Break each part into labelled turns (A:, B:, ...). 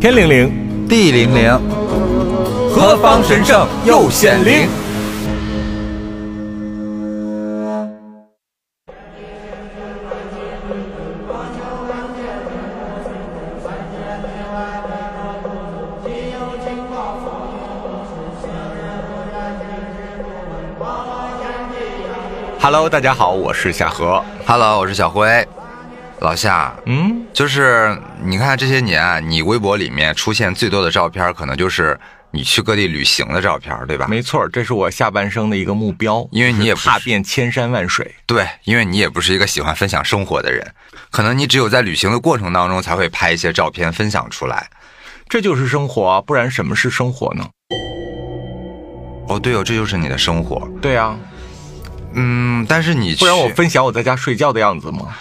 A: 天灵灵，
B: 地灵灵，何方神圣又显灵？
C: Hello，大家好，我是夏荷。
B: Hello，我是小辉。老夏，
A: 嗯，
B: 就是你看这些年啊，你微博里面出现最多的照片，可能就是你去各地旅行的照片，对吧？
A: 没错，这是我下半生的一个目标，
B: 因为你也
A: 就
B: 不
A: 是
B: 是
A: 踏遍千山万水。
B: 对，因为你也不是一个喜欢分享生活的人，可能你只有在旅行的过程当中才会拍一些照片分享出来。
A: 这就是生活啊，不然什么是生活呢？
B: 哦，对哦，这就是你的生活。
A: 对啊，
B: 嗯，但是你去
A: 不然我分享我在家睡觉的样子吗？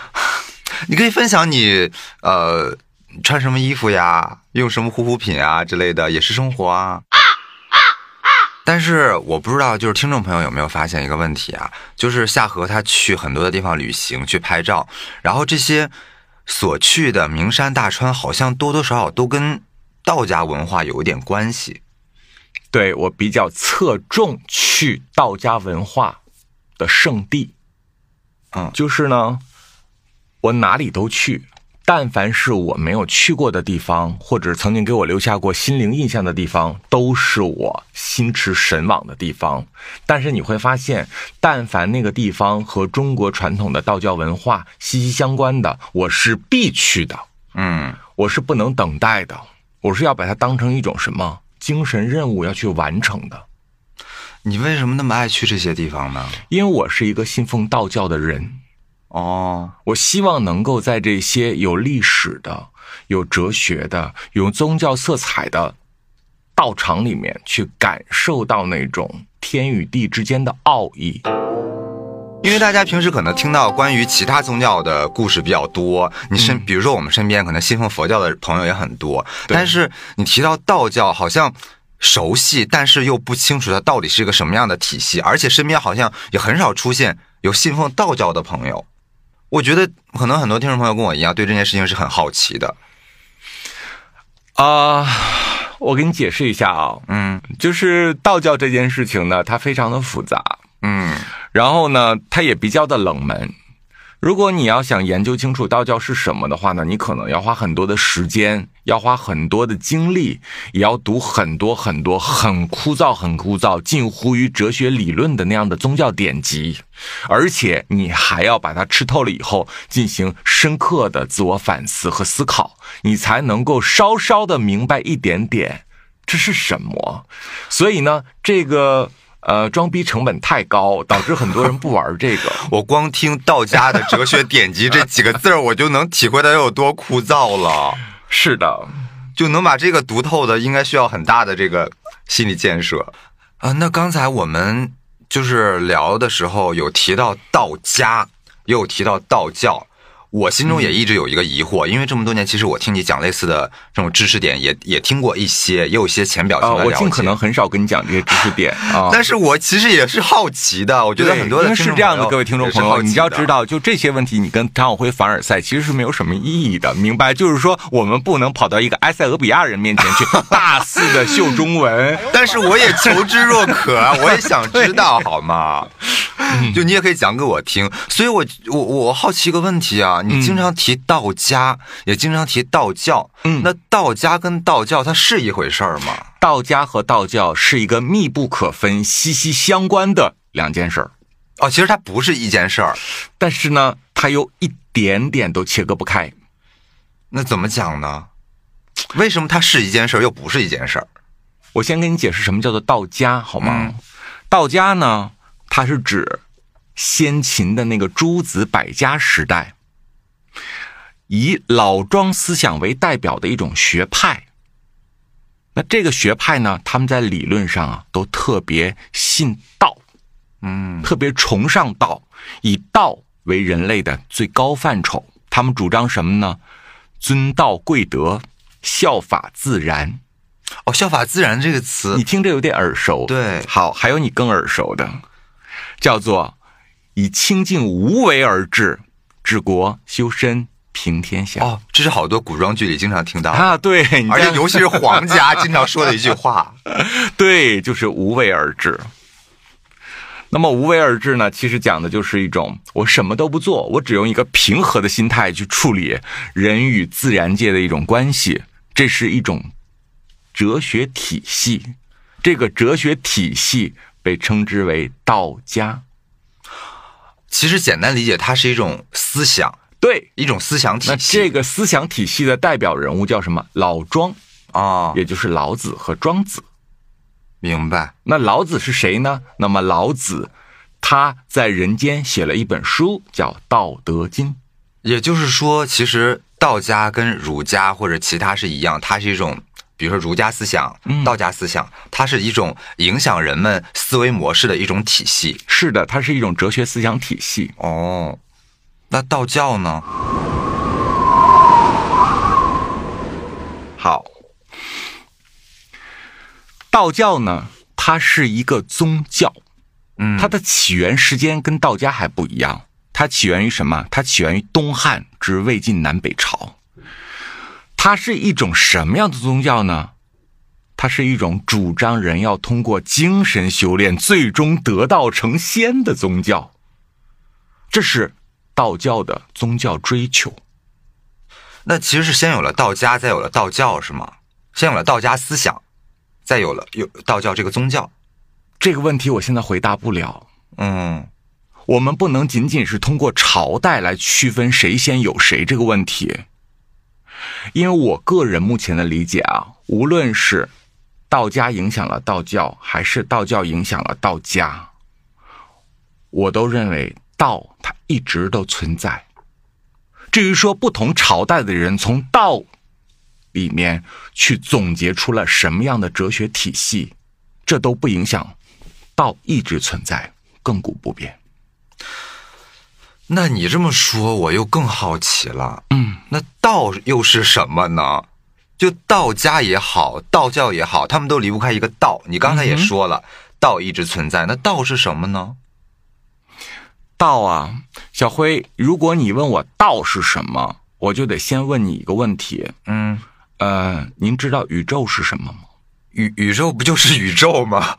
B: 你可以分享你呃穿什么衣服呀，用什么护肤品啊之类的，也是生活啊。但是我不知道，就是听众朋友有没有发现一个问题啊？就是夏荷他去很多的地方旅行去拍照，然后这些所去的名山大川好像多多少少都跟道家文化有一点关系。
A: 对我比较侧重去道家文化的圣地，
B: 嗯
A: 就是呢，我哪里都去，但凡是我没有去过的地方，或者曾经给我留下过心灵印象的地方，都是我心驰神往的地方。但是你会发现，但凡那个地方和中国传统的道教文化息息相关的，我是必去的。
B: 嗯，
A: 我是不能等待的，我是要把它当成一种什么精神任务要去完成的，
B: 你为什么那么爱去这些地方呢？
A: 因为我是一个信奉道教的人，
B: 哦，
A: 我希望能够在这些有历史的、有哲学的、有宗教色彩的道场里面去感受到那种天与地之间的奥义。
B: 因为大家平时可能听到关于其他宗教的故事比较多，你身、比如说我们身边可能信奉佛教的朋友也很多，
A: 对
B: 但是你提到道教，好像熟悉，但是又不清楚它到底是一个什么样的体系，而且身边好像也很少出现有信奉道教的朋友。我觉得可能很多听众朋友跟我一样，对这件事情是很好奇的。
A: 啊、我给你解释一下啊，
B: 嗯
A: 就是道教这件事情呢，它非常的复杂。
B: 嗯，
A: 然后呢，它也比较的冷门。如果你要想研究清楚道教是什么的话呢，你可能要花很多的时间，要花很多的精力，也要读很多很多很枯燥、很枯燥、近乎于哲学理论的那样的宗教典籍，而且你还要把它吃透了以后，进行深刻的自我反思和思考，你才能够稍稍的明白一点点这是什么。所以呢，这个呃装逼成本太高，导致很多人不玩这个。
B: 我光听道家的哲学典籍这几个字儿，我就能体会到有多枯燥了。
A: 是的，
B: 就能把这个读透的，应该需要很大的这个心理建设啊、那刚才我们就是聊的时候有提到道家，也有提到道教。我心中也一直有一个疑
A: 嗯
B: 惑，因为这么多年，其实我听你讲类似的这种知识点也，也听过一些，也有一些浅表
A: 啊、
B: 层的了
A: 我
B: 解。
A: 尽可能很少跟你讲这些知识 点啊。
B: 但是我其实也是好奇的，我觉得
A: 对
B: 很多
A: 因
B: 的
A: 为
B: 听
A: 是
B: 众
A: 这样的，
B: 朋
A: 各位听众
B: 也是
A: 朋友，
B: 好奇
A: 你要
B: 的
A: 知，道，就这些问题，你跟张晓辉、凡尔赛其实是没有什么意义的，明白？就是说，我们不能跑到一个埃塞俄比亚人面前 去大肆的秀中文。
B: 但是我也求知若 渴，啊，我也想知道，好吗？就你也可以讲给我听。所以我，我我好奇一个问题啊，你经常提道家，也经常提道教，
A: 嗯
B: 那道家跟道教它是一回事儿吗？
A: 道家和道教是一个密不可分、息息相关的两件事儿，
B: 哦，其实它不是一件事儿。
A: 但是呢，它又一点点都切割不开。
B: 那怎么讲呢？为什么它是一件事儿又不是一件事儿？
A: 我先给你解释什么叫做道家，好吗？
B: 嗯
A: 道家呢，它是指先秦的那个诸子百家时代，以老庄思想为代表的一种学派。那这个学派呢，他们在理论上啊，都特别信道，
B: 嗯
A: 特别崇尚道，以道为人类的最高范畴。他们主张什么呢？尊道贵德，效法自然。
B: 哦，效法自然这个词
A: 你，听着有点耳熟。
B: 嗯对
A: 好，还有你更耳熟的，叫做以清净无为而治，治国修身平天下。
B: 哦，这是好多古装剧里经常听到的，
A: 啊，对，你
B: 而且
A: 这
B: 尤其是皇家经常说的一句话，
A: 对，就是无为而治。那么无为而治呢，其实讲的就是一种我什么都不做，我只用一个平和的心态去处理人与自然界的一种关系，这是一种哲学体系。这个哲学体系被称之为道家。
B: 其实简单理解，它是一种思想，
A: 对，
B: 一种思想体系。
A: 那这个思想体系的代表人物叫什么？老庄，
B: 哦，
A: 也就是老子和庄子。
B: 明白。
A: 那老子是谁呢？那么老子他在人间写了一本书，叫《道德经》。
B: 也就是说，其实道家跟儒家或者其他是一样，它是一种，比如说儒家思想、道家思想，它是一种影响人们思维模式的一种体系。
A: 是的，它是一种哲学思想体系。
B: 哦，那道教呢？
A: 好，道教呢，它是一个宗教，
B: 嗯，
A: 它的起源时间跟道家还不一样。它起源于什么？它起源于东汉至魏晋南北朝。它是一种什么样的宗教呢？它是一种主张人要通过精神修炼，最终得道成仙的宗教。这是道教的宗教追求。
B: 那其实是先有了道家，再有了道教，是吗？先有了道家思想，再有了有道教这个宗教。
A: 这个问题我现在回答不了。
B: 嗯，
A: 我们不能仅仅是通过朝代来区分谁先有谁这个问题，因为我个人目前的理解啊，无论是道家影响了道教，还是道教影响了道家，我都认为道它一直都存在。至于说不同朝代的人从道里面去总结出了什么样的哲学体系，这都不影响道一直存在，亘古不变。
B: 那你这么说，我又更好奇了。嗯，那道又是什么呢？就道家也好，道教也好，他们都离不开一个道。你刚才也说
A: 嗯
B: 了，道一直存在。那道是什么呢？
A: 道啊，小辉，如果你问我道是什么，我就得先问你一个问题。
B: 嗯，
A: 呃，您知道宇宙是什么吗？
B: 宇宇宙不就是宇宙吗？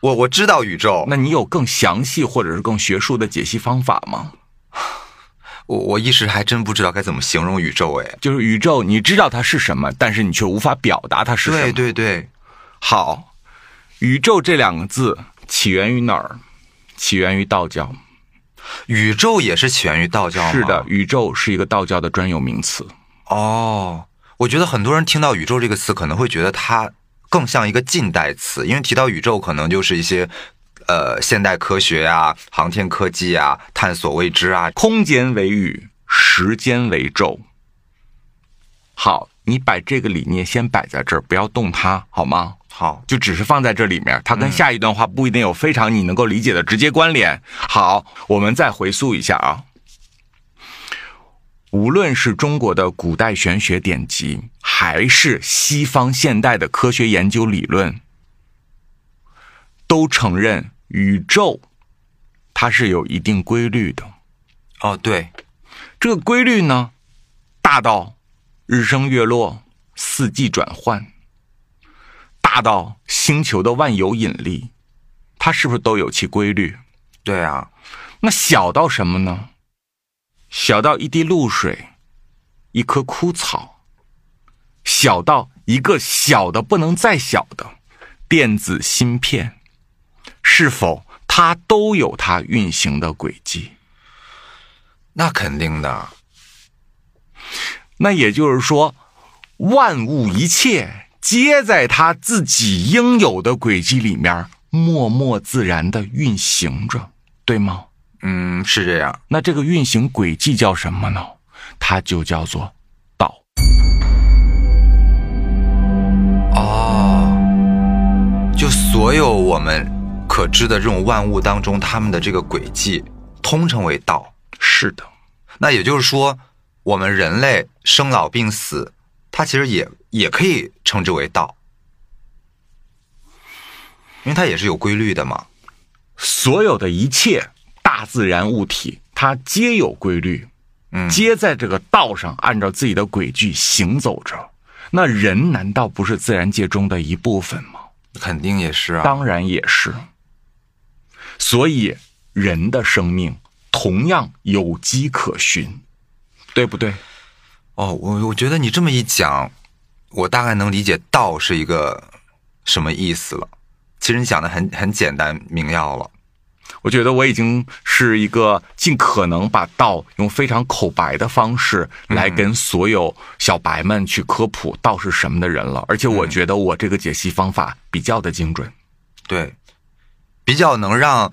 B: 我我知道宇宙，
A: 那你有更详细或者是更学术的解析方法吗？
B: 我我一时还真不知道该怎么形容宇宙。哎，
A: 就是宇宙，你知道它是什么，但是你却无法表达它是什么。
B: 对对对，
A: 好，宇宙这两个字起源于哪儿？起源于道教。
B: 宇宙也是起源于道教吗？
A: 是的，，宇宙是一个道教的专有名词。
B: 哦，我觉得很多人听到“宇宙”这个词，可能会觉得它更像一个近代词，因为提到宇宙，可能就是一些呃现代科学啊、航天科技啊、探索未知啊。
A: 空间为宇，时间为宙。好，你把这个理念先摆在这儿，不要动它，好吗？
B: 好，
A: 就只是放在这里面，它跟下一段话不一定有非常你能够理解的直接关联。好，我们再回溯一下啊。无论是中国的古代玄学典籍，还是西方现代的科学研究理论，都承认宇宙它是有一定规律的。
B: 哦，对，
A: 这个规律呢，大到日升月落、四季转换，大到星球的万有引力，它是不是都有其规律？
B: 对啊，
A: 那小到什么呢？小到一滴露水，一棵枯草；小到一个小的不能再小的电子芯片，是否它都有它运行的轨迹？
B: 那肯定的。
A: 那也就是说，万物一切皆在它自己应有的轨迹里面默默自然的运行着，对吗？
B: 嗯，是这样。
A: 那这个运行轨迹叫什么呢？它就叫做道。
B: 哦，就所有我们可知的这种万物当中，它们的这个轨迹通称为道。
A: 是的，
B: 那也就是说，我们人类生老病死，它其实也也可以称之为道，因为它也是有规律的嘛。
A: 所有的一切大自然物体，它皆有规律，
B: 嗯
A: 皆在这个道上按照自己的轨迹行走着。那人难道不是自然界中的一部分吗？
B: 肯定也是啊。
A: 当然也是。所以人的生命同样有迹可循，对不对？
B: 哦，我我觉得你这么一讲，我大概能理解“道”是一个什么意思了。其实你讲的很很简单明要了。
A: 我觉得我已经是一个尽可能把道用非常口白的方式来跟所有小白们去科普道是什么的人了，而且我觉得我这个解析方法比较的精准。
B: 对，比较能让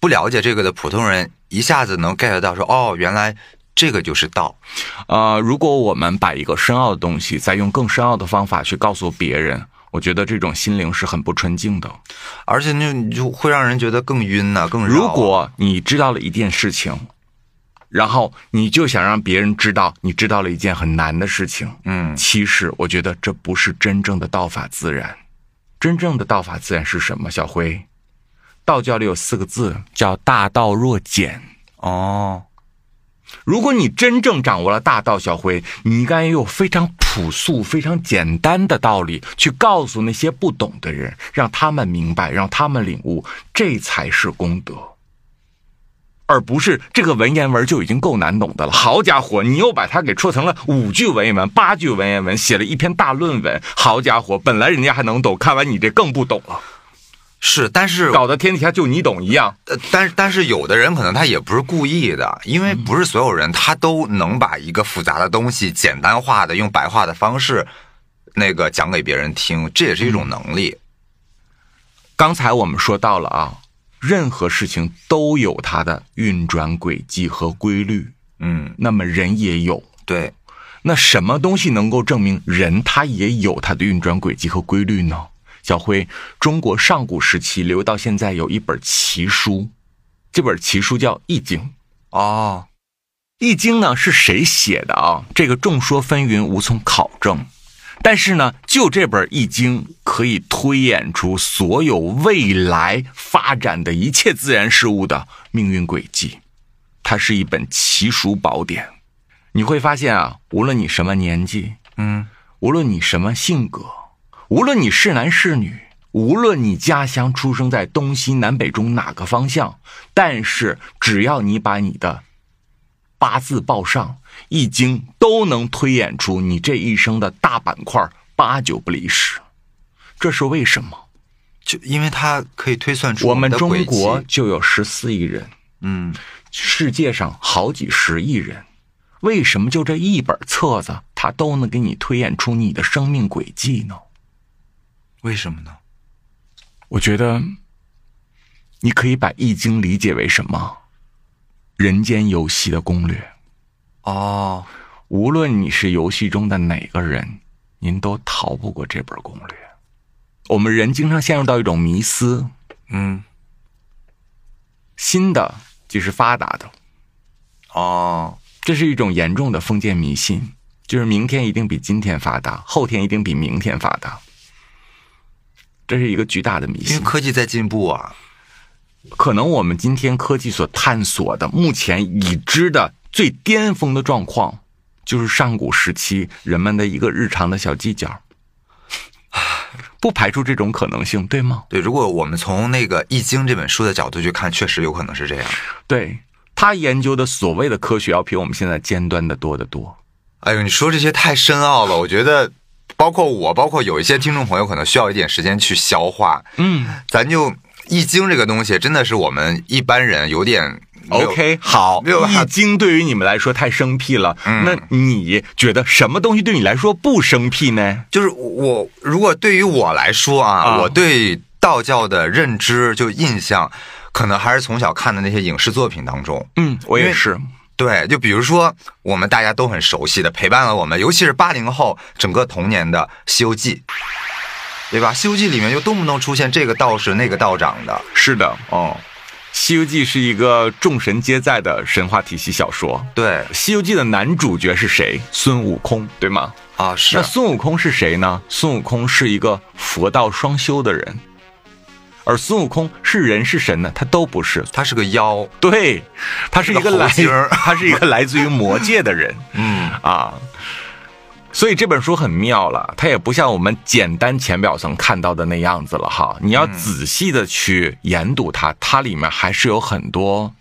B: 不了解这个的普通人一下子能 get 到说，哦，原来这个就是道。
A: 呃，如果我们把一个深奥的东西再用更深奥的方法去告诉别人，我觉得这种心灵是很不纯净的。
B: 而且那你就会让人觉得更晕呐、更绕啊
A: 如果你知道了一件事情，然后你就想让别人知道你知道了一件很难的事情，
B: 嗯
A: 其实我觉得这不是真正的道法自然。真正的道法自然是什么？小辉，道教里有四个字叫“大道若简
B: 哦，”。
A: 如果你真正掌握了大道，小辉，你应该用非常朴素、非常简单的道理去告诉那些不懂的人，让他们明白，让他们领悟，这才是功德。而不是这个文言文就已经够难懂的了。好家伙，你又把它给说成了五句文言文、八句文言文，写了一篇大论文。好家伙，本来人家还能懂，看完你这更不懂了，
B: 是，但是
A: 搞得天底下就你懂一样。
B: 呃，但但是有的人可能他也不是故意的，因为不是所有人他都能把一个复杂的东西简单化的用白话的方式那个讲给别人听，这也是一种能力。
A: 刚才我们说到了啊，任何事情都有它的运转轨迹和规律，
B: 嗯，
A: 那么人也有。
B: 对，
A: 那什么东西能够证明人他也有他的运转轨迹和规律呢？小辉，中国上古时期留到现在有一本奇书，这本奇书叫《易经》。《
B: 哦，
A: 易经呢》是谁写的啊？这个众说纷纭，无从考证。但是呢，就这本《易经》可以推演出所有未来发展的一切自然事物的命运轨迹。它是一本奇书宝典。你会发现啊，无论你什么年纪，
B: 嗯，
A: 无论你什么性格，无论你是男是女，无论你家乡出生在东西南北中哪个方向，但是只要你把你的八字报上，易经都能推演出你这一生的大板块八九不离十。这是为什么？
B: 就因为他可以推算出
A: 我们
B: 的
A: 中
B: 轨迹
A: 国，就有十四亿人，
B: 嗯，
A: 世界上好几十亿人，为什么就这一本册子，它都能给你推演出你的生命轨迹呢？
B: 为什么呢？
A: 我觉得，你可以把《易经》理解为什么？人间游戏的攻略。
B: 哦，
A: 无论你是游戏中的哪个人，您都逃不过这本攻略。我们人经常陷入到一种迷思：
B: 嗯，
A: 新的即是发达的，
B: 哦，
A: 这是一种严重的封建迷信，就是明天一定比今天发达，后天一定比明天发达。这是一个巨大的迷
B: 因
A: 信
B: 为。科技在进步啊，
A: 可能我们今天科技所探索的、目前已知的最巅峰的状况，就是上古时期人们的一个日常的小技巧， 不排除这种可能性，对吗？
B: 对，如果我们从那个《易经》这本书的角度去看，确实有可能是这样。
A: 对他研究的所谓的科学，要比我们现在尖端的多得多。
B: 哎呦，你说这些太深奥了，我觉得，包括我，包括有一些听众朋友，可能需要一点时间去消化。
A: 嗯
B: 咱就《易经》这个东西，真的是我们一般人有点没有
A: ，OK，好，
B: 没有办法
A: 易经对于你们来说太生僻了。那你觉得什么东西对你来说不生僻呢？
B: 就是我如果对于我来说啊，
A: 啊
B: 我对道教的认知就印象，可能还是从小看的那些影视作品当中。
A: 嗯，我
B: 因
A: 也
B: 为
A: 是。
B: 对，就比如说我们大家都很熟悉的，陪伴了我们，尤其是八零后整个童年的《西游记》，对吧？《西游记》里面就动不动出现这个道士、那个道长的，
A: 是的，《
B: 哦，
A: 西游记》是一个众神皆在的神话体系小说。
B: 对
A: 《西游记》的男主角是谁？孙悟空，对吗？
B: 啊，是
A: 那孙悟空是谁呢？孙悟空是一个佛道双修的人，而孙悟空是人是神呢，他都不是。
B: 他是个妖，
A: 对，他是一个
B: 是个
A: 来
B: 猴精儿，
A: 他是一个来自于魔界的人。
B: 嗯，
A: 啊。所以这本书很妙了，它也不像我们简单浅表层看到的那样子了哈。你要仔细的去研读它，它里面还是有很多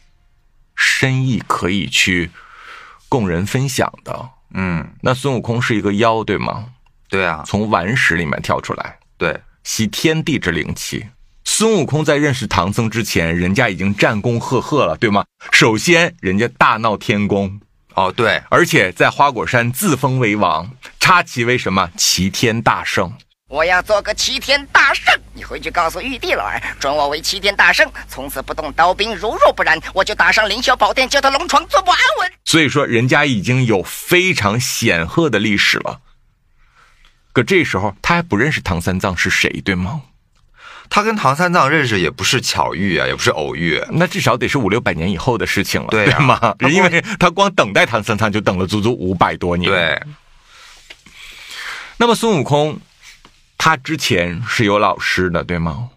A: 深意可以去供人分享的。
B: 嗯，
A: 那孙悟空是一个妖，对吗？
B: 对啊，
A: 从顽石里面跳出来，
B: 对，
A: 吸天地之灵气。孙悟空在认识唐僧之前，人家已经战功赫赫了，对吗？首先，人家大闹天宫，
B: 哦对，
A: 而且在花果山自封为王，插旗为什么？齐天大圣。
D: 我要做个齐天大圣，你回去告诉玉帝老儿，准我为齐天大圣，从此不动刀兵，如若不然，我就打上凌霄宝殿，叫他龙床坐不安稳。
A: 所以说，人家已经有非常显赫的历史了。可这时候他还不认识唐三藏是谁，对吗？
B: 他跟唐三藏认识也不是巧遇啊，也不是偶遇，
A: 那至少得是五六百年以后的事情了，
B: 对呀
A: 吗？
B: 他光
A: 因为他光等待唐三藏就等了足足五百多年。，
B: 对，
A: 那么孙悟空，他之前是有老师的，对吗？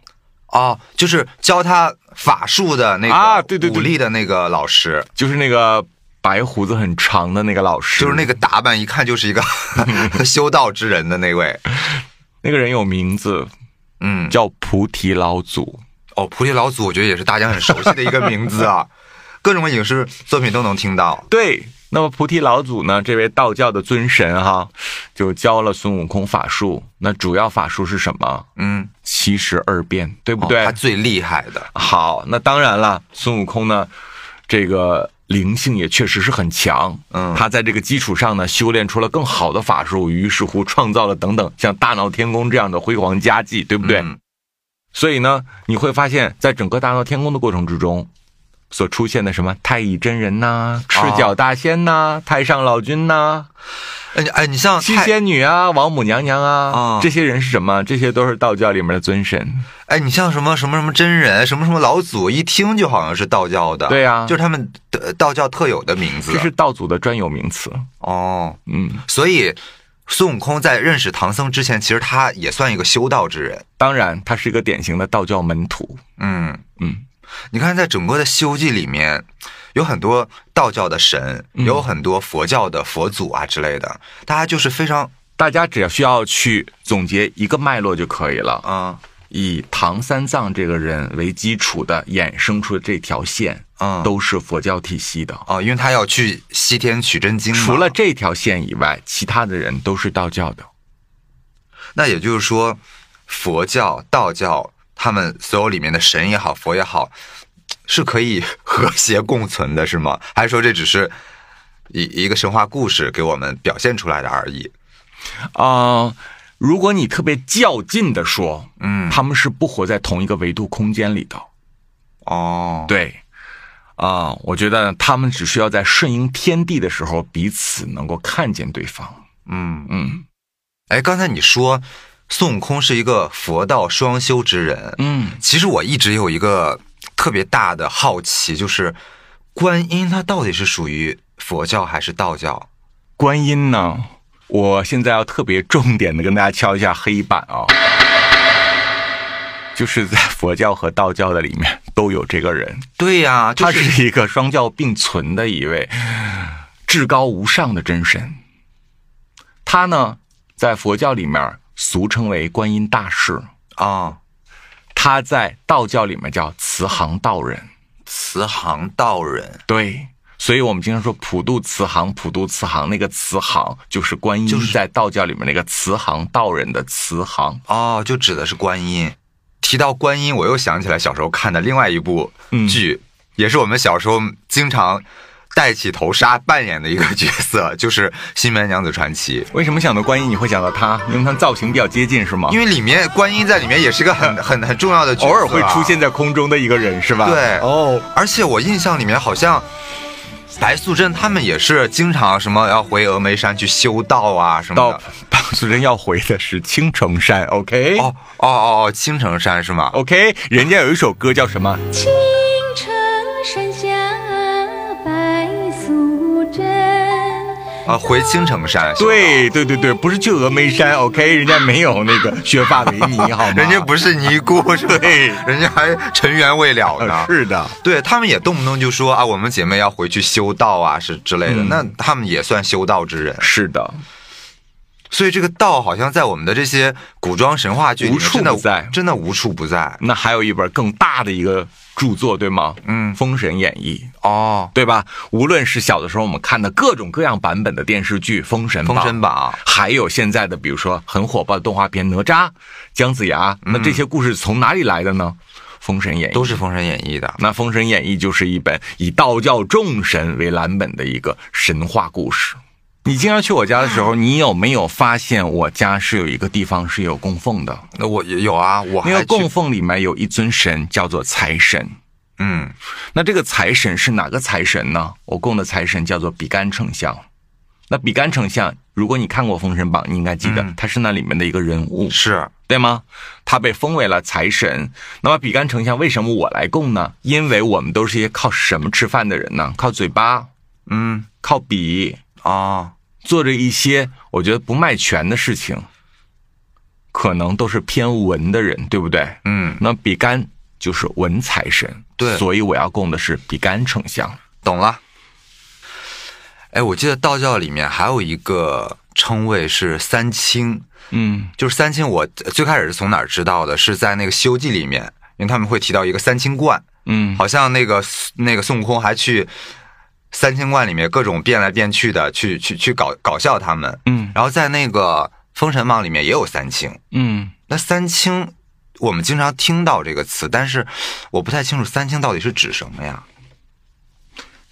B: 哦，就是教他法术的那个
A: 啊对对对
B: 武力的那个老师，
A: 就是那个白胡子很长的那个老师，
B: 就是那个打扮一看就是一个 修道之人的那位，
A: 那个人有名字
B: 嗯，
A: 叫菩提老祖。
B: 哦，菩提老祖，我觉得也是大家很熟悉的一个名字啊，各种影视作品都能听到，
A: 对，那么菩提老祖呢，这位道教的尊神哈，就教了孙悟空法术。那主要法术是什么？
B: 嗯，
A: 七十二变，对不
B: 哦
A: 对？
B: 他最厉害的，
A: 好，那当然了，孙悟空呢，这个灵性也确实是很强。
B: 嗯
A: 他在这个基础上呢，修炼出了更好的法术，于是乎创造了等等像大闹天宫这样的辉煌佳绩，对不对？
B: 嗯
A: 所以呢，你会发现在整个大闹天宫的过程之中，所出现的什么太乙真人
B: 啊
A: 呐、赤脚大仙呐、太上老君呐、
B: 哎你哎，你像
A: 七
B: 太
A: 仙女啊、王母娘娘啊
B: 啊，
A: 这些人是什么？这些都是道教里面的尊神。
B: 哎，你像什么什么什么真人，什么什么老祖，一听就好像是道教的，
A: 对呀
B: 啊就是他们的道教特有的名字，
A: 这是道祖的专有名词，
B: 哦，
A: 嗯，
B: 所以孙悟空在认识唐僧之前，其实他也算一个修道之人，
A: 当然，他是一个典型的道教门徒，
B: 嗯
A: 嗯，
B: 你看在整个的《西游记》里面，有很多道教的神，
A: 嗯
B: 有很多佛教的佛祖啊之类的，大家就是非常
A: 大家只要需要去总结一个脉络就可以了，
B: 嗯
A: 以唐三藏这个人为基础的衍生出的这条线，
B: 嗯
A: 都是佛教体系的。
B: 哦，因为他要去西天取真经嘛，
A: 除了这条线以外，其他的人都是道教的。
B: 那也就是说，佛教、道教他们所有里面的神也好，佛也好，是可以和谐共存的，是吗？还是说这只是一一个神话故事给我们表现出来的而已？
A: 啊、如果你特别较劲的说，
B: 嗯，
A: 他们是不活在同一个维度空间里的。
B: 哦，
A: 对，啊、我觉得他们只需要在顺应天地的时候，彼此能够看见对方。
B: 嗯，
A: 嗯
B: 哎，刚才你说孙悟空是一个佛道双修之人，
A: 嗯，
B: 其实我一直有一个特别大的好奇，就是观音它到底是属于佛教还是道教？
A: 观音呢，我现在要特别重点的跟大家敲一下黑板啊、 就是在佛教和道教的里面都有这个人，
B: 对呀、
A: 他
B: 就是
A: 是一个双教并存的一位至高无上的真神。他呢，在佛教里面俗称为观音大士，
B: 啊、
A: 他在道教里面叫慈航道人。
B: 慈航道人。
A: 对，所以我们经常说普渡慈航，普渡慈航，那个慈航就是观音，
B: 就是
A: 在道教里面那个慈航道人的慈航。
B: 哦，就指的是观音。提到观音，我又想起来小时候看的另外一部剧，也是我们小时候经常戴起头纱扮演的一个角色，就是《新白娘子传奇》。
A: 为什么想到观音你会想到她？因为她造型比较接近，是吗？
B: 因
A: 为
B: 为里面观音在里面也是个很
A: 嗯
B: 很很重要的角色、啊
A: 偶尔会出。现在空中的一个人，是吧？
B: 对
A: 哦，
B: 而且我印象里面好像白素贞他们也是经常什么要回峨眉山去修道啊什么
A: 到
B: 的。
A: 白素贞要回的是青城山，OK？
B: 哦哦哦哦，青城山是吗？
A: OK，人家有一首歌叫什么？
E: 青城山下白素贞，
B: 啊，回青城山修道，
A: 对对对对，不是去峨眉山，OK，人家没有那个削发为尼，好吗？
B: 人家不是尼姑，是吧？
A: 对
B: 人家还尘缘未了呢
A: 呃。是的，
B: 对他们也动不动就说啊，我们姐妹要回去修道啊，是之类的。
A: 嗯
B: 那他们也算修道之人，
A: 是的，
B: 所以这个道好像在我们的这些古装神话剧里面
A: 无处
B: 真的
A: 不在
B: 真的无处不在。
A: 那还有一本更大的一个著作，对吗？
B: 嗯
A: 《封神演义》，
B: 哦，
A: 对吧？无论是小的时候我们看的各种各样版本的电视剧《封神
B: 《
A: 榜》，
B: 封神榜》
A: 还有现在的，比如说很火爆的动画片《哪吒》《姜子牙》，
B: 嗯
A: 那这些故事从哪里来的呢？封神演义》
B: 都是《封神演义》的。
A: 那《封神演义》就是一本以道教众神为蓝本的一个神话故事。你经常去我家的时候，你有没有发现我家是有一个地方是有供奉的？
B: 那我也有啊，我还
A: 那个供
B: 去
A: 奉里面有一尊神叫做财神。
B: 嗯，
A: 那这个财神是哪个财神呢？我供的财神叫做比干丞相。那比干丞相，如果你看过《封神榜》，你应该记得、
B: 嗯
A: 他是那里面的一个人物，
B: 是
A: 对吗？他被封为了财神。那么比干丞相为什么我来供呢？因为我们都是一些靠什么吃饭的人呢？靠嘴巴，
B: 嗯
A: 靠笔，
B: 哦，
A: 做着一些我觉得不卖权的事情，可能都是偏文的人，对不对？
B: 嗯，
A: 那比干就是文财神，
B: 对
A: 所以我要供的是比干丞相。
B: 懂了。哎，我记得道教里面还有一个称谓是三清，
A: 嗯，
B: 就是三清，我最开始是从哪儿知道的？是在那个《西游记》里面，因为他们会提到一个三清观，
A: 嗯，
B: 好像那个那个孙悟空还去三清观里面各种变来变去的，去去去搞搞笑他们。
A: 嗯
B: 然后在那个《封神榜》里面也有三清，
A: 嗯，
B: 那三清我们经常听到这个词，但是我不太清楚三清到底是指什么呀？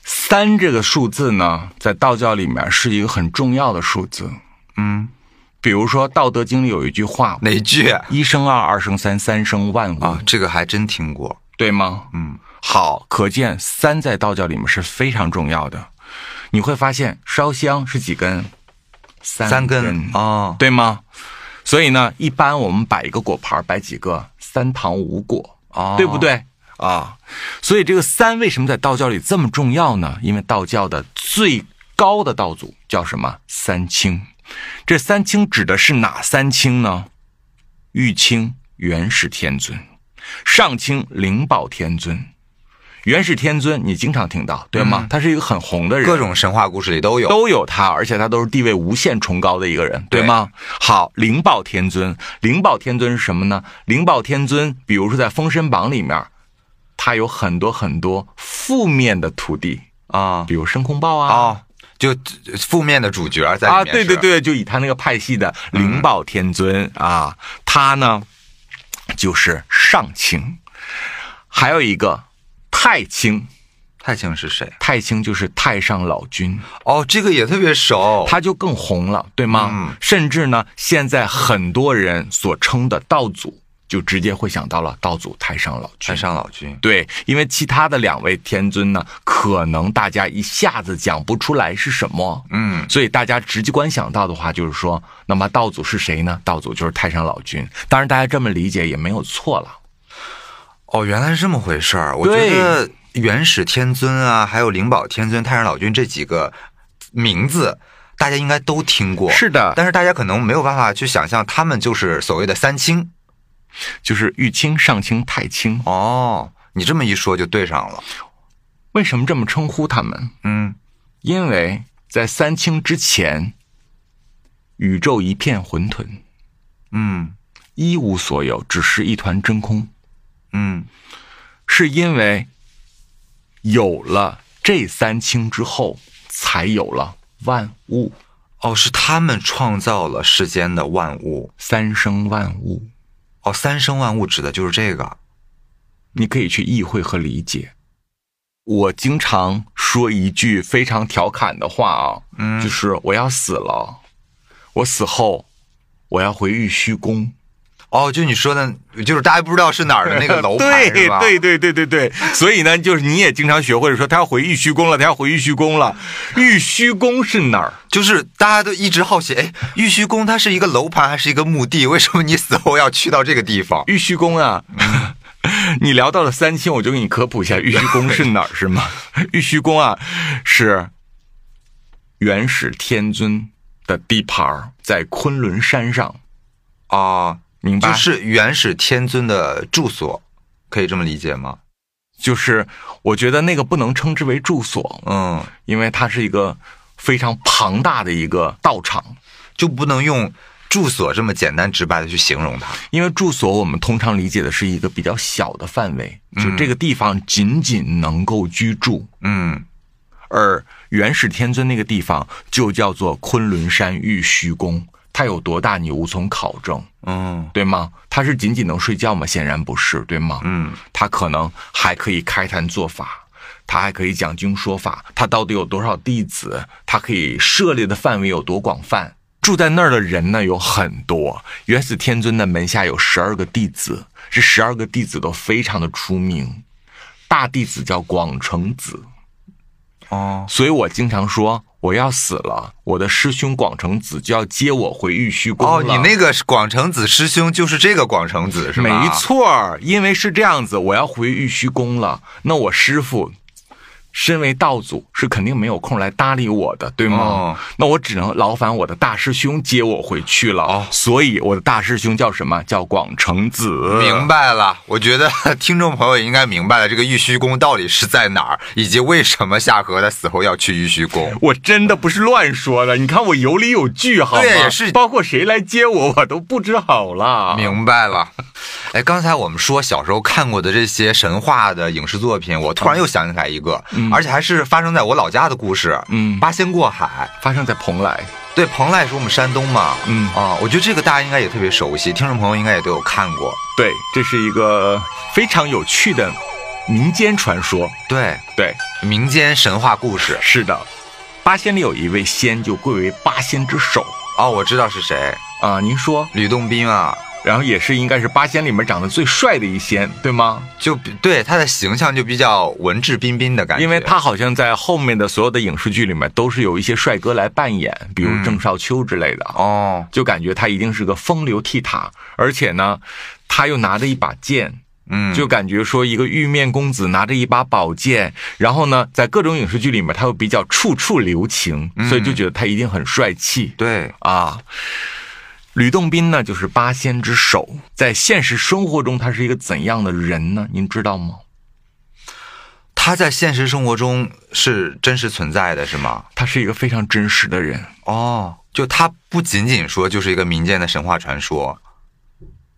A: 三这个数字呢，在道教里面是一个很重要的数字。
B: 嗯，
A: 比如说《道德经》里有一句话
B: 哪一句
A: “一生二，二生三，三生万物”，
B: 啊？这个还真听过。
A: 对吗？
B: 嗯，
A: 好，可见三在道教里面是非常重要的。你会发现烧香是几根？三
B: 三
A: 根
B: 根哦，
A: 对吗？所以呢，一般我们摆一个果盘儿，摆几个？三糖五果，
B: 哦
A: 对不？对？啊，所以这个三为什么在道教里这么重要呢？因为道教的最高的道祖叫什么？三清。这三清指的是哪三清呢？玉清元始天尊，上清灵宝天尊。元始天尊你经常听到，对吗？他是一个很红的人，
B: 各种神话故事里都有。
A: 都有他，而且他都是地位无限崇高的一个人，
B: 对
A: 对吗？好，灵宝天尊，灵宝天尊是什么呢？灵宝天尊，比如说在《封神榜》里面，他有很多很多负面的徒弟，
B: 啊
A: 比如申公豹啊。
B: 哦，就呃负面的主角在里面
A: 啊，对
B: 是嗯
A: 对，对，就以他那个派系的灵宝天尊、啊，他呢就是上清，还有一个太清，
B: 太清是谁？
A: 太清就是太上老君，
B: 哦，这个也特别熟。
A: 他就更红了，对吗？
B: 嗯
A: 甚至呢，现在很多人所称的道祖，就直接会想到了道祖太上老君。
B: 太上老君，
A: 对，因为其他的两位天尊呢，可能大家一下子讲不出来是什么。
B: 嗯，
A: 所以大家直接观想到的话，就是说，那么道祖是谁呢？道祖就是太上老君。当然，大家这么理解也没有错了。
B: 哦，原来是这么回事儿。我觉
A: 对
B: 得元始天尊啊，还有灵宝天尊、太上老君这几个名字，大家应该都听过。
A: 是的
B: 但是大家可能没有办法去想象，他们就是所谓的三清。
A: 就是玉清、上清、太清，
B: 哦，你这么一说就对上了。
A: 为什么这么称呼他们？
B: 嗯，
A: 因为在三清之前，宇宙一片混沌，
B: 嗯
A: 一无所有，只是一团真空。
B: 嗯，
A: 是因为有了这三清之后，才有了万物，
B: 哦，是他们创造了世间的万物。
A: 三生万物。
B: 哦，三生万物指的就是这个。
A: 你可以去意会和理解。我经常说一句非常调侃的话啊，
B: 嗯
A: 就是我要死了，我死后我要回玉虚宫。
B: 哦，就你说的，就是大家不知道是哪儿的那 个楼盘
A: 对
B: 是吧？
A: 对对对对 对，所以呢，就是你也经常学会说，他要回玉虚宫了，他要回玉虚宫了。玉虚宫是哪儿？
B: 就是大家都一直好奇，哎，玉虚宫它是一个楼盘还是一个墓地？为什么你死后要去到这个地方？
A: 玉虚宫啊。 你聊到了三清，我就给 你科普一下玉虚宫是哪儿，是吗？玉虚宫啊，是元始天尊的地盘儿在昆仑山上，
B: 哦，
A: 明白？
B: 就是元始天尊的住所，可以这么理解吗？
A: 就是我觉得那个不能称之为住所，
B: 嗯，
A: 因为它是一个非常庞大的一个道场。
B: 就不能用住所这么简单直白的去形容它。
A: 因为住所我们通常理解的是一个比较小的范围，就这个地方仅仅能够居住。
B: 嗯，
A: 而元始天尊那个地方就叫做昆仑山玉虚宫，它有多大你无从考证，
B: 嗯，
A: 对吗？它是仅仅能睡觉吗？显然不是，对吗？
B: 嗯，
A: 它可能还可以开坛做法。它还可以讲经说法，它到底有多少弟子？它可以涉猎的范围有多广泛？住在那儿的人呢有很多。元始天尊的门下有十二个弟子，这十二个弟子都非常的出名。大弟子叫广成子，
B: 哦，
A: 所以我经常说，我要死了，我的师兄广成子就要接我回玉虚宫了。
B: 哦，你那个广成子师兄就是这个广成子是吧？
A: 没，错儿，因为是这样子，我要回玉虚宫了，那我师傅。身为道祖是肯定没有空来搭理我的，对吗？
B: 哦
A: 那我只能劳烦我的大师兄接我回去了。
B: 哦
A: 所以我的大师兄叫什么？叫广成子。
B: 明白了。我觉得听众朋友应该明白了，这个玉虚宫到底是在哪儿，以及为什么夏荷他死后要去玉虚宫。
A: 我真的不是乱说的，你看我有理有据，好吗？
B: 对也是
A: 包括谁来接我，我都不知好了。
B: 明白了，哎，刚才我们说小时候看过的这些神话的影视作
A: 嗯
B: 品，我突然又想起来一个，而且还是发生在我老家的故事，
A: 嗯
B: 八仙过海。
A: 发生在蓬莱，
B: 对，蓬莱是我们山东嘛，
A: 嗯
B: 啊，我觉得这个大家应该也特别熟悉，听众朋友应该也都有看过。
A: 对，这是一个非常有趣的民间传说。
B: 对，
A: 对，
B: 民间神话故事
A: 是的，八仙里有一位仙就贵为八仙之首
B: 哦，我知道是谁，
A: 啊、您说，
B: 吕洞宾啊，
A: 然后也是应该是八仙里面长得最帅的一仙，对吗？
B: 就比对他的形象就比较文质彬彬的感觉，
A: 因为他好像在后面的所有的影视剧里面都是有一些帅哥来扮演，比如
B: 嗯
A: 郑少秋之类的啊。
B: 哦，
A: 就感觉他一定是个风流倜傥，而且呢，他又拿着一把剑，
B: 嗯，
A: 就感觉说一个玉面公子拿着一把宝剑，然后呢，在各种影视剧里面他又比较处处留情，所以
B: 嗯
A: 就觉得他一定很帅气。
B: 对，
A: 啊，吕洞宾呢就是八仙之首，在现实生活中他是一个怎样的人呢？您知道吗？
B: 他在现实生活中是真实存在的，是吗？
A: 他是一个非常真实的人，
B: 哦，就他不仅仅说就是一个民间的神话传说，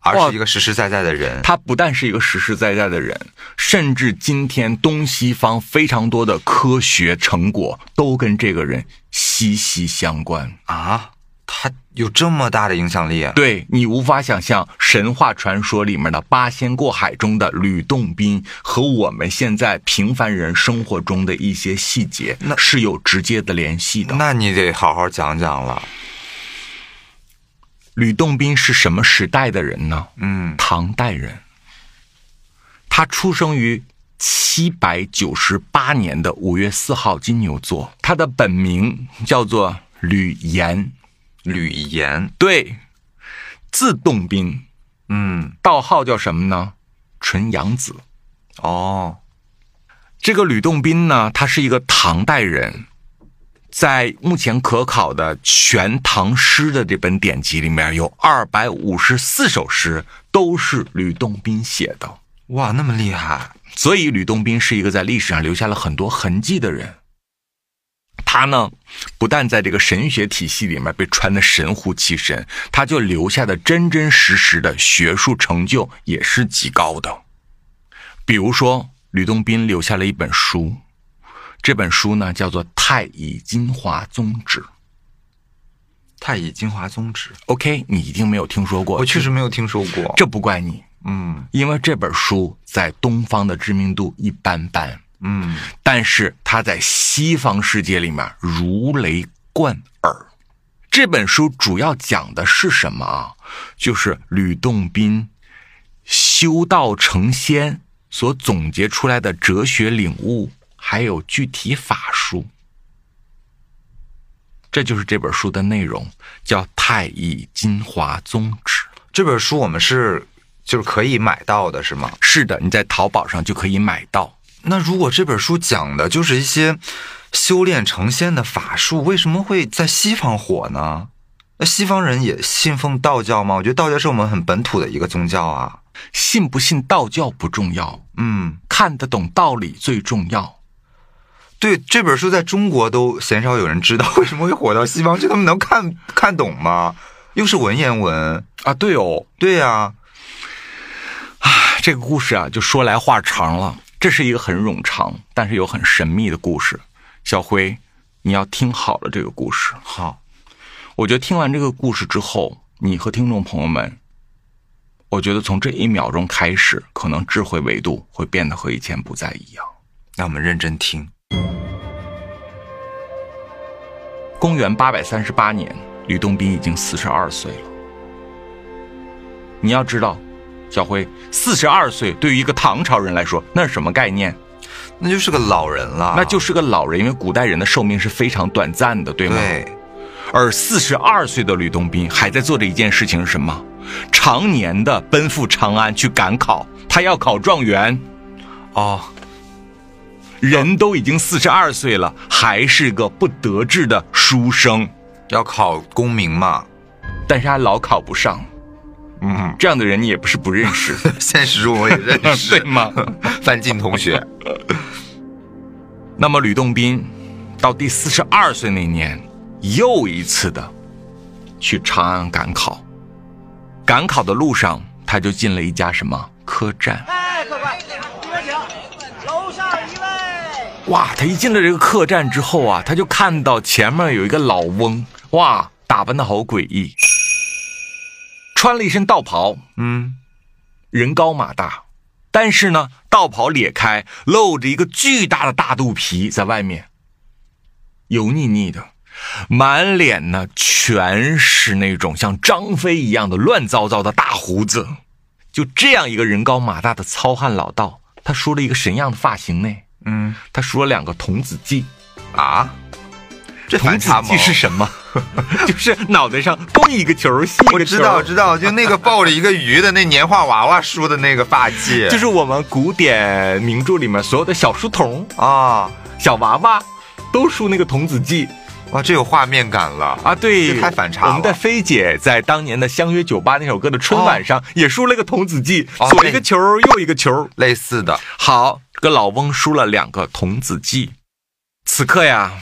B: 而
A: 哇
B: 是一个实实在在的人，
A: 他不但是一个实实在在的人，甚至今天东西方非常多的科学成果都跟这个人息息相关。
B: 啊，他有这么大的影响力，啊
A: 对你无法想象，神话传说里面的八仙过海中的吕洞宾和我们现在平凡人生活中的一些细节
B: 那
A: 是有直接的联系的。
B: 那你得好好讲讲了。
A: 吕洞宾是什么时代的人呢？
B: 嗯，
A: 唐代人。他出生于七百九十八年的五月四号金牛座，他的本名叫做吕岩，
B: 吕岩，
A: 对，字洞宾，
B: 嗯，
A: 道号叫什么呢？纯阳子。
B: 哦，
A: 这个吕洞宾呢，他是一个唐代人，在目前可考的《全唐诗》的这本典籍里面，有二百五十四首诗都是吕洞宾写的，
B: 哇，那么厉害，
A: 所以吕洞宾是一个在历史上留下了很多痕迹的人。他呢，不但在这个神学体系里面被传得神乎其神，他就留下的真真实实的学术成就也是极高的。比如说，吕洞宾留下了一本书，这本书呢叫做《太乙金华宗旨》。
B: 太乙金华宗旨，
A: OK，你一定没有听说过，
B: 我确实没有听说过。
A: 这不怪你，
B: 嗯
A: 因为这本书在东方的知名度一般般。
B: 嗯，
A: 但是它在西方世界里面如雷贯耳。这本书主要讲的是什么啊？就是吕洞宾修道成仙所总结出来的哲学领悟，还有具体法术。这就是这本书的内容，叫《太乙金华宗旨》。
B: 这本书我们是就是可以买到的，是吗？
A: 是的，你在淘宝上就可以买到。
B: 那如果这本书讲的就是一些修炼成仙的法术为什么会在西方火呢？那西方人也信奉道教吗？我觉得道教是我们很本土的一个宗教啊。
A: 信不信道教不重要，
B: 嗯，
A: 看得懂道理最重要。
B: 对，这本书在中国都鲜少有人知道，为什么会火到西方去？他们能看看懂吗？又是文言文，
A: 啊，对哦，
B: 对呀、
A: 这个故事啊，就说来话长了。这是一个很冗长，但是又很神秘的故事。小辉，你要听好了这个故事。
B: 好，
A: 我觉得听完这个故事之后，你和听众朋友们，我觉得从这一秒钟开始，可能智慧维度会变得和以前不再一样。
B: 那我们认真听。
A: 公元八百三十八年，吕洞宾已经四十二岁了。你要知道，小辉四十二岁对于一个唐朝人来说，那是什么概念？
B: 那就是个老人了，
A: 那就是个老人，因为古代人的寿命是非常短暂的，对吗？
B: 对，
A: 而四十二岁的吕洞宾还在做着一件事情是什么？常年的奔赴长安去赶考，他要考状元。
B: 哦，
A: 人都已经四十二岁了，还是个不得志的书生，
B: 要考功名嘛，
A: 但是他老考不上。
B: 嗯，
A: 这样的人你也不是不认识，
B: 现实中我也认
A: 对
B: 识
A: 吗？
B: 范进同学，
A: 那么吕洞宾到第四十二岁那年，又一次的去长安赶考。赶考的路上，他就进了一家什么客栈。
E: 哎，客官，这边请，楼上一位。
A: 哇，他一进了这个客栈之后啊，他就看到前面有一个老翁，哇，打扮的好诡异，穿了一身道袍，
B: 嗯，
A: 人高马大，但是呢，道袍裂开，露着一个巨大的大肚皮在外面，油腻腻的，满脸呢全是那种像张飞一样的乱糟糟的大胡子。就这样一个人高马大的糙汉老道，他梳了一个什样的发型呢？
B: 嗯
A: 他梳了两个童子髻，
B: 啊，这
A: 童
B: 反
A: 子
B: 差萌
A: 髻是什么？ 就是脑袋上东一个球儿，西一个球
B: 我知道，知道，就那个抱着一个鱼的那年画娃娃梳的那个发 髻，
A: 就是我们古典名著里面所有的小书童、
B: 啊，
A: 小娃娃，都梳那个童子髻
B: 哇，这有画面感了，
A: 啊。对，
B: 这太反差了
A: 我们的菲姐在当年的《相约酒吧》那首歌的春晚上也梳了个童子髻，
B: 哦
A: 左一个球儿右一个球儿。
B: 类似的，
A: 好，这个老翁梳了两个童子髻。此刻呀，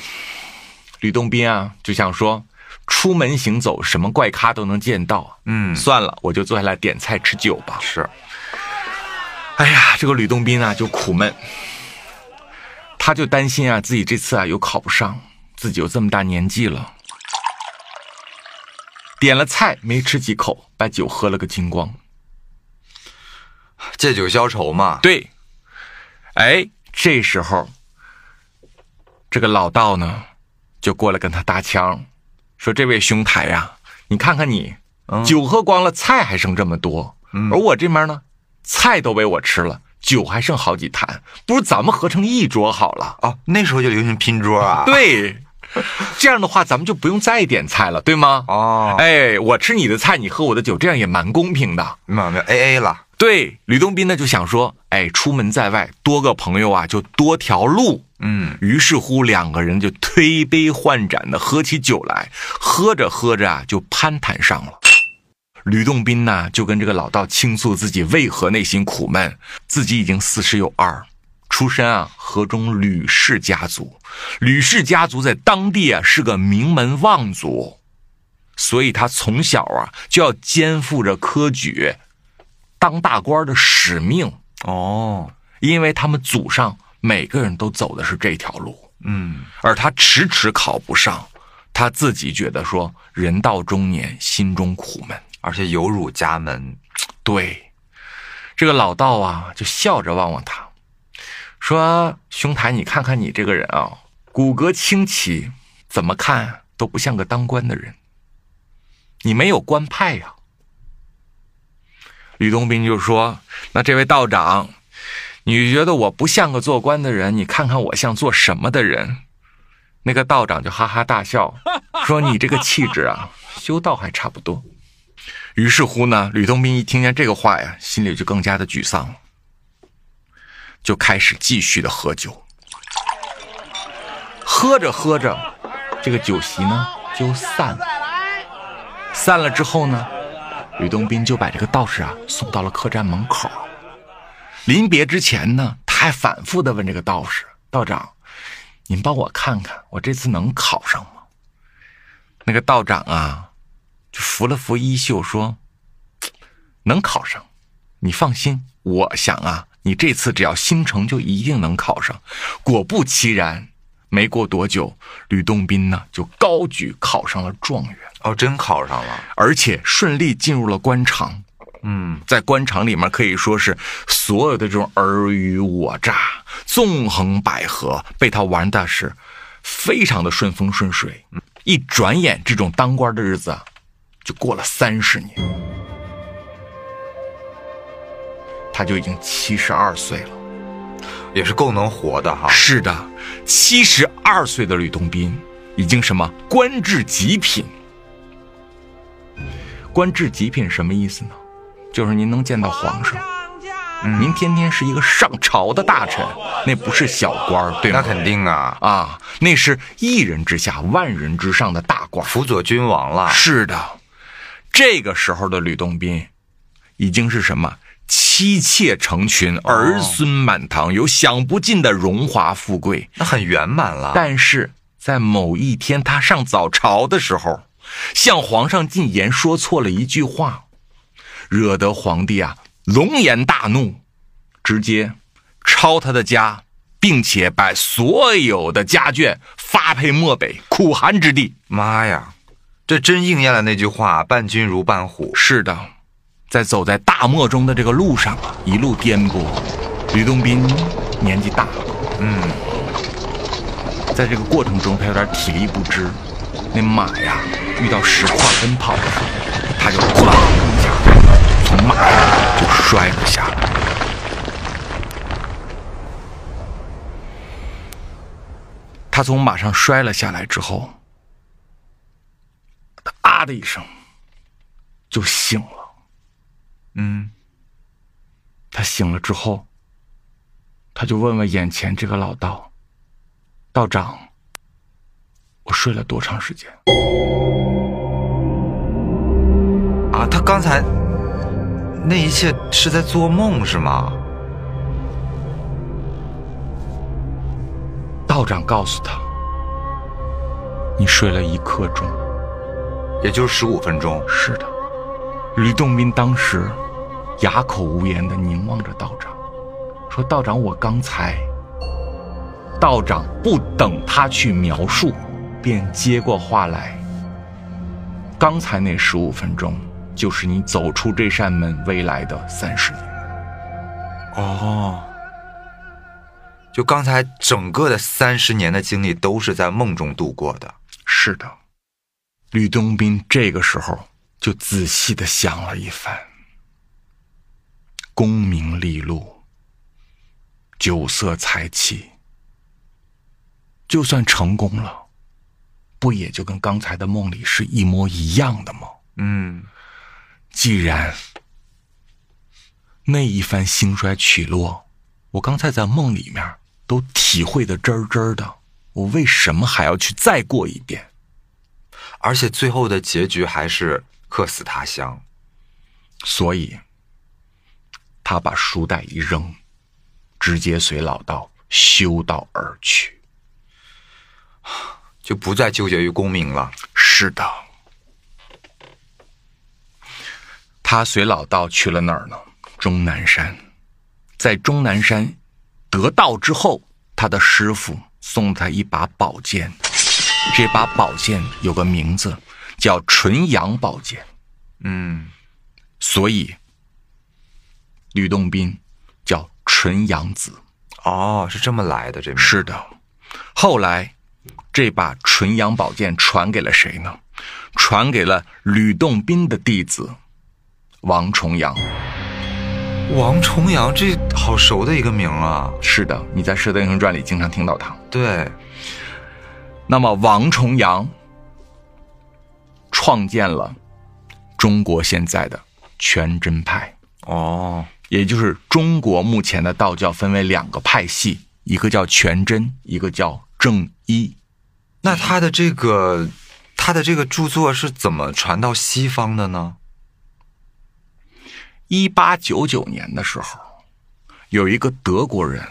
A: 吕洞宾啊就想说，出门行走，什么怪咖都能见到啊。
B: 嗯，
A: 算了，我就坐下来点菜吃酒吧。
B: 是，
A: 哎呀，这个吕洞宾啊就苦闷，他就担心啊自己这次啊又考不上，自己有这么大年纪了。点了菜没吃几口，把酒喝了个精光。
B: 借酒消愁嘛，
A: 对，哎，这时候这个老道呢就过来跟他搭腔，说：“这位兄台呀、你看看你，
B: 嗯
A: 酒喝光了，菜还剩这么多，而我这边呢，菜都被我吃了，酒还剩好几坛，不如咱们合成一桌好了。
B: 哦，那时候就流行拼桌啊，，
A: 对，这样的话咱们就不用再点菜了，对吗？
B: 哦，
A: 哎，我吃你的菜，你喝我的酒，这样也蛮公平的。
B: 没有没有 A A 了，
A: 对，吕洞宾呢就想说，哎，出门在外多个朋友啊，就多条路。
B: 嗯，
A: 于是乎，两个人就推杯换盏的喝起酒来，喝着喝着啊，就攀谈上了。吕洞宾呢，就跟这个老道倾诉自己为何内心苦闷，自己已经四十有二，出身啊河中吕氏家族，吕氏家族在当地啊是个名门望族，所以他从小啊就要肩负着科举、当大官的使命，
B: 哦，
A: 因为他们祖上每个人都走的是这条路。
B: 嗯，
A: 而他迟迟考不上，他自己觉得说人到中年心中苦闷。
B: 而且有辱家门，
A: 对，这个老道啊就笑着望望他，说：“兄台，你看看你这个人啊，骨骼清奇，怎么看都不像个当官的人。你没有官派呀、吕洞宾就说：“那这位道长，你觉得我不像个做官的人，你看看我像做什么的人？”那个道长就哈哈大笑，说：“你这个气质啊，修道还差不多。”于是乎呢，吕洞宾一听见这个话呀，心里就更加的沮丧了，就开始继续的喝酒。喝着喝着，这个酒席呢就散了。散了之后呢，吕洞宾就把这个道士啊送到了客栈门口。临别之前呢，他还反复的问这个道士：“道长，您帮我看看，我这次能考上吗？”那个道长啊，就扶了扶衣袖说：“能考上，你放心，我想啊，你这次只要心诚，就一定能考上。”果不其然，没过多久，吕洞宾呢就高举考上了状元。
B: 哦，真考上了，
A: 而且顺利进入了官场。嗯，在官场里面可以说是所有的这种尔虞我诈、纵横捭阖，被他玩的是非常的顺风顺水。一转眼，这种当官的日子啊就过了三十年，他就已经七十二岁了。
B: 也是够能活的哈。
A: 是的，七十二岁的吕洞宾已经什么官至极品。官至极品什么意思呢？就是您能见到皇上，
B: 嗯
A: 您天天是一个上朝的大臣，那不是小官儿，对
B: 那
A: 吗？
B: 肯定啊，
A: 啊，那是一人之下，万人之上的大官儿。
B: 辅佐君王了。
A: 是的，这个时候的吕洞宾，已经是什么妻妾成群，儿孙满堂，有享不尽的荣华富贵。
B: 那很圆满了。
A: 但是在某一天他上早朝的时候，向皇上进言说错了一句话，惹得皇帝啊龙颜大怒，直接抄他的家，并且把所有的家眷发配漠北苦寒之地。
B: 妈呀，这真应验了那句话：“伴君如伴虎。
A: 是的，在走在大漠中的这个路上啊，一路颠簸。吕洞宾年纪大了，嗯，在这个过程中他有点体力不支，那马呀遇到石块奔跑的时候，他就哐一下从马上就摔了下来。他从马上摔了下来之后，他啊的一声，就醒了。嗯，他醒了之后，他就问问眼前这个老道：“道长，我睡了多长时间”
B: 啊，他刚才那一切是在做梦是吗？？”
A: 道长告诉他：“你睡了一刻钟。
B: 也就是十五分钟”。
A: 是的，吕洞宾当时哑口无言的凝望着道长，说：“道长，我刚才……”道长不等他去描述，便接过话来。刚才那十五分钟，就是你走出这扇门未来的三十年。
B: 哦，就刚才整个的三十年的经历都是在梦中度过的。
A: 是的，吕洞宾这个时候就仔细的想了一番，功名利禄、酒色财气，就算成功了，不也就跟刚才的梦里是一模一样的吗？
B: 嗯，
A: 既然那一番兴衰起落，我刚才在梦里面都体会的真儿真儿的，我为什么还要去再过一遍？
B: 而且最后的结局还是客死他乡。
A: 所以，他把书袋一扔，直接随老道修道而去。
B: 就不再纠结于功名了。
A: 是的，他随老道去了哪儿呢？终南山，在终南山得道之后，他的师傅送他一把宝剑，这把宝剑有个名字叫纯阳宝剑。
B: 嗯，
A: 所以吕洞宾叫纯阳子。
B: 哦，是这么来的，这名
A: 是的，后来这把纯阳宝剑传给了谁呢？传给了吕洞宾的弟子王重阳。
B: 王重阳，这好熟的一个名啊。
A: 是的，你在《射雕英雄传》里经常听到他。
B: 对，
A: 那么王重阳创建了中国现在的全真派。
B: 哦，
A: 也就是中国目前的道教分为两个派系，一个叫全真，一个叫正一。
B: 那他的这个他的这个著作是怎么传到西方的呢？
A: 一八九九年的时候，有一个德国人，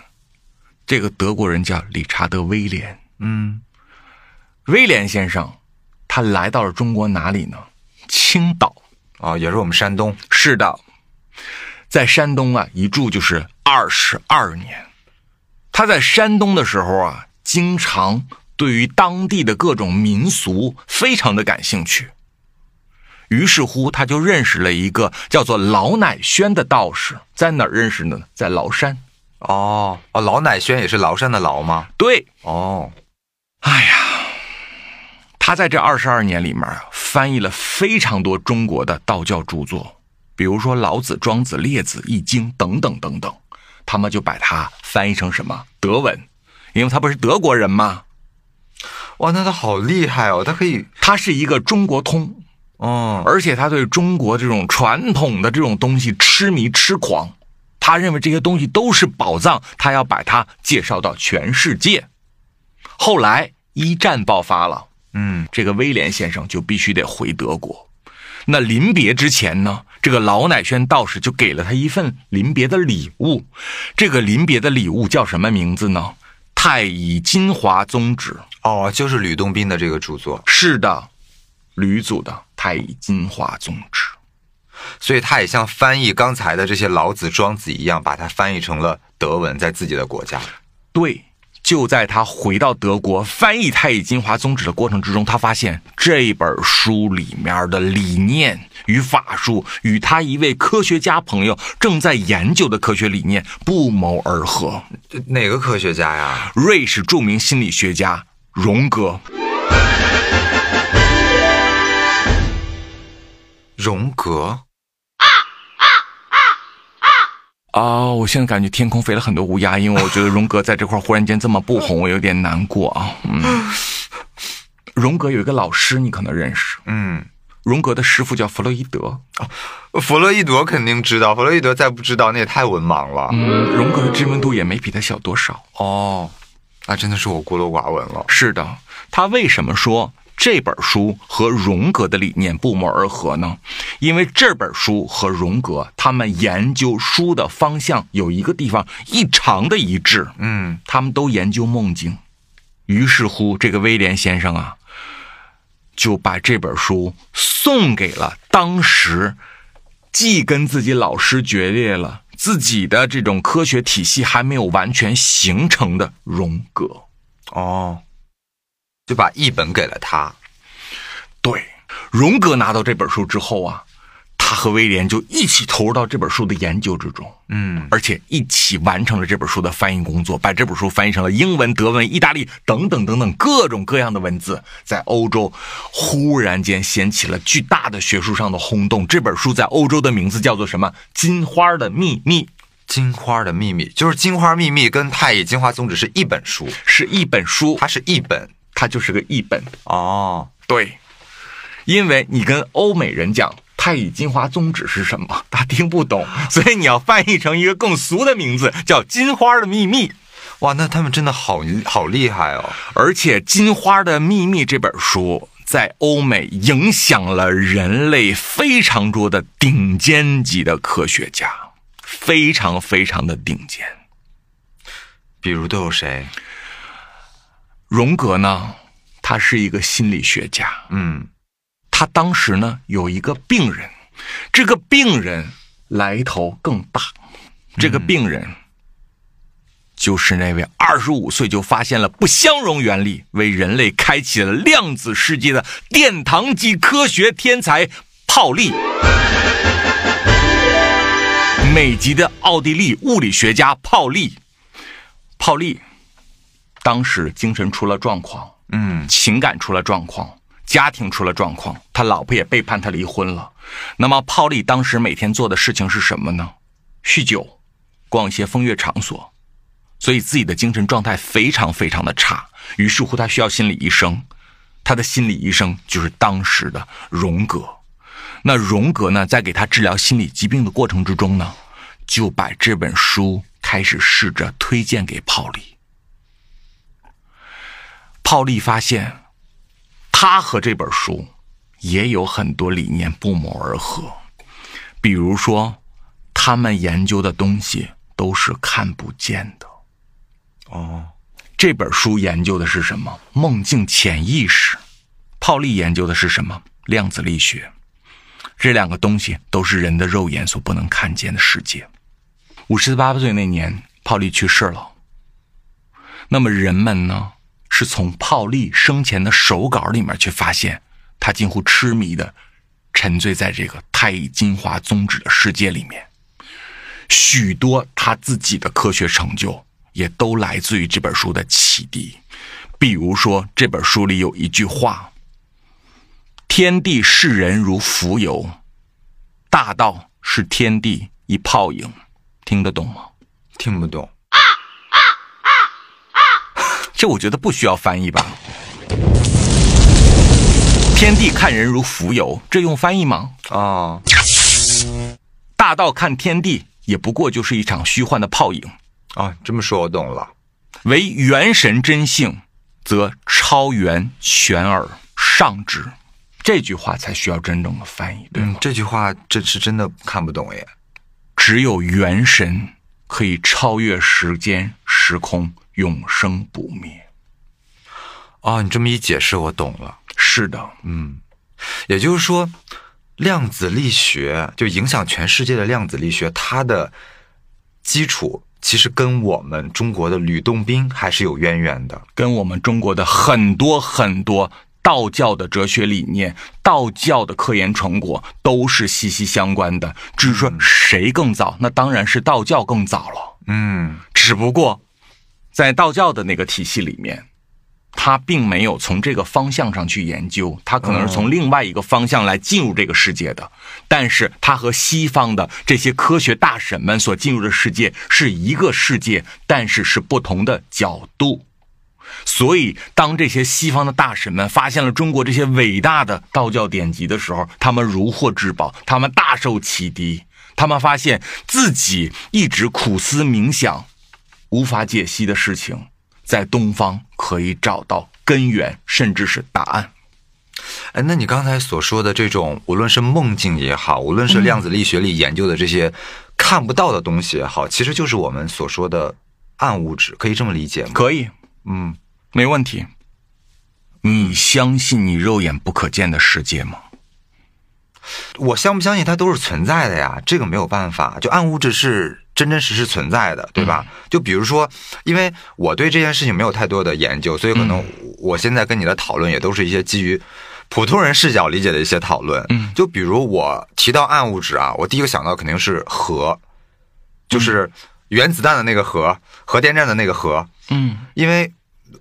A: 这个德国人叫理查德·威廉。
B: 嗯，
A: 威廉先生，他来到了中国哪里呢？青岛。
B: 哦，也是我们山东。
A: 是的，在山东啊，一住就是二十二年。他在山东的时候啊，经常对于当地的各种民俗非常的感兴趣。于是乎，他就认识了一个叫做老乃轩的道士，在哪儿认识的呢？在崂山。
B: 哦哦，老乃轩也是崂山的崂吗？
A: 对，
B: 哦，
A: 哎呀，他在这二十二年里面啊，翻译了非常多中国的道教著作，比如说《老子》《庄子》《列子》《易经》等等等等，他们就把它翻译成什么德文，因为他不是德国人吗？
B: 哇，那他好厉害哦，他可以，
A: 他是一个中国通，
B: 嗯，
A: 而且他对中国这种传统的这种东西痴迷痴狂，他认为这些东西都是宝藏，他要把它介绍到全世界。后来一战爆发了。
B: 嗯，
A: 这个威廉先生就必须得回德国。那临别之前呢，这个老乃轩道士就给了他一份临别的礼物。这个临别的礼物叫什么名字呢？太乙金华宗旨。
B: 哦，就是吕洞宾的这个著作，
A: 是的，吕祖的太乙金华宗旨。
B: 所以他也像翻译刚才的这些老子、庄子一样，把它翻译成了德文，在自己的国家。
A: 对，就在他回到德国翻译《太乙金华宗旨》的过程之中，他发现这本书里面的理念与法术与他一位科学家朋友正在研究的科学理念不谋而合。
B: 这哪个科学家呀？
A: 瑞士著名心理学家荣格，
B: 荣格。
A: 啊、我现在感觉天空飞了很多乌鸦，因为我觉得荣格在这块忽然间这么不红，我有点难过啊。嗯，荣格有一个老师，你可能认识，
B: 嗯，
A: 荣格的师傅叫弗洛伊德。
B: 弗洛伊德肯定知道，弗洛伊德再不知道那也太文盲了。
A: 嗯，荣格的知名度也没比他小多少。
B: 哦，那真的是我孤陋寡闻了。
A: 是的，他为什么说这本书和荣格的理念不谋而合呢？因为这本书和荣格他们研究书的方向有一个地方异常的一致，
B: 嗯，
A: 他们都研究梦境。于是乎，这个威廉先生啊，就把这本书送给了当时既跟自己老师决裂了，自己的这种科学体系还没有完全形成的荣格。
B: 哦，就把译本给了他。
A: 对，荣格拿到这本书之后啊，他和威廉就一起投入到这本书的研究之中，
B: 嗯，
A: 而且一起完成了这本书的翻译工作，把这本书翻译成了英文、德文、意大利等等等等各种各样的文字，在欧洲忽然间掀起了巨大的学术上的轰动。这本书在欧洲的名字叫做什么？《金花的秘密》。
B: 金花的秘密就是《金花秘密》跟《太乙金花宗旨》是一本书，
A: 是一本书，
B: 它是一本。
A: 它就是个译本。
B: 哦，
A: 对，因为你跟欧美人讲“太乙金华宗旨”是什么，他听不懂，所以你要翻译成一个更俗的名字，叫《金花的秘密》。
B: 哇，那他们真的好好厉害哦。
A: 而且，《金花的秘密》这本书在欧美影响了人类非常多的顶尖级的科学家，非常非常的顶尖。
B: 比如都有谁？
A: 荣格呢，他是一个心理学家，
B: 嗯，
A: 他当时呢有一个病人，这个病人来头更大，这个病人就是那位二十五岁就发现了不相容原理，为人类开启了量子世界的殿堂级科学天才泡利。美籍的奥地利物理学家泡利，泡利当时精神出了状况，
B: 嗯，
A: 情感出了状况，家庭出了状况，他老婆也背叛他离婚了。那么泡利当时每天做的事情是什么呢？酗酒，逛一些风月场所，所以自己的精神状态非常非常的差。于是乎，他需要心理医生，他的心理医生就是当时的荣格。那荣格呢，在给他治疗心理疾病的过程之中呢，就把这本书开始试着推荐给泡利。泡利发现，他和这本书也有很多理念不谋而合，比如说，他们研究的东西都是看不见的。
B: 哦，
A: 这本书研究的是什么？梦境潜意识。泡利研究的是什么？量子力学。这两个东西都是人的肉眼所不能看见的世界。五十八岁那年，泡利去世了。那么人们呢，是从泡利生前的手稿里面去发现，他近乎痴迷的沉醉在这个太乙金华宗旨的世界里面。许多他自己的科学成就也都来自于这本书的启迪，比如说这本书里有一句话：“天地视人如浮游，大道是天地一泡影。”听得懂吗？
B: 听不懂。
A: 这我觉得不需要翻译吧。天地看人如浮游，这用翻译吗？
B: 哦，
A: 大道看天地，也不过就是一场虚幻的泡影。
B: 哦，这么说我懂了。
A: 唯元神真性，则超元全耳上之。这句话才需要真正的翻译，对吗？
B: 嗯，这句话这是真的看不懂耶。
A: 只有元神可以超越时间、时空，永生不灭。
B: 哦，你这么一解释，我懂了。
A: 是的，
B: 也就是说，量子力学就影响全世界的量子力学，它的基础其实跟我们中国的吕洞宾还是有渊源的。
A: 跟我们中国的很多很多道教的哲学理念、道教的科研成果都是息息相关的。只是说谁更早，那当然是道教更早了。
B: 嗯，
A: 只不过，在道教的那个体系里面，他并没有从这个方向上去研究，他可能是从另外一个方向来进入这个世界的。但是，他和西方的这些科学大神们所进入的世界是一个世界，但是是不同的角度。所以，当这些西方的大神们发现了中国这些伟大的道教典籍的时候，他们如获至宝，他们大受启迪。他们发现自己一直苦思冥想，无法解析的事情，在东方可以找到根源，甚至是答案。
B: 哎，那你刚才所说的这种，无论是梦境也好，无论是量子力学里研究的这些看不到的东西也好，其实就是我们所说的暗物质，可以这么理解吗？
A: 可以，
B: 嗯，
A: 没问题。你相信你肉眼不可见的世界吗？
B: 我相不相信它都是存在的呀？这个没有办法，就暗物质是真真实实存在
A: 嗯
B: 的，对吧？就比如说，因为我对这件事情没有太多的研究，所以可能
A: 嗯
B: 我现在跟你的讨论也都是一些基于普通人视角理解的一些讨论。嗯，就比如我提到暗物质啊，我第一个想到肯定是核，就是原子弹的那个核，核电站的那个核。
A: 嗯，
B: 因为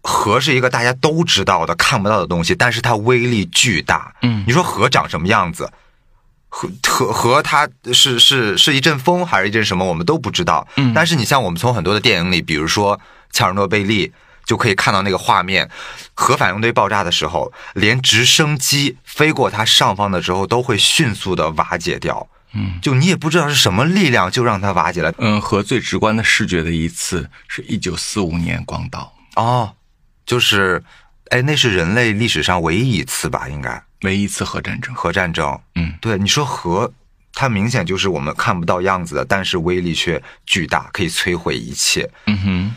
B: 核是一个大家都知道的看不到的东西，但是它威力巨大。
A: 嗯
B: 你说核长什么样子？核核核它是是是一阵风还是一阵什么，我们都不知道。嗯，但是你像我们从很多的电影里，比如说《切尔诺贝利》，就可以看到那个画面，核反应堆爆炸的时候，连直升机飞过它上方的时候，都会迅速的瓦解掉。嗯，就你也不知道是什么力量就让它瓦解了。
A: 嗯，和最直观的视觉的一次是一九四五年广岛，
B: 哦，就是，哎，那是人类历史上唯一一次吧，应该
A: 唯一一次核战争。
B: 核战争。
A: 嗯，
B: 对，你说核，它明显就是我们看不到样子的，但是威力却巨大，可以摧毁一切。
A: 嗯哼，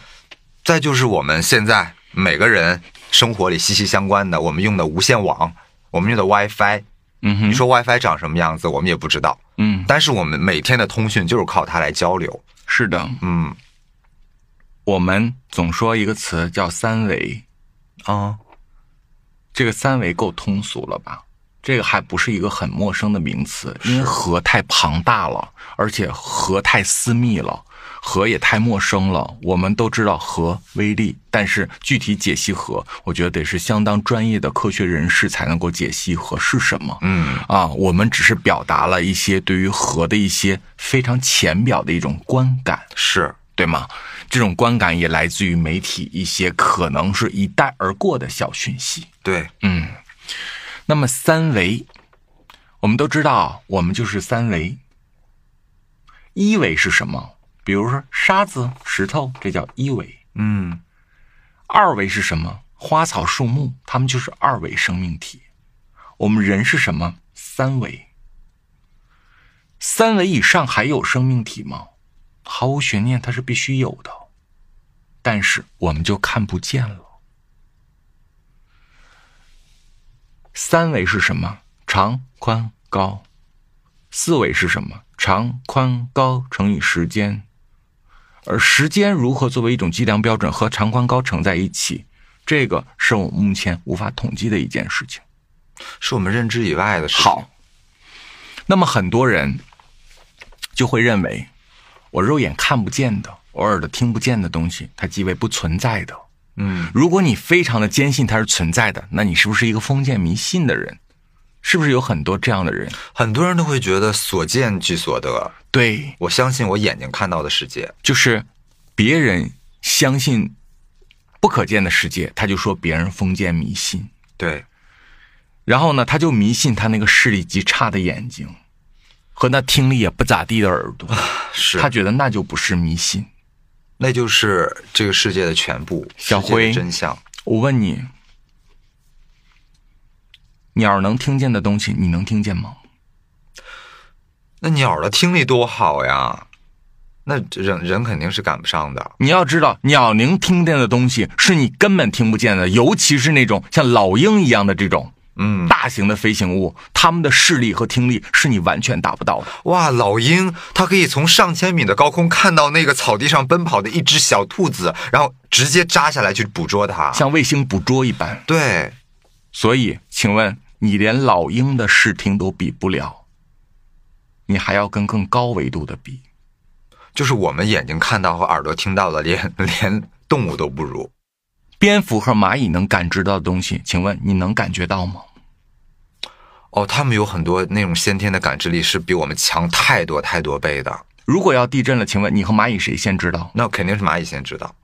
B: 再就是我们现在每个人生活里息息相关的，我们用的无线网，我们用的 WiFi，
A: 嗯哼，
B: 你说 WiFi 长什么样子，我们也不知道，
A: 嗯，
B: 但是我们每天的通讯就是靠它来交流。
A: 是的，
B: 嗯，
A: 我们总说一个词叫三维，
B: 啊、
A: 这个三维够通俗了吧？这个还不是一个很陌生的名词，因为核太庞大了，而且核太私密了，核也太陌生了。我们都知道核威力，但是具体解析核，我觉得得是相当专业的科学人士才能够解析核是什么。
B: 嗯，
A: 啊，我们只是表达了一些对于核的一些非常浅表的一种观感。
B: 是，
A: 对吗？这种观感也来自于媒体一些可能是一带而过的小讯息。
B: 对，
A: 嗯，那么三维，我们都知道，我们就是三维。一维是什么？比如说沙子、石头，这叫一维。
B: 嗯，
A: 二维是什么？花草树木，它们就是二维生命体。我们人是什么？三维。三维以上还有生命体吗？毫无悬念，它是必须有的，但是我们就看不见了。三维是什么？长、宽、高。四维是什么？长、宽、高乘以时间。而时间如何作为一种计量标准和长、宽、高乘在一起，这个是我目前无法统计的一件事情。
B: 是我们认知以外的事情。
A: 好，那么很多人就会认为，我肉眼看不见的、偶尔的听不见的东西，它即为不存在的。
B: 嗯，
A: 如果你非常的坚信它是存在的，那你是不是一个封建迷信的人？是不是有很多这样的人？
B: 很多人都会觉得所见即所得，
A: 对，
B: 我相信我眼睛看到的世界。
A: 就是别人相信不可见的世界，他就说别人封建迷信，
B: 对，
A: 然后呢，他就迷信他那个视力极差的眼睛和那听力也不咋地的耳朵，
B: 是
A: 他觉得那就不是迷信。
B: 那就是这个世界的全部，
A: 小
B: 世界的
A: 辉
B: 真相。
A: 我问你，鸟能听见的东西，你能听见吗？
B: 那鸟儿的听力多好呀，那人人肯定是赶不上的。
A: 你要知道，鸟能听见的东西是你根本听不见的，尤其是那种像老鹰一样的这种
B: 嗯，
A: 大型的飞行物，它们的视力和听力是你完全达不到的。
B: 哇，老鹰它可以从上千米的高空看到那个草地上奔跑的一只小兔子，然后直接扎下来去捕捉它。
A: 像卫星捕捉一般。
B: 对，
A: 所以，请问你连老鹰的视听都比不了，你还要跟更高维度的比？
B: 就是我们眼睛看到和耳朵听到的，连连动物都不如。
A: 蝙蝠和蚂蚁能感知到的东西，请问你能感觉到吗？
B: 哦，他们有很多那种先天的感知力是比我们强太多太多倍的，
A: 如果要地震了，请问你和蚂蚁谁先知道？
B: 那肯定是蚂蚁先知道。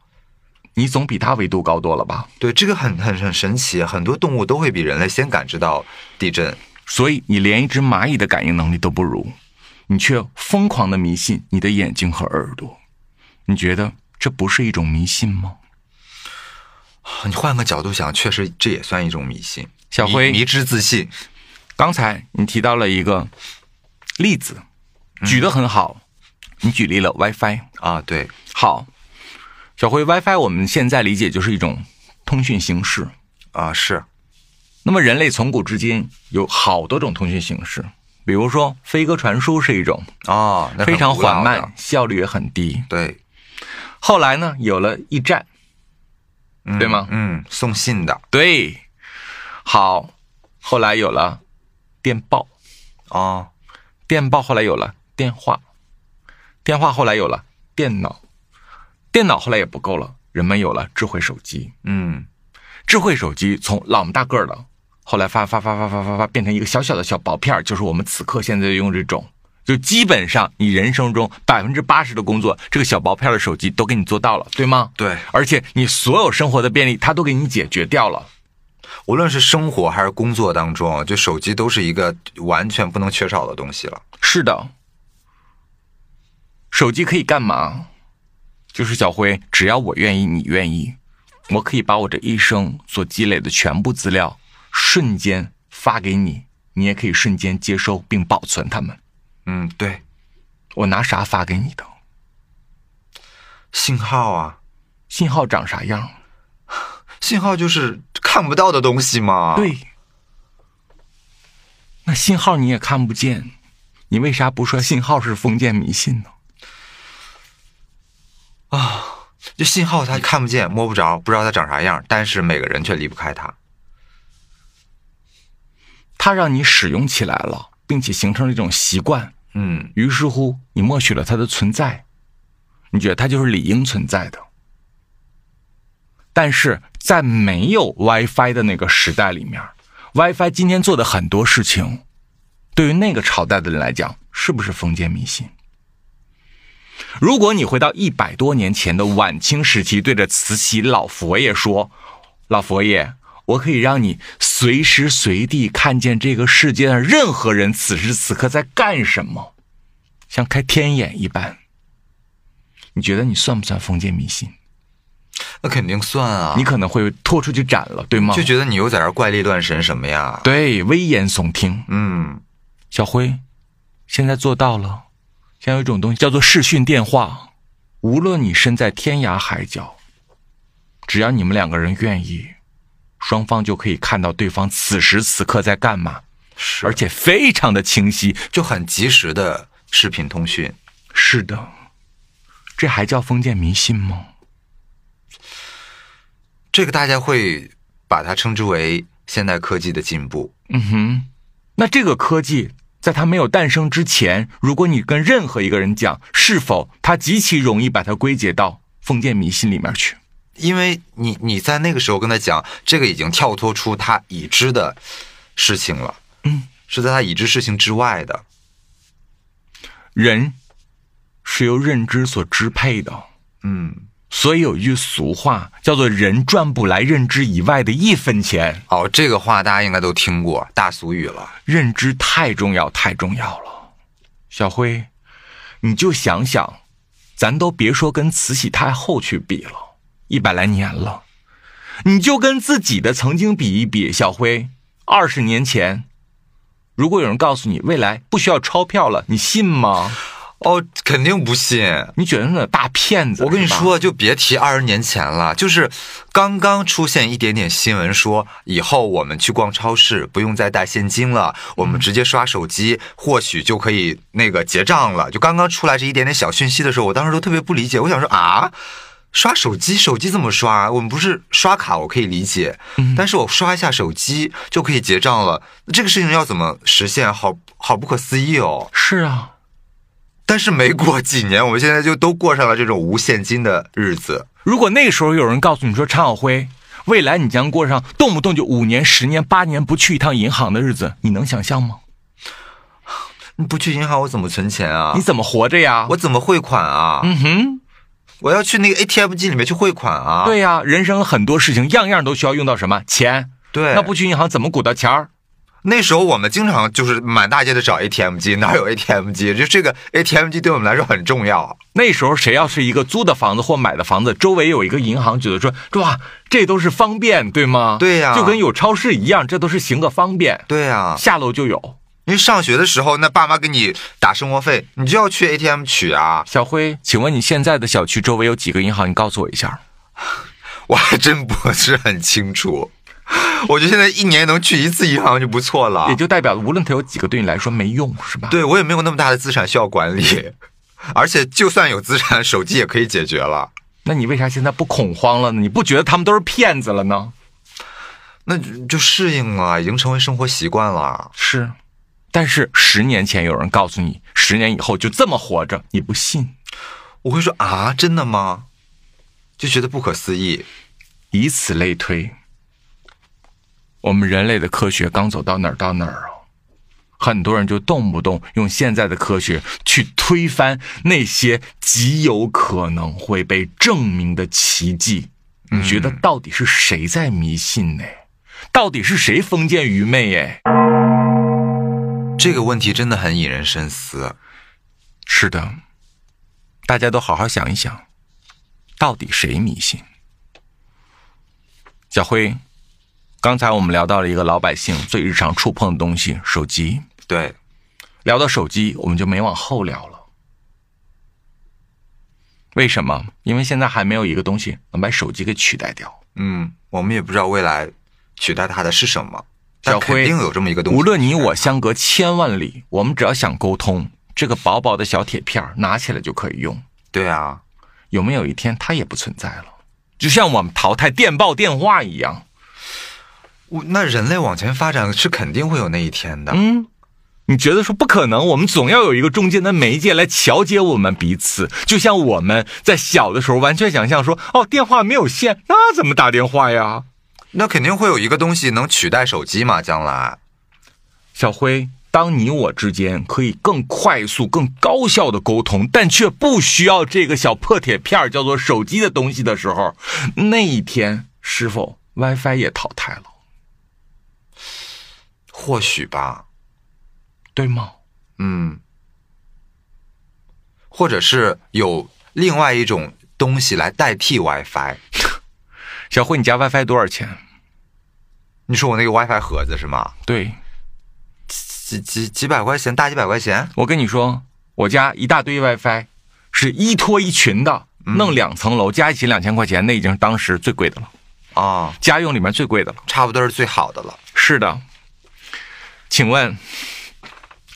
A: 你总比它维度高多了吧？
B: 对，这个很很很神奇，很多动物都会比人类先感知到地震。
A: 所以你连一只蚂蚁的感应能力都不如，你却疯狂的迷信你的眼睛和耳朵，你觉得这不是一种迷信吗？
B: 你换个角度想，确实这也算一种迷信。
A: 小
B: 迷
A: 辉
B: 迷之自信，
A: 刚才你提到了一个例子，举得很好，你举例了 WiFi。
B: 啊，对，
A: 好，小辉，WiFi 我们现在理解就是一种通讯形式。
B: 啊是，
A: 那么人类从古至今有好多种通讯形式，比如说飞鸽传书是一种，
B: 哦，那很
A: 非常
B: 古老
A: 缓
B: 的
A: 慢，，效率也很低。
B: 对，
A: 后来呢，有了驿站，
B: 嗯
A: 对吗
B: 嗯，送信的，
A: 对，好，后来有了电报，
B: 哦，
A: 电报后来有了电话，电话后来有了电脑，电脑后来也不够了，人们有了智慧手机。
B: 嗯，
A: 智慧手机从老么大个儿的，后来发发发发发发发变成一个小小的小薄片儿，就是我们此刻现在用这种，就基本上你人生中百分之八十的工作，这个小薄片儿的手机都给你做到了，对吗？
B: 对，
A: 而且你所有生活的便利，它都给你解决掉了。
B: 无论是生活还是工作当中，就手机都是一个完全不能缺少的东西了。
A: 是的，手机可以干嘛？就是小辉，只要我愿意，你愿意，我可以把我这一生所积累的全部资料瞬间发给你，你也可以瞬间接收并保存它们。
B: 嗯，对，
A: 我拿啥发给你的？
B: 信号啊，
A: 信号长啥样？
B: 信号就是看不到的东西嘛。，
A: 对，那信号你也看不见，你为啥不说信号是封建迷信呢？
B: 就信号它看不见、摸不着，不知道它长啥样，但是每个人却离不开它。
A: 它让你使用起来了，并且形成了一种习惯，
B: 嗯，
A: 于是乎，你默许了它的存在，你觉得它就是理应存在的。但是在没有 WiFi 的那个时代里面，WiFi 今天做的很多事情，对于那个朝代的人来讲，是不是封建迷信？如果你回到一百多年前的晚清时期，对着慈禧老佛爷说：“老佛爷，我可以让你随时随地看见这个世界上任何人此时此刻在干什么，像开天眼一般。”你觉得你算不算封建迷信？
B: 那肯定算啊。
A: 你可能会拖出去斩了，对吗？
B: 就觉得你又在这儿怪力乱神什么呀？
A: 对，危言耸听。
B: 嗯，
A: 小辉，现在做到了。现在有一种东西叫做视讯电话，无论你身在天涯海角，只要你们两个人愿意，双方就可以看到对方此时此刻在干嘛，
B: 是，
A: 而且非常的清晰。
B: 就很及时的视频通讯。
A: 是的，这还叫封建迷信吗？
B: 这个大家会把它称之为现代科技的进步。
A: 嗯哼，那这个科技在它没有诞生之前，如果你跟任何一个人讲，是否他极其容易把它归结到封建迷信里面去？
B: 因为你你在那个时候跟他讲，这个已经跳脱出他已知的事情了，
A: 嗯，
B: 是在他已知事情之外的，
A: 人是由认知所支配的，
B: 嗯，
A: 所以有一句俗话叫做“人赚不来认知以外的一分钱
B: 哦，这个话大家应该都听过，大俗语了”，。
A: 认知太重要，太重要了。小辉，你就想想，咱都别说跟慈禧太后去比了，一百来年了，你就跟自己的曾经比一比。小辉，二十年前，如果有人告诉你未来不需要钞票了，你信吗？
B: 哦，肯定不信。
A: 你觉得那大骗子？
B: 我跟你
A: 是吧，
B: 说，就别提二十年前了，就是刚刚出现一点点新闻说，以后我们去逛超市不用再带现金了，我
A: 嗯
B: 们直接刷手机，或许就可以那个结账了。就刚刚出来这一点点小讯息的时候，我当时都特别不理解，我想说啊。刷手机，手机怎么刷啊？我们不是刷卡，我可以理解，
A: 嗯
B: 但是我刷一下手机就可以结账了，这个事情要怎么实现？好好不可思议哦！
A: 是啊。
B: 但是没过几年，我们现在就都过上了这种无现金的日子。
A: 如果那时候有人告诉你说，常晓辉，未来你将过上动不动就五年、十年、八年不去一趟银行的日子，你能想象吗？
B: 你不去银行，我怎么存钱啊
A: 你？怎么活着呀？
B: 我怎么汇款啊？
A: 嗯哼，
B: 我要去那个 ATM 机里面去汇款啊？
A: 对呀、人生很多事情样样都需要用到什么钱，
B: 对，
A: 那不去银行怎么鼓到钱儿？
B: 那时候我们经常就是满大街的找 ATM 机，哪有 ATM 机？就这个 ATM 机对我们来说很重要。
A: 那时候谁要是一个租的房子或买的房子，周围有一个银行，觉得说哇，这都是方便，对吗？
B: 对呀
A: 就跟有超市一样，这都是行个方便，
B: 对啊，
A: 下楼就有。
B: 因为上学的时候，那爸妈给你打生活费，你就要去 ATM 取啊。
A: 小辉，请问你现在的小区周围有几个银行？你告诉我一下。
B: 我还真不是很清楚。我觉得现在一年能去一次银行就不错了。
A: 也就代表无论它有几个，对你来说没用，是吧？，
B: 啊对我也没有那么大的资产需要管理，而且就算有资产，手机也可以解决了。
A: 那你为啥现在不恐慌了呢？你不觉得他们都是骗子了呢？
B: 那就就适应了，已经成为生活习惯了。
A: 是，但是十年前有人告诉你，十年以后就这么活着，你不信，
B: 我会说啊，真的吗？就觉得不可思议。
A: 以此类推。我们人类的科学刚走到哪儿到哪儿啊？很多人就动不动用现在的科学去推翻那些极有可能会被证明的奇迹。你觉得到底是谁在迷信呢？到底是谁封建愚昧？哎，
B: 这个问题真的很引人深思。
A: 是的，大家都好好想一想，到底谁迷信？小辉，刚才我们聊到了一个老百姓最日常触碰的东西——手机。
B: 对，
A: 聊到手机，我们就没往后聊了。为什么？因为现在还没有一个东西能把手机给取代掉。
B: 嗯，我们也不知道未来取代它的是什么，但
A: 小辉
B: 肯定有这么一个东西。
A: 无论你我相隔千万里，我们只要想沟通，这个薄薄的小铁片儿拿起来就可以用。
B: 对啊，
A: 有没有一天它也不存在了？就像我们淘汰电报电话一样。
B: 我那人类往前发展是肯定会有那一天的。
A: 嗯，你觉得说不可能？我们总要有一个中间的媒介来调节我们彼此。就像我们在小的时候，完全想象说，哦，电话没有线，那怎么打电话呀？
B: 那肯定会有一个东西能取代手机嘛，将来。
A: 小辉，当你我之间可以更快速、更高效的沟通，但却不需要这个小破铁片儿叫做手机的东西的时候，那一天是否 WiFi 也淘汰了，
B: 或许吧，
A: 对吗？
B: 嗯，或者是有另外一种东西来代替 WiFi，
A: 小慧，你家 WiFi 多少钱？
B: 你说我那个 WiFi 盒子是吗？
A: 对
B: 几几几百块钱，大几百块钱？
A: 我跟你说，我家一大堆 WiFi，是一拖一群的，弄两层楼加一起两千块钱，那已经是当时最贵的了，
B: 啊、
A: 家用里面最贵的了。
B: 差不多是最好的了。
A: 是的，请问，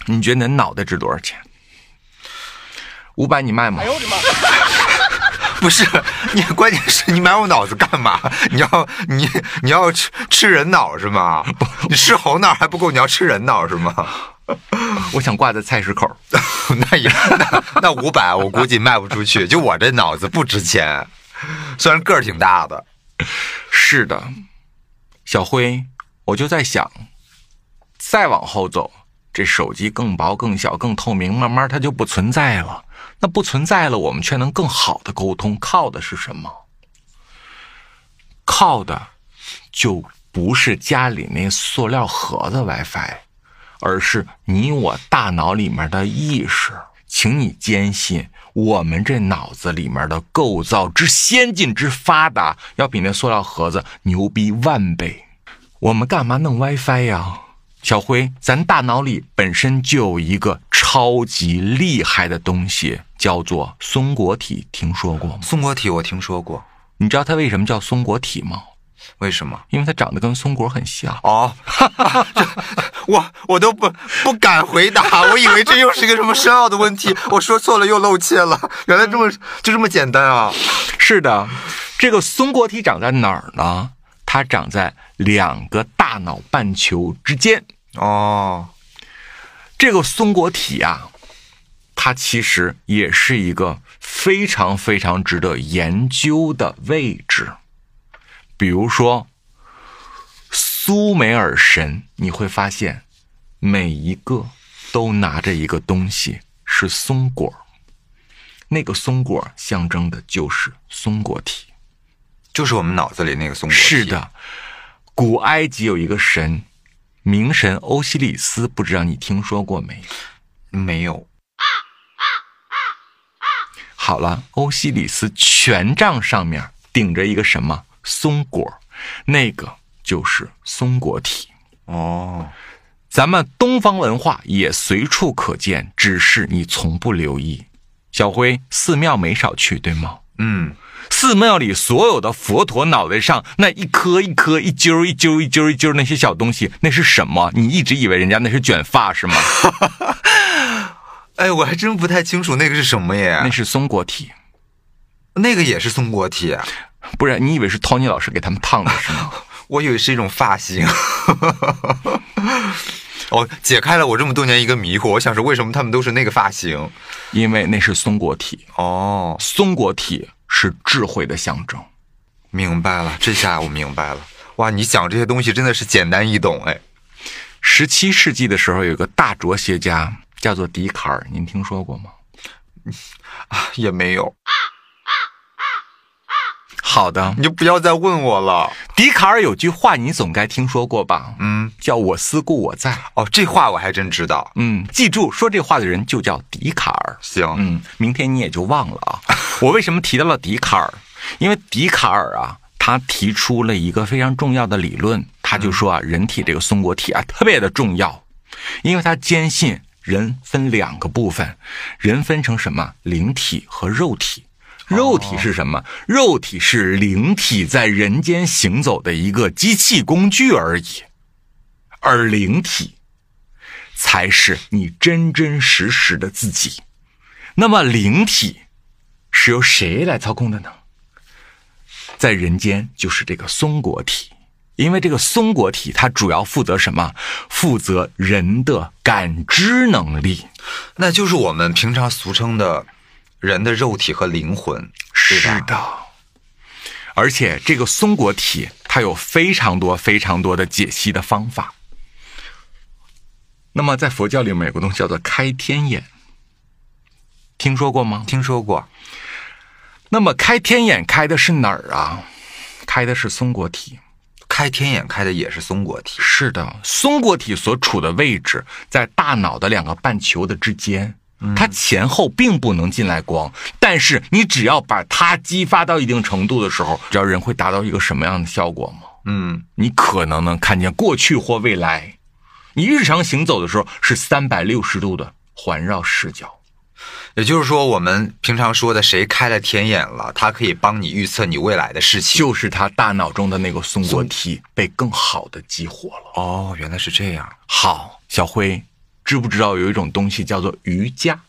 A: 你觉得你脑袋值多少钱？五百你卖
D: 哎
E: 哎
A: 吗？
B: 不是， 你关键是你买我脑子干嘛？你要你你要吃吃人脑是吗？你吃猴脑还不够，你要吃人脑是吗？
A: 我想挂在菜市口。
B: 那也那那五百我估计卖不出去，就我这脑子不值钱，虽然个儿挺大的，
A: 是的，小辉，我就在想，再往后走，这手机更薄、更小、更透明，慢慢它就不存在了。那不存在了，我们却能更好的沟通，靠的是什么？靠的就不是家里那塑料盒子 WiFi，而是你我大脑里面的意识。请你坚信，我们这脑子里面的构造之先进之发达，要比那塑料盒子牛逼万倍。我们干嘛弄 WiFi 呀？小辉，咱大脑里本身就有一个超级厉害的东西，叫做松果体，听说过吗？
B: 松果体我听说过，
A: 你知道它为什么叫松果体吗？
B: 为什么？
A: 因为它长得跟松果很像。
B: 哦，这我我都不不敢回答，我以为这又是一个什么深奥的问题，我说错了又露怯了，原来这么就这么简单啊！
A: 是的，这个松果体长在哪儿呢？它长在两个大脑半球之间。
B: 哦，
A: 这个松果体啊，它其实也是一个非常非常值得研究的位置。比如说，苏美尔神，你会发现每一个都拿着一个东西，是松果。那个松果象征的就是松果体。
B: 就是我们脑子里那个松果体，
A: 是，的，古埃及有一个神，冥神欧西里斯，不知道你听说过没？
B: 没有
A: 好了，欧西里斯权杖上面顶着一个什么松果，那个就是松果体。
B: 哦，
A: 咱们东方文化也随处可见，只是你从不留意。小辉，寺庙没少去，对吗？
B: 嗯。
A: 寺庙里所有的佛陀脑袋上那一颗一颗、一揪一揪、一揪一揪那些小东西，那是什么？你一直以为人家那是卷发是吗？
B: 哎，我还真不太清楚那个是什么耶，
A: 那是松果体，
B: 那个也是松果体，啊
A: 不然你以为是 Tony 老师给他们烫的是吗？
B: 我以为是一种发型。 哦，解开了我这么多年一个迷惑，我想说为什么他们都是那个发型？
A: 因为那是松果体，
B: 哦，
A: 松果体是智慧的象征。
B: 明白了，这下我明白了。哇，你讲这些东西真的是简单易懂哎。
A: 十七世纪的时候，有个大哲学家叫做笛卡尔，您听说过吗？
B: 也没有，
A: 好的，
B: 你就不要再问我了。
A: 笛卡尔有句话你总该听说过吧？
B: 嗯，
A: 叫“我思故我在
B: 哦，这话我还真知道”。。
A: 嗯，记住，说这话的人就叫笛卡尔。
B: 行，
A: 嗯，明天你也就忘了啊。我为什么提到了笛卡尔？因为笛卡尔啊，他提出了一个非常重要的理论，他就说啊，人体这个松果体啊特别的重要，因为他坚信人分两个部分，人分成什么灵体和肉体。肉体是什么？肉体是灵体在人间行走的一个机器工具而已，而灵体才是你真真实实的自己。那么灵体是由谁来操控的呢？在人间就是这个松果体，因为这个松果体它主要负责什么？负责人的感知能力。
B: 那就是我们平常俗称的人的肉体和灵魂，对吧？
A: 的，而且这个松果体它有非常多非常多的解析的方法。那么在佛教里面有个东西叫做开天眼，听说过吗？
B: 听说过。
A: 那么开天眼开的是哪儿啊？开的是松果体。
B: 开天眼开的也是松果体，
A: 是的，松果体所处的位置在大脑的两个半球的之间，它前后并不能进来光，但是你只要把它激发到一定程度的时候，知道人会达到一个什么样的效果吗？
B: 嗯，
A: 你可能能看见过去或未来。你日常行走的时候是三百六十度的环绕视角。
B: 也就是说，我们平常说的谁开了天眼了，它可以帮你预测你未来的事情。
A: 就是他大脑中的那个松果体被更好的激活了。
B: 哦，原来是这样。
A: 好，小辉，知不知道有一种东西叫做瑜伽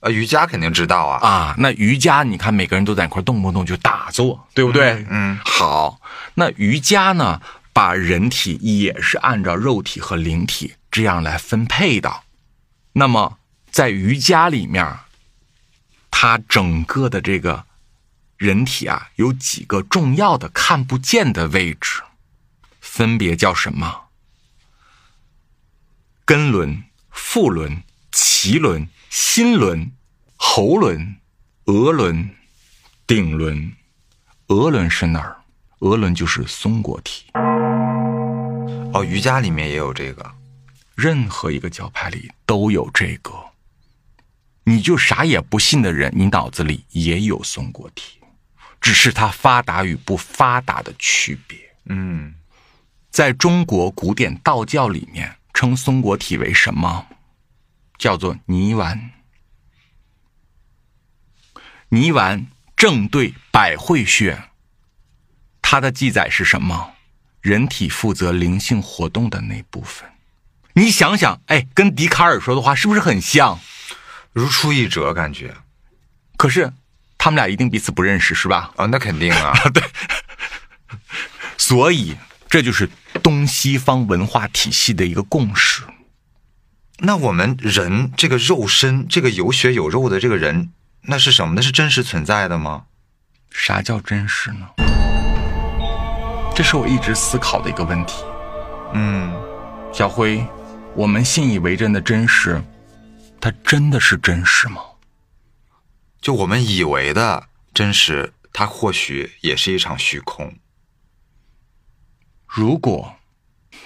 B: 呃，瑜伽肯定知道啊。
A: 啊？那瑜伽，你看每个人都在一块儿动不动就打坐，对不对？
B: 嗯，
A: 好，那瑜伽呢，把人体也是按照肉体和灵体这样来分配的。那么在瑜伽里面，它整个的这个人体啊，有几个重要的看不见的位置，分别叫什么？根轮、腹轮、脐轮、心轮、喉轮、额轮、顶轮。额轮是哪儿？额轮就是松果体。
B: 哦，瑜伽里面也有这个。
A: 任何一个教派里都有这个。你就啥也不信的人，你脑子里也有松果体，只是它发达与不发达的区别。
B: 嗯，
A: 在中国古典道教里面，称松果体为什么？叫做泥丸。泥丸正对百会穴，它的记载是什么？人体负责灵性活动的那部分。你想想，哎，跟笛卡尔说的话是不是很像？
B: 如出一辙，感觉。
A: 可是他们俩一定彼此不认识，是吧？
B: 哦，那肯定 啊。
A: 所以这就是东西方文化体系的一个共识。
B: 那我们人这个肉身，这个有血有肉的这个人，那是什么？那是真实存在的吗？
A: 啥叫真实呢？这是我一直思考的一个问题。
B: 嗯，
A: 小辉，我们信以为真的真实，它真的是真实吗？
B: 就我们以为的真实，它或许也是一场虚空。
A: 如果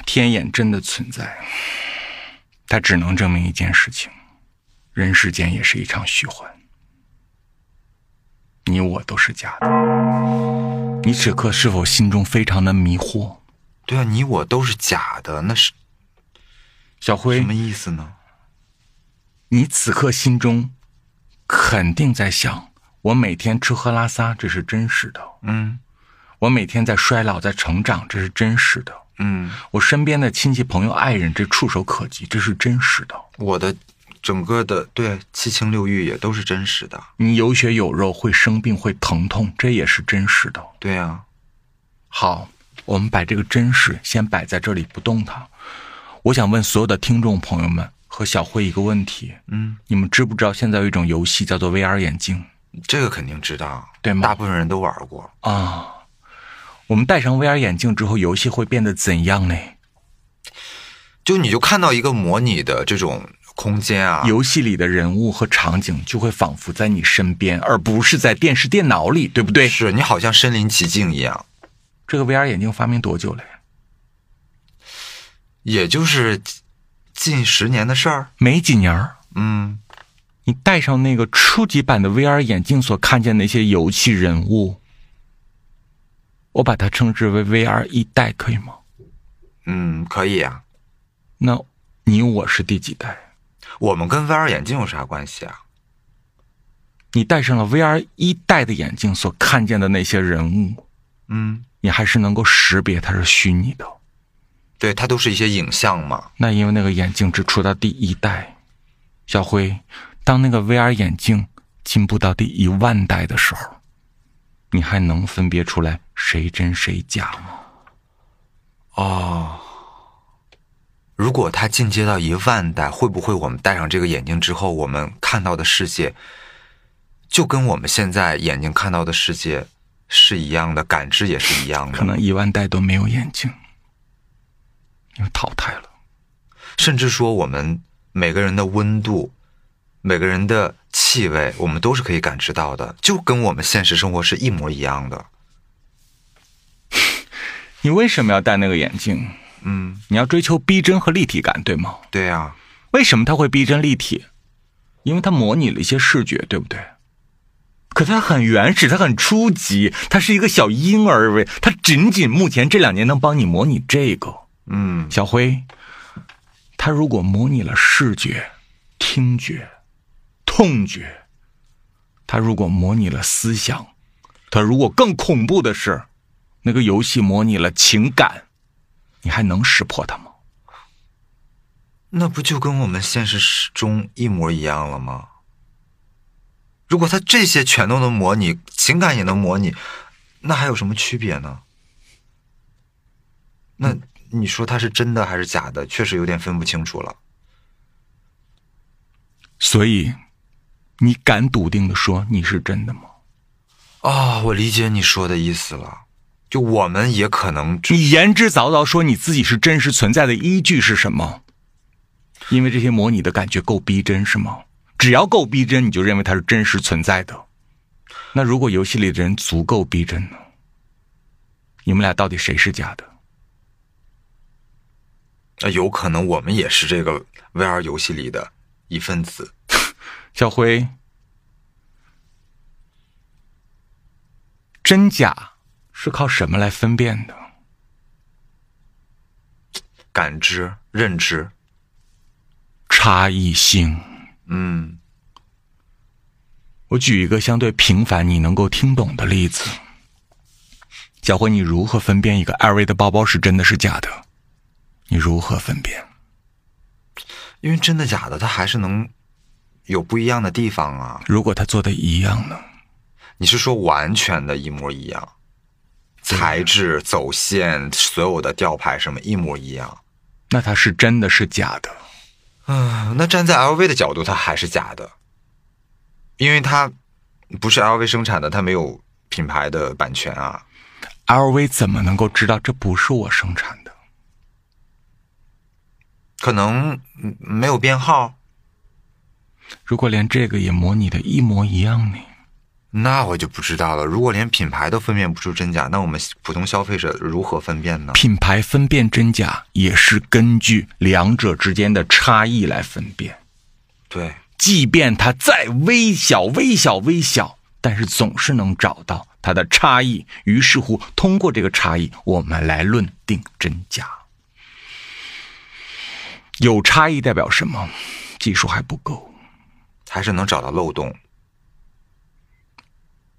A: 天眼真的存在，它只能证明一件事情：人世间也是一场虚幻，你我都是假的。你此刻是否心中非常的迷惑？
B: 对啊，你我都是假的，那是
A: 小辉，
B: 什么意思呢？
A: 你此刻心中肯定在想：我每天吃喝拉撒，这是真实的；
B: 嗯
A: 我每天在衰老，在成长，这是真实的；
B: 嗯，
A: 我身边的亲戚朋友、爱人，这触手可及，这是真实的。
B: 我的整个的对七情六欲也都是真实的。
A: 你有血有肉，会生病，会疼痛，这也是真实的。
B: 对啊，
A: 好，我们把这个真实先摆在这里不动它。我想问所有的听众朋友们和小慧一个问题：
B: 嗯，
A: 你们知不知道现在有一种游戏叫做 VR 眼镜？
B: 这个肯定知道，
A: 对吗
B: 大部分人都玩过。
A: 啊，我们戴上 VR 眼镜之后，游戏会变得怎样呢？
B: 就你就看到一个模拟的这种空间啊，
A: 游戏里的人物和场景就会仿佛在你身边，而不是在电视、电脑里，对不对？
B: 是你好像身临其境一样，
A: 这个 VR 眼镜发明多久了呀？
B: 也就是近十年的事儿。
A: 没几年儿。
B: 嗯，
A: 你戴上那个初级版的 VR 眼镜所看见的那些游戏人物，我把它称之为 VR 一代，可以吗？
B: 嗯，可以啊。
A: 那你我是第几代？
B: 我们跟 VR 眼镜有啥关系啊？
A: 你戴上了 VR 一代的眼镜所看见的那些人物，
B: 嗯，
A: 你还是能够识别它是虚拟的。
B: 对，它都是一些影像嘛。
A: 那因为那个眼镜只出到第一代，小辉，当那个 VR 眼镜进步到第一万代的时候，你还能分别出来谁真谁假吗？
B: 哦，如果它进阶到一万代，会不会我们戴上这个眼镜之后，我们看到的世界就跟我们现在眼睛看到的世界是一样的，感知也是一样
A: 可
B: 的，
A: 能一万代都没有眼镜，因为淘汰了。
B: 甚至说我们每个人的温度、每个人的气味，我们都是可以感知到的，就跟我们现实生活是一模一样的。
A: 你为什么要戴那个眼镜？
B: 嗯，
A: 你要追求逼真和立体感，对吗？
B: 对呀、啊。
A: 为什么它会逼真立体？因为它模拟了一些视觉，对不对？可它很原始，它很初级，它是一个小婴儿为，它仅仅目前这两年能帮你模拟这个。
B: 嗯，
A: 小辉，他如果模拟了视觉、听觉、痛觉，他如果模拟了思想，他如果更恐怖的是，那个游戏模拟了情感，你还能识破它吗？
B: 那不就跟我们现实中一模一样了吗？如果他这些全都能模拟，情感也能模拟，那还有什么区别呢？那你说他是真的还是假的？确实有点分不清楚了。
A: 所以，你敢笃定的说你是真的吗？
B: 啊、我理解你说的意思了。就我们也可能就
A: 你言之凿凿说你自己是真实存在的依据是什么？因为这些模拟的感觉够逼真是吗？只要够逼真，你就认为它是真实存在的。那如果游戏里的人足够逼真呢？你们俩到底谁是假的？
B: 呃有可能我们也是这个 VR 游戏里的一份子。
A: 小辉，真假是靠什么来分辨的？
B: 感知、认知，
A: 差异性。
B: 嗯，
A: 我举一个相对平凡你能够听懂的例子。小辉，你如何分辨一个艾瑞的包包是真的是假的？你如何分辨？
B: 因为真的假的，它还是能有不一样的地方啊。
A: 如果他做的一样呢？
B: 你是说完全的一模一样，材质、走线、所有的吊牌什么一模一样？
A: 那他是真的是假的？
B: 啊，那站在 LV 的角度，它还是假的，因为它不是 LV 生产的，它没有品牌的版权啊。
A: LV 怎么能够知道这不是我生产的？
B: 可能嗯没有编号，
A: 如果连这个也模拟的一模一样呢？
B: 那我就不知道了。如果连品牌都分辨不出真假，那我们普通消费者如何分辨呢？
A: 品牌分辨真假也是根据两者之间的差异来分辨。
B: 对，
A: 即便它再微小、微小、微小，但是总是能找到它的差异。于是乎，通过这个差异，我们来论定真假。有差异代表什么？技术还不够。
B: 还是能找到漏洞。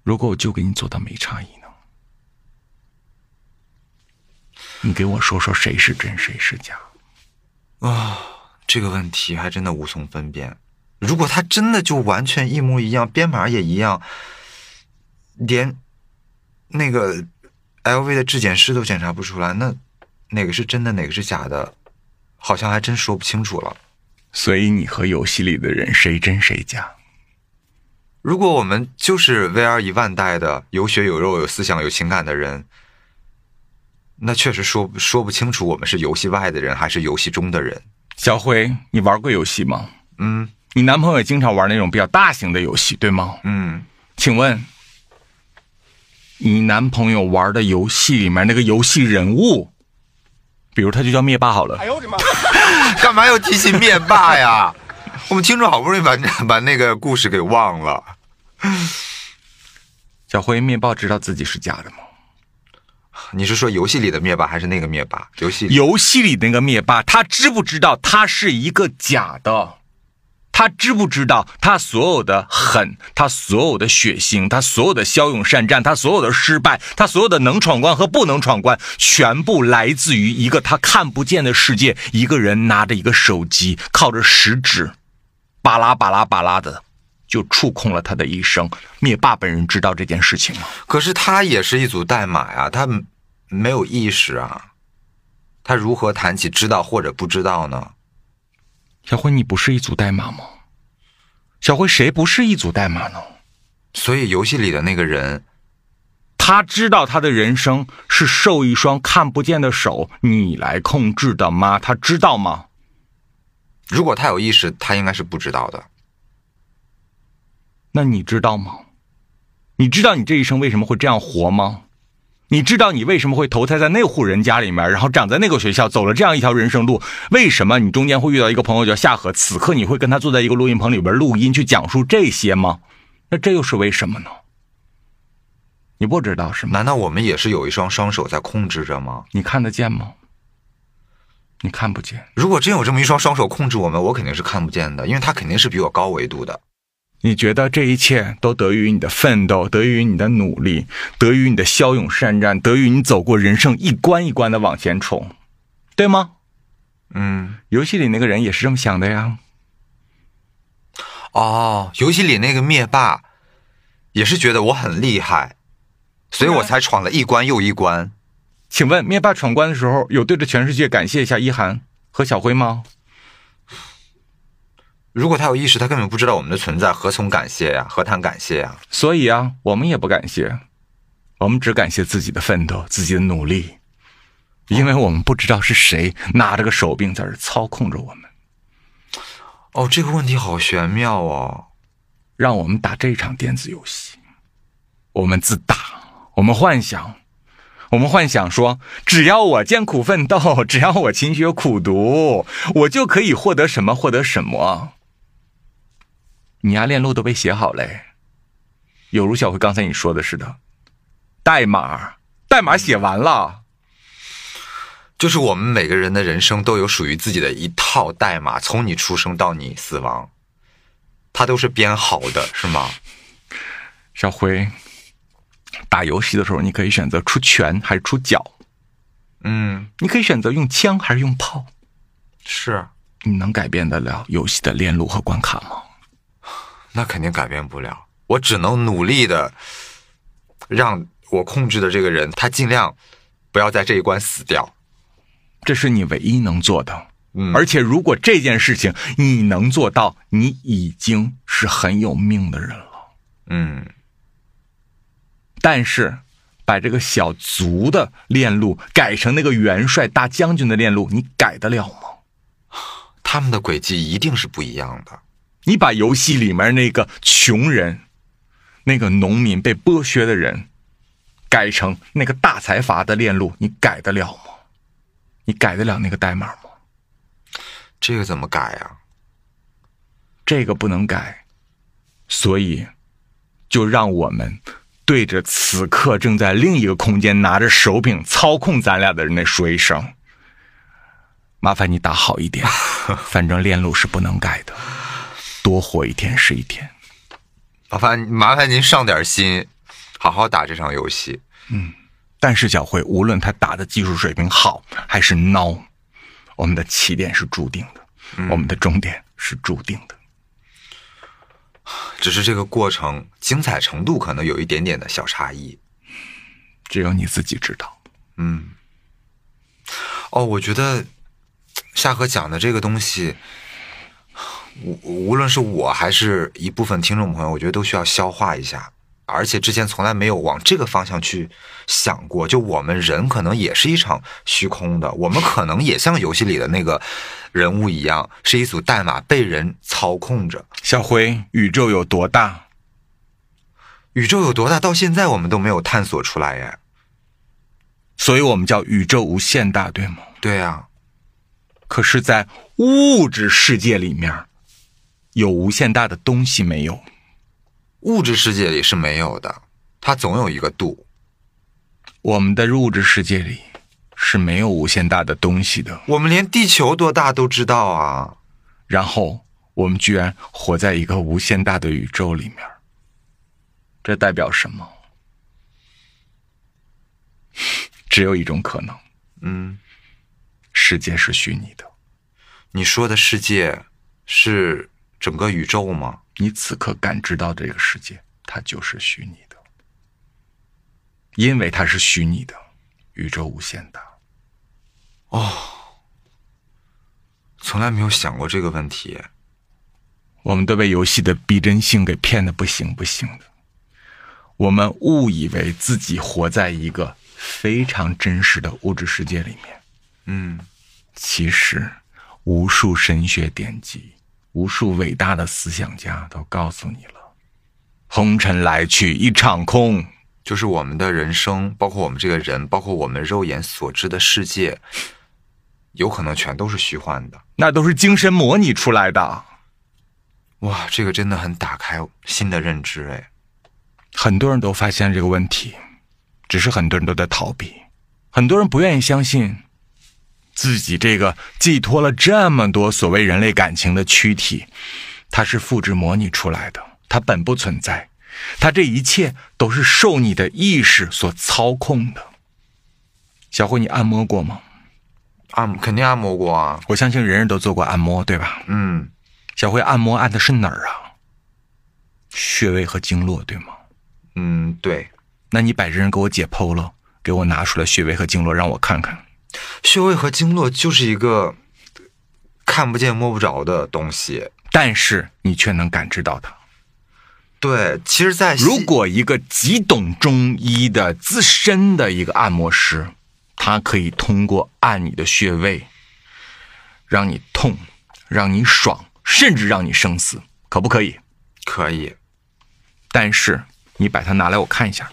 A: 如果我就给你做到没差异呢？你给我说说谁是真，谁是假？
B: 这个问题还真的无从分辨。如果它真的就完全一模一样，编码也一样，连那个 LV 的质检师都检查不出来，那哪个是真的，哪个是假的，好像还真说不清楚了。
A: 所以你和游戏里的人谁真谁假？
B: 如果我们就是 VR 一万代的有血有肉、有思想、有情感的人，那确实说说不清楚我们是游戏外的人还是游戏中的人。
A: 小辉，你玩过游戏吗？
B: 嗯
A: 你男朋友也经常玩那种比较大型的游戏，对吗？
B: 嗯，
A: 请问，你男朋友玩的游戏里面那个游戏人物，比如他就叫灭霸好了，
E: 哎呦我的妈！
B: 干嘛要提起灭霸呀？ 我们听众好不容易把把那个故事给忘了，
A: 小辉灭霸知道自己是假的吗？
B: 你是说游戏里的灭霸还是那个灭霸？游戏里
A: 游戏里那个灭霸，他知不知道他是一个假的？他知不知道他所有的狠，他所有的血腥，他所有的骁勇善战，他所有的失败，他所有的能闯关和不能闯关，全部来自于一个他看不见的世界。一个人拿着一个手机，靠着食指，巴拉巴拉巴拉的，就触控了他的一生。灭霸本人知道这件事情吗？
B: 可是他也是一组代码呀，他没没有意识啊，他如何谈起知道或者不知道呢？
A: 小辉，你不是一组代码吗？小辉，谁不是一组代码呢？
B: 所以游戏里的那个人，
A: 他知道他的人生是受一双看不见的手你来控制的吗？他知道吗？
B: 如果他有意识，他应该是不知道的。
A: 那你知道吗？你知道你这一生为什么会这样活吗？你知道你为什么会投胎在那户人家里面，然后长在那个学校，走了这样一条人生路？为什么你中间会遇到一个朋友叫夏荷？此刻你会跟他坐在一个录音棚里边录音，去讲述这些吗？那这又是为什么呢？你不知道是吗？
B: 难道我们也是有一双双手在控制着吗？
A: 你看得见吗？你看不见。
B: 如果真有这么一双双手控制我们，我肯定是看不见的，因为他肯定是比我高维度的。
A: 你觉得这一切都得益于你的奋斗，得益于你的努力，得益于你的骁勇善战，得益于你走过人生一关一关的往前冲，对吗？
B: 嗯，
A: 游戏里那个人也是这么想的呀。
B: 哦，游戏里那个灭霸也是觉得我很厉害，所以我才闯了一关又一关。
A: 请问灭霸闯关的时候，有对着全世界感谢一下一涵和小辉吗？
B: 如果他有意识，他根本不知道我们的存在，何从感谢呀？何谈感谢呀？
A: 所以啊，我们也不感谢，我们只感谢自己的奋斗、自己的努力，因为我们不知道是谁拿着个手柄在这操控着我们，
B: 哦，这个问题好玄妙哦。
A: 让我们打这场电子游戏。我们自大，我们幻想，我们幻想说，只要我艰苦奋斗， 只要我勤学苦读，我就可以获得什么，获得什么。你丫链路都被写好嘞，有如小辉刚才你说的似的，代码代码写完了。
B: 就是我们每个人的人生都有属于自己的一套代码，从你出生到你死亡，它都是编好的，是吗？
A: 小辉，打游戏的时候你可以选择出拳还是出脚，
B: 嗯，
A: 你可以选择用枪还是用炮，
B: 是，
A: 你能改变得了游戏的链路和关卡吗？
B: 那肯定改变不了，我只能努力的让我控制的这个人，他尽量不要在这一关死掉。
A: 这是你唯一能做的。
B: 嗯，
A: 而且，如果这件事情你能做到，你已经是很有命的人了。
B: 嗯，
A: 但是，把这个小卒的链路改成那个元帅大将军的链路，你改得了吗？
B: 他们的轨迹一定是不一样的。
A: 你把游戏里面那个穷人、那个农民被剥削的人，改成那个大财阀的链路，你改得了吗？你改得了那个代码吗？
B: 这个怎么改啊呀、
A: 这个不能改，所以就让我们对着此刻正在另一个空间拿着手柄操控咱俩的人来说一声：“麻烦你打好一 点，反正链路是不能改的，多活一天是一天。
B: 麻烦麻烦您上点心，好好打这场游戏。”
A: 但是小慧，无论他打的技术水平好还是孬，我们的起点是注定的，我们的终点是注定的。
B: 只是这个过程精彩程度可能有一点点的小差异。
A: 只有你自己知道。
B: 嗯，哦，我觉得夏荷讲的这个东西，无无论是我还是一部分听众朋友，我觉得都需要消化一下。而且之前从来没有往这个方向去想过，就我们人可能也是一场虚空的，我们可能也像游戏里的那个人物一样，是一组代码被人操控着。
A: 小辉，宇宙有多大？
B: 宇宙有多大，到现在我们都没有探索出来耶。
A: 所以我们叫宇宙无限大，对吗？
B: 对啊呀、
A: 可是，在物质世界里面，有无限大的东西没有？
B: 物质世界里是没有的，它总有一个度。
A: 我们的物质世界里是没有无限大的东西的。
B: 我们连地球多大都知道啊！
A: 然后，我们居然活在一个无限大的宇宙里面，这代表什么？只有一种可能，
B: 嗯，
A: 世界是虚拟的。
B: 你说的世界是整个宇宙吗？
A: 你此刻感知到这个世界，它就是虚拟的，因为它是虚拟的，宇宙无限大。
B: 从来没有想过这个问题。
A: 我们都被游戏的逼真性给骗得不行不行的，我们误以为自己活在一个非常真实的物质世界里面，
B: 嗯，
A: 其实无数神学典籍、无数伟大的思想家都告诉你了：红尘来去一场空，
B: 就是我们的人生，包括我们这个人，包括我们肉眼所知的世界，有可能全都是虚幻的。
A: 那都是精神模拟出来的。
B: 哇，这个真的很打开新的认知哎。
A: 很多人都发现这个问题，只是很多人都在逃避，很多人不愿意相信自己这个寄托了这么多所谓人类感情的躯体，它是复制模拟出来的，它本不存在，它这一切都是受你的意识所操控的。小慧，你按摩过吗？
B: 按肯定按摩过啊，
A: 我相信人人都做过按摩，对吧？
B: 嗯，
A: 小慧按摩按的是哪儿啊？穴位和经络，对吗？
B: 嗯，对，
A: 那你把人给我解剖了，给我拿出来穴位和经络让我看看。
B: 穴位和经络就是一个看不见摸不着的东西。
A: 但是你却能感知到它。
B: 对，其实在西，
A: 如果一个极懂中医的资深的一个按摩师，他可以通过按你的穴位，让你痛，让你爽，甚至让你生死，可不可以？
B: 可以，
A: 但是你把它拿来我看一下，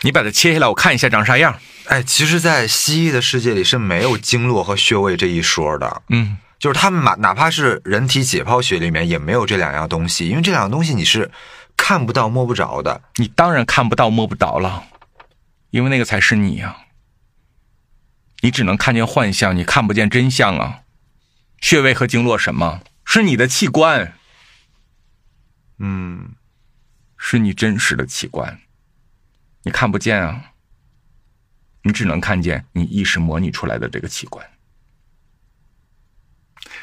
A: 你把它切下来我看一下长啥样。
B: 哎，其实，在西医的世界里是没有经络和穴位这一说的。
A: 嗯，
B: 就是他们哪哪怕是人体解剖学里面也没有这两样东西，因为这两样东西你是看不到摸不着的。
A: 你当然看不到摸不着了，因为那个才是你呀、你只能看见幻象，你看不见真相啊。穴位和经络什么？是你的器官，
B: 嗯，
A: 是你真实的器官，你看不见啊。你只能看见你意识模拟出来的这个器官。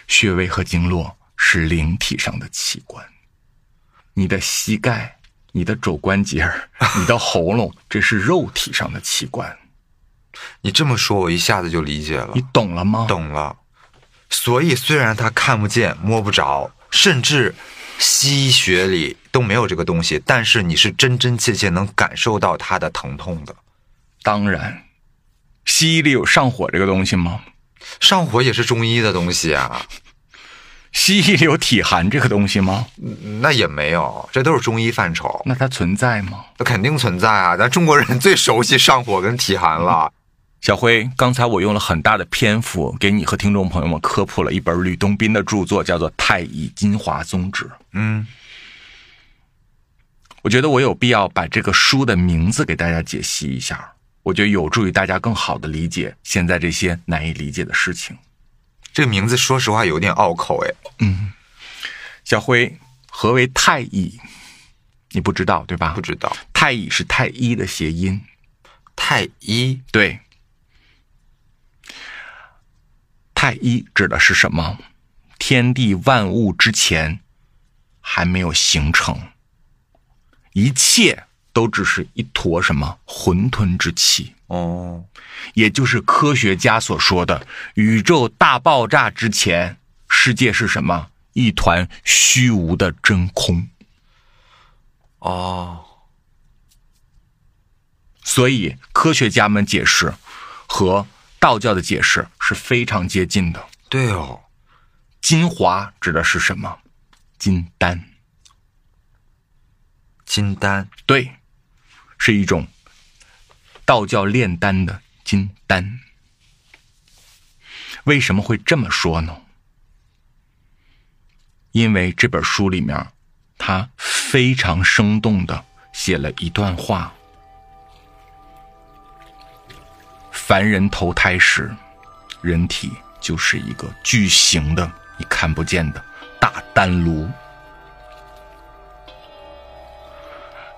A: 穴位和经络是灵体上的器官，你的膝盖、你的肘关节儿、你的喉咙，这是肉体上的器官。
B: 你这么说，我一下子就理解了
A: 你，懂了吗？。
B: 懂了。所以虽然他看不见摸不着，甚至西医学里都没有这个东西，但是你是真真切切能感受到他的疼痛的。
A: 当然，西医里有上火这个东西吗？
B: 上火也是中医的东西啊，
A: 西医里有体寒这个东西吗？
B: 那也没有，这都是中医范畴，
A: 那它存在吗？
B: 那肯定存在啊。咱中国人 最熟悉上火跟体寒了。
A: 小辉，刚才我用了很大的篇幅给你和听众朋友们科普了一本吕洞宾的著作，叫做《太乙金华宗旨》。
B: 嗯，
A: 我觉得我有必要把这个书的名字给大家解析一下，我觉得有助于大家更好的理解现在这些难以理解的事情。
B: 这个名字说实话有点拗口哎。
A: 小辉，何为太乙？你不知道对吧
B: 不？知道
A: 太乙是太医的谐音。
B: 太医
A: 对，太一指的是什么？天地万物之前还没有形成，一切都只是一坨什么混沌之气，
B: 哦，
A: 也就是科学家所说的宇宙大爆炸之前，世界是什么？一团虚无的真空。
B: 哦，
A: 所以科学家们解释和道教的解释是非常接近的。
B: 对哦，
A: 金华指的是什么？金丹，
B: 金丹
A: 对，是一种道教炼丹的金丹。为什么会这么说呢？因为这本书里面，他非常生动的写了一段话：凡人投胎时，人体就是一个巨型的、你看不见的大丹炉。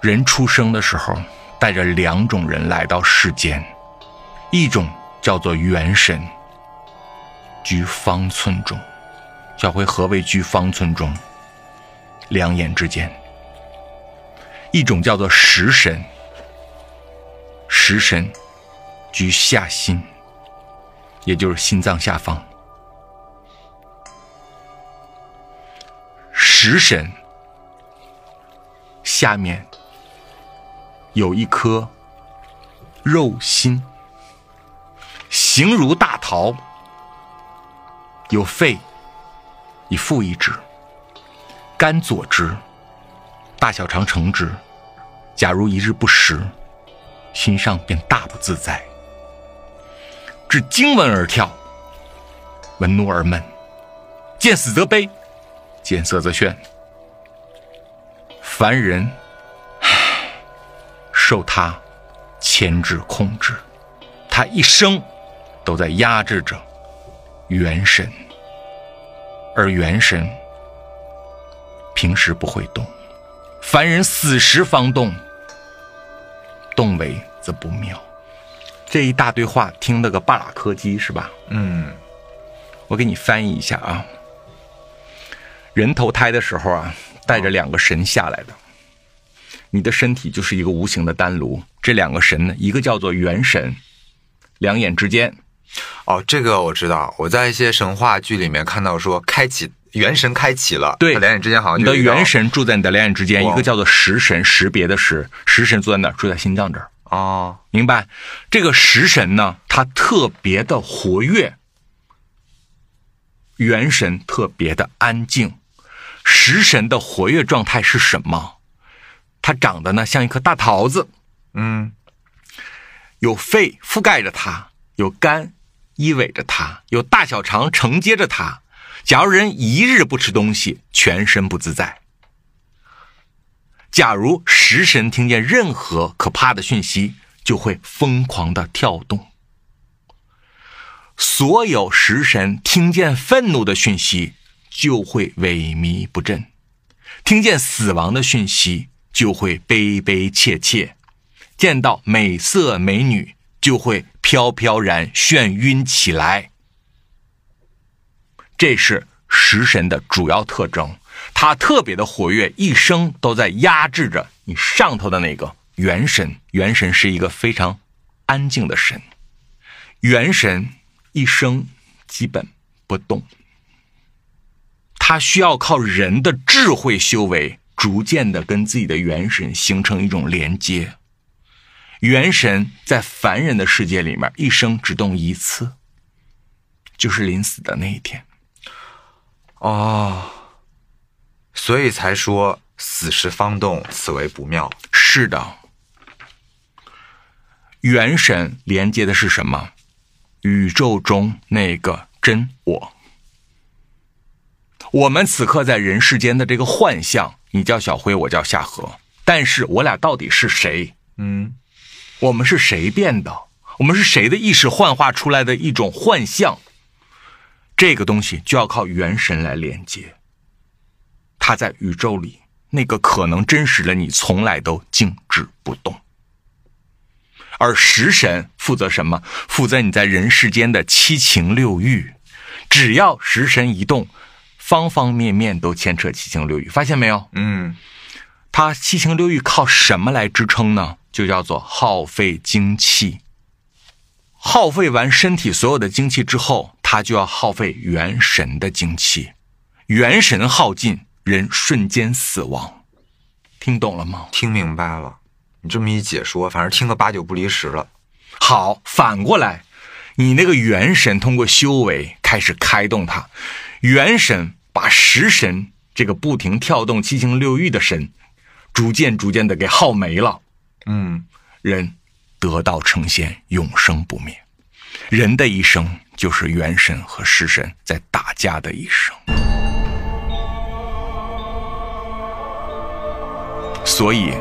A: 人出生的时候带着两种人来到世间，一种叫做元神，居方寸中。小辉何谓居方寸中？两眼之间。一种叫做食神，食神居下心，也就是心脏下方。食神下面有一颗肉心，形如大桃，有肺，以腹一指，肝左支，大小肠承支，假如一日不食，心上便大不自在，至惊闻而跳，闻怒而闷，见死则悲，见色则炫。凡人唉受他牵制控制，他一生都在压制着元神，而元神平时不会动，凡人死时方动，动为则不妙。这一大堆话听得个巴拉柯基是吧？
B: 嗯，
A: 我给你翻译一下啊。人投胎的时候啊，带着两个神下来的，你的身体就是一个无形的丹炉。这两个神呢，一个叫做元神，两眼之间，
B: 哦，这个我知道，我在一些神话剧里面看到说开启元神开启了，
A: 对
B: 他两眼之间好像
A: 你
B: 啊就
A: 的
B: 有一道
A: 元神住在你的两眼之间，
B: 哇
A: 一个叫做食神，识别的识，食神住在哪儿？住在心脏这儿。
B: 哦，
A: 明白？这个食神呢，他特别的活跃，元神特别的安静。食神的活跃状态是什么？它长得呢像一颗大桃子，
B: 嗯，
A: 有肺覆盖着它，有肝依偎着它，有大小肠承接着它。假如人一日不吃东西，全身不自在。假如食神听见任何可怕的讯息，就会疯狂的跳动。所有食神听见愤怒的讯息，就会萎靡不振；听见死亡的讯息，就会悲悲切切。见到美色美女就会飘飘然眩晕起来。这是食神的主要特征，它特别的活跃，一生都在压制着你上头的那个元神。元神是一个非常安静的神，元神一生基本不动，他需要靠人的智慧修为，逐渐的跟自己的元神形成一种连接。元神在凡人的世界里面，一生只动一次，就是临死的那一天。
B: 哦，所以才说死时方动，此为不妙。
A: 是的，元神连接的是什么？宇宙中那个真我。我们此刻在人世间的这个幻象，你叫小辉，我叫夏荷，但是我俩到底是谁？
B: 嗯，
A: 我们是谁变的？我们是谁的意识幻化出来的一种幻象？这个东西就要靠元神来连接。它在宇宙里那个可能真实的你，从来都静止不动。而食神负责什么？负责你在人世间的七情六欲。只要食神一动，方方面面都牵扯七情六欲。发现没有？
B: 嗯，
A: 它七情六欲靠什么来支撑呢？就叫做耗费精气。耗费完身体所有的精气之后，它就要耗费元神的精气，元神耗尽，人瞬间死亡。听懂了吗？
B: 听明白了。你这么一解说，反正听个八九不离十了。
A: 好，反过来，你那个元神通过修为开始开动它，元神把食神这个不停跳动七情六欲的神，逐渐逐渐的给耗没了。
B: 嗯，
A: 人得道成仙，永生不灭。人的一生就是元神和食神在打架的一生。所以，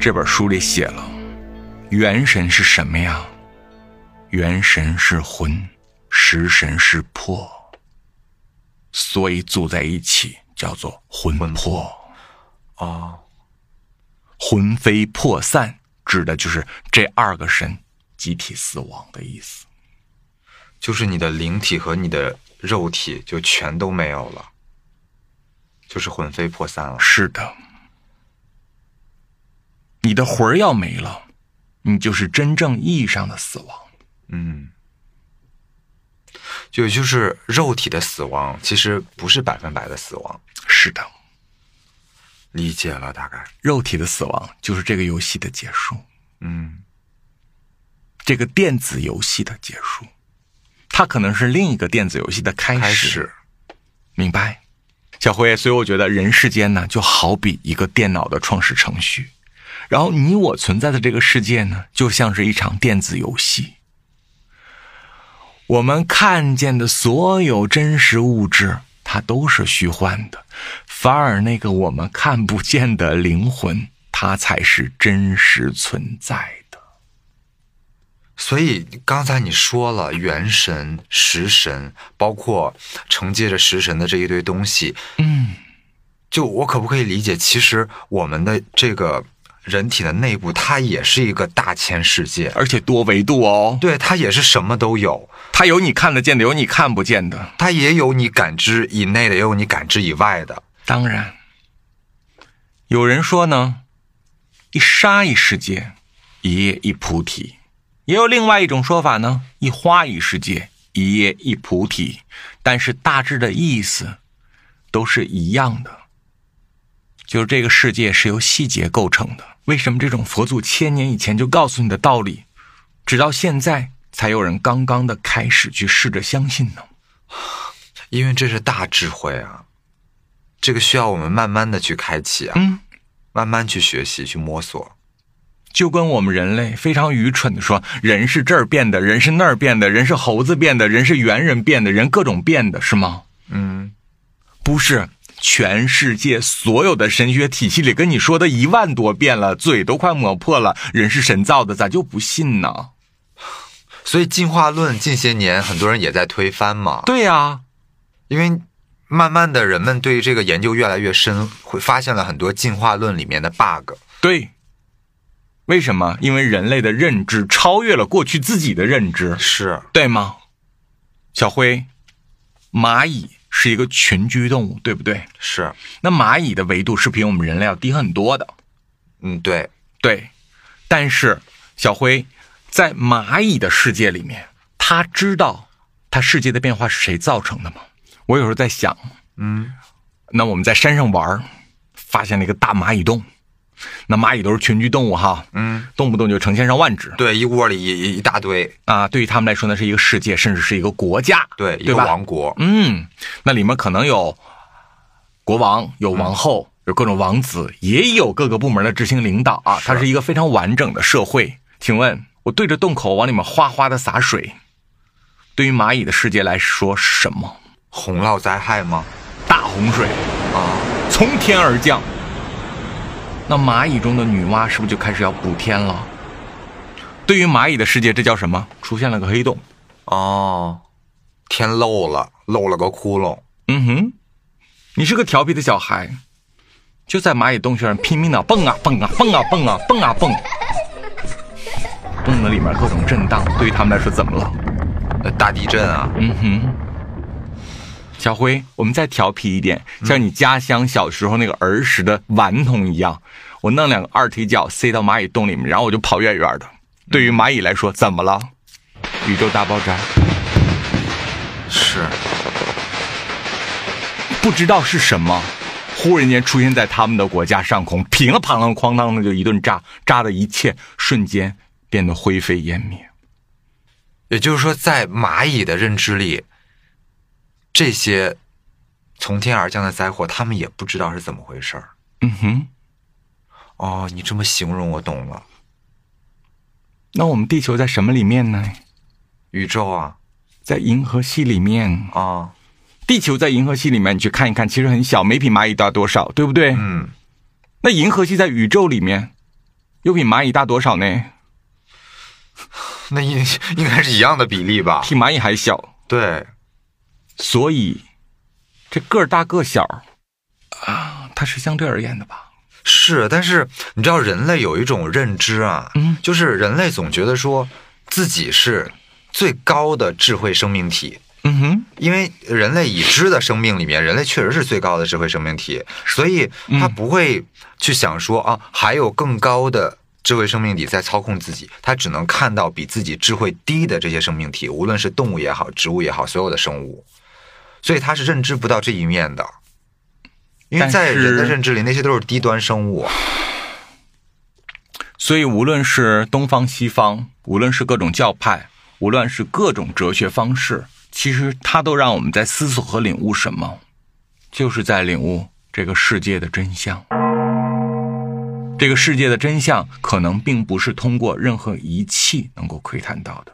A: 这本书里写了，元神是什么呀？元神是魂，食神是魄，所以组在一起叫做魂魄。
B: 哦，
A: 魂飞魄散，指的就是这二个神集体死亡的意思。
B: 就是你的灵体和你的肉体就全都没有了，就是魂飞魄散了。
A: 是的，你的魂儿要没了，你就是真正意义上的死亡。
B: 嗯，就就是肉体的死亡，其实不是百分百的死亡。
A: 是的，
B: 理解了，大概。
A: 肉体的死亡就是这个游戏的结束，
B: 嗯
A: 这个电子游戏的结束，它可能是另一个电子游戏的开始。
B: 开始
A: 明白？小辉，所以我觉得人世间呢，就好比一个电脑的创始程序，然后你我存在的这个世界呢，就像是一场电子游戏。我们看见的所有真实物质，它都是虚幻的，反而那个我们看不见的灵魂，它才是真实存在的。
B: 所以刚才你说了元神、食神，包括承接着食神的这一堆东西，
A: 嗯，
B: 就我可不可以理解，其实我们的这个人体的内部，它也是一个大千世界，
A: 而且多维度哦，
B: 对，它也是什么都有，
A: 它有你看得见的，有你看不见的。
B: 它也有你感知以内的，也有你感知以外的。
A: 当然，有人说呢，一沙一世界，一叶一菩提；也有另外一种说法呢，一花一世界，一叶一菩提。但是大致的意思都是一样的，就是这个世界是由细节构成的。为什么这种佛祖千年以前就告诉你的道理，直到现在才有人刚刚的开始去试着相信呢？
B: 因为这是大智慧啊，这个需要我们慢慢的去开启啊，
A: 嗯，
B: 慢慢去学习，去摸索。
A: 就跟我们人类非常愚蠢的说，人是这儿变的，人是那儿变的，人是猴子变的，人是猿人变的，人各种变的，是吗？
B: 嗯，
A: 不是，全世界所有的神学体系里跟你说的一万多遍了，嘴都快磨破了，人是神造的，咋就不信呢？
B: 所以进化论近些年很多人也在推翻嘛，
A: 对呀、
B: 因为慢慢的人们对这个研究越来越深，会发现了很多进化论里面的 bug。
A: 对。为什么？因为人类的认知超越了过去自己的认知，
B: 是，
A: 对吗？小辉，蚂蚁是一个群居动物，对不对？
B: 是，
A: 那蚂蚁的维度是比我们人类要低很多的，
B: 嗯，对，
A: 对。但是小辉在蚂蚁的世界里面，他知道他世界的变化是谁造成的吗？我有时候在想，
B: 嗯，
A: 那我们在山上玩儿，发现了一个大蚂蚁洞，那蚂蚁都是群居动物哈，
B: 嗯，
A: 动不动就成千上万只
B: 对，一窝里一一一大堆，
A: 啊。对于他们来说，那是一个世界，甚至是一个国家，
B: 对，一
A: 对
B: 个
A: 吧？
B: 王国，
A: 嗯，那里面可能有国王，有王后，有各种王子，也有各个部门的执行领导啊。它是一个非常完整的社会。请问，我对着洞口往里面哗哗的洒水，对于蚂蚁的世界来说是什么？
B: 洪涝灾害吗？
A: 大洪水
B: 啊，
A: 从天而降。那蚂蚁中的女娲是不是就开始要补天了？对于蚂蚁的世界，这叫什么？出现了个黑洞。
B: 哦，天漏了，漏了个窟窿，
A: 嗯哼，你是个调皮的小孩，就在蚂蚁洞穴上拼命的蹦啊蹦啊蹦啊蹦啊蹦啊蹦，蹦的里面各种震荡，对于他们来说怎么了？
B: 呃大地震啊，
A: 嗯哼，小辉，我们再调皮一点，像你家乡小时候那个儿时的顽童一样，我弄两个二踢脚塞到蚂蚁洞里面，然后我就跑远远的。对于蚂蚁来说，怎么了？宇宙大爆炸，
B: 是，
A: 不知道是什么，忽然间出现在他们的国家上空，噼了啪啷哐当的就一顿炸，炸的一切瞬间变得灰飞烟灭。
B: 也就是说，在蚂蚁的认知里，这些从天而降的灾祸，他们也不知道是怎么回事儿。
A: 嗯哼，
B: 哦，你这么形容，我懂了。
A: 那我们地球在什么里面呢？
B: 宇宙啊，
A: 在银河系里面。
B: 啊，
A: 地球在银河系里面，你去看一看，其实很小，没比蚂蚁大多少，对不对？
B: 嗯，
A: 那银河系在宇宙里面，又比蚂蚁大多少呢？
B: 那应应该是一样的比例吧？
A: 比蚂蚁还小。
B: 对，
A: 所以，这个儿大个小儿啊，它是相对而言的吧？
B: 是。但是你知道，人类有一种认知啊，
A: 嗯
B: 就是人类总觉得说自己是最高的智慧生命体，
A: 嗯哼。
B: 因为人类已知的生命里面，人类确实是最高的智慧生命体，所以他不会去想说、啊，还有更高的智慧生命体在操控自己，他只能看到比自己智慧低的这些生命体，无论是动物也好，植物也好，所有的生物，所以他是认知不到这一面的，因为
A: 但
B: 在人的
A: 是
B: 认知里，那些都是低端生物。啊
A: 所以，无论是东方、西方，无论是各种教派，无论是各种哲学方式，其实它都让我们在思索和领悟什么？就是在领悟这个世界的真相。这个世界的真相可能并不是通过任何仪器能够窥探到的。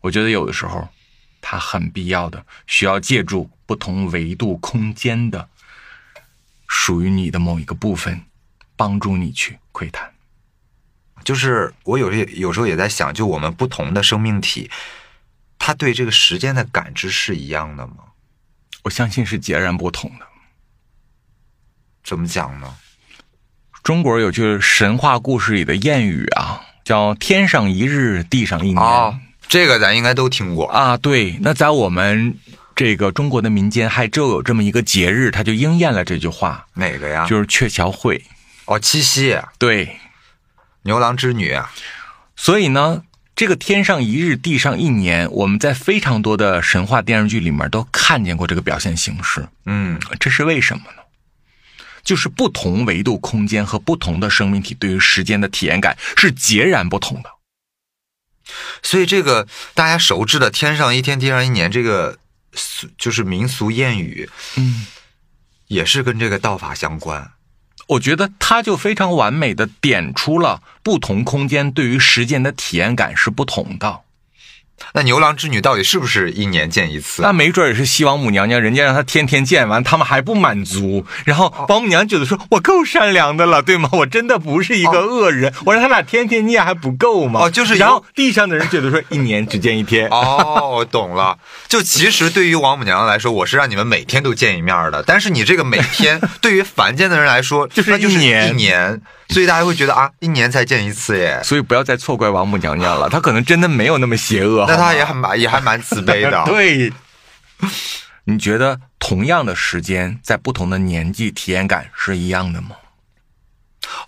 A: 我觉得有的时候，它很必要的需要借助不同维度空间的属于你的某一个部分，帮助你去窥探。
B: 就是我有时有时候也在想，就我们不同的生命体，他对这个时间的感知是一样的吗？
A: 我相信是截然不同的。
B: 怎么讲呢？
A: 中国有句神话故事里的谚语啊，叫“天上一日，地上一年”
B: 哦，这个咱应该都听过。
A: 啊，对，那在我们这个中国的民间，还就有这么一个节日，它就应验了这句话，
B: 哪个呀？
A: 就是鹊桥会。
B: 哦，七夕，
A: 对，
B: 牛郎织女。啊
A: 所以呢，这个天上一日，地上一年，我们在非常多的神话电视剧里面都看见过这个表现形式。
B: 嗯，
A: 这是为什么呢？就是不同维度空间和不同的生命体对于时间的体验感是截然不同的。
B: 所以这个大家熟知的“天上一天，地上一年”这个俗就是民俗谚语，
A: 嗯，
B: 也是跟这个道法相关。
A: 我觉得它就非常完美的点出了不同空间对于时间的体验感是不同的。
B: 那牛郎织女到底是不是一年见一次？
A: 那没准儿也是西王母娘娘，人家让她天天见完，他们还不满足，然后
B: 哦
A: 王母娘娘觉得说：“我够善良的了，对吗？我真的不是一个恶人，我让他俩天天念还不够吗？”
B: 哦就是有
A: 然后地上的人觉得说一年只见一天，
B: 哦，我懂了。就其实对于王母娘娘来说，我是让你们每天都见一面的。但是你这个每 天，对于凡间的人来说，
A: 就是
B: 那就是
A: 一年
B: 一年，所以大家会觉得啊，一年才见一次耶。
A: 所以不要再错怪王母娘娘了，她可能真的没有那么邪恶。 好
B: 那
A: 吗
B: 她也很蛮也还蛮慈悲的。啊
A: 对，你觉得同样的时间在不同的年纪体验感是一样的吗？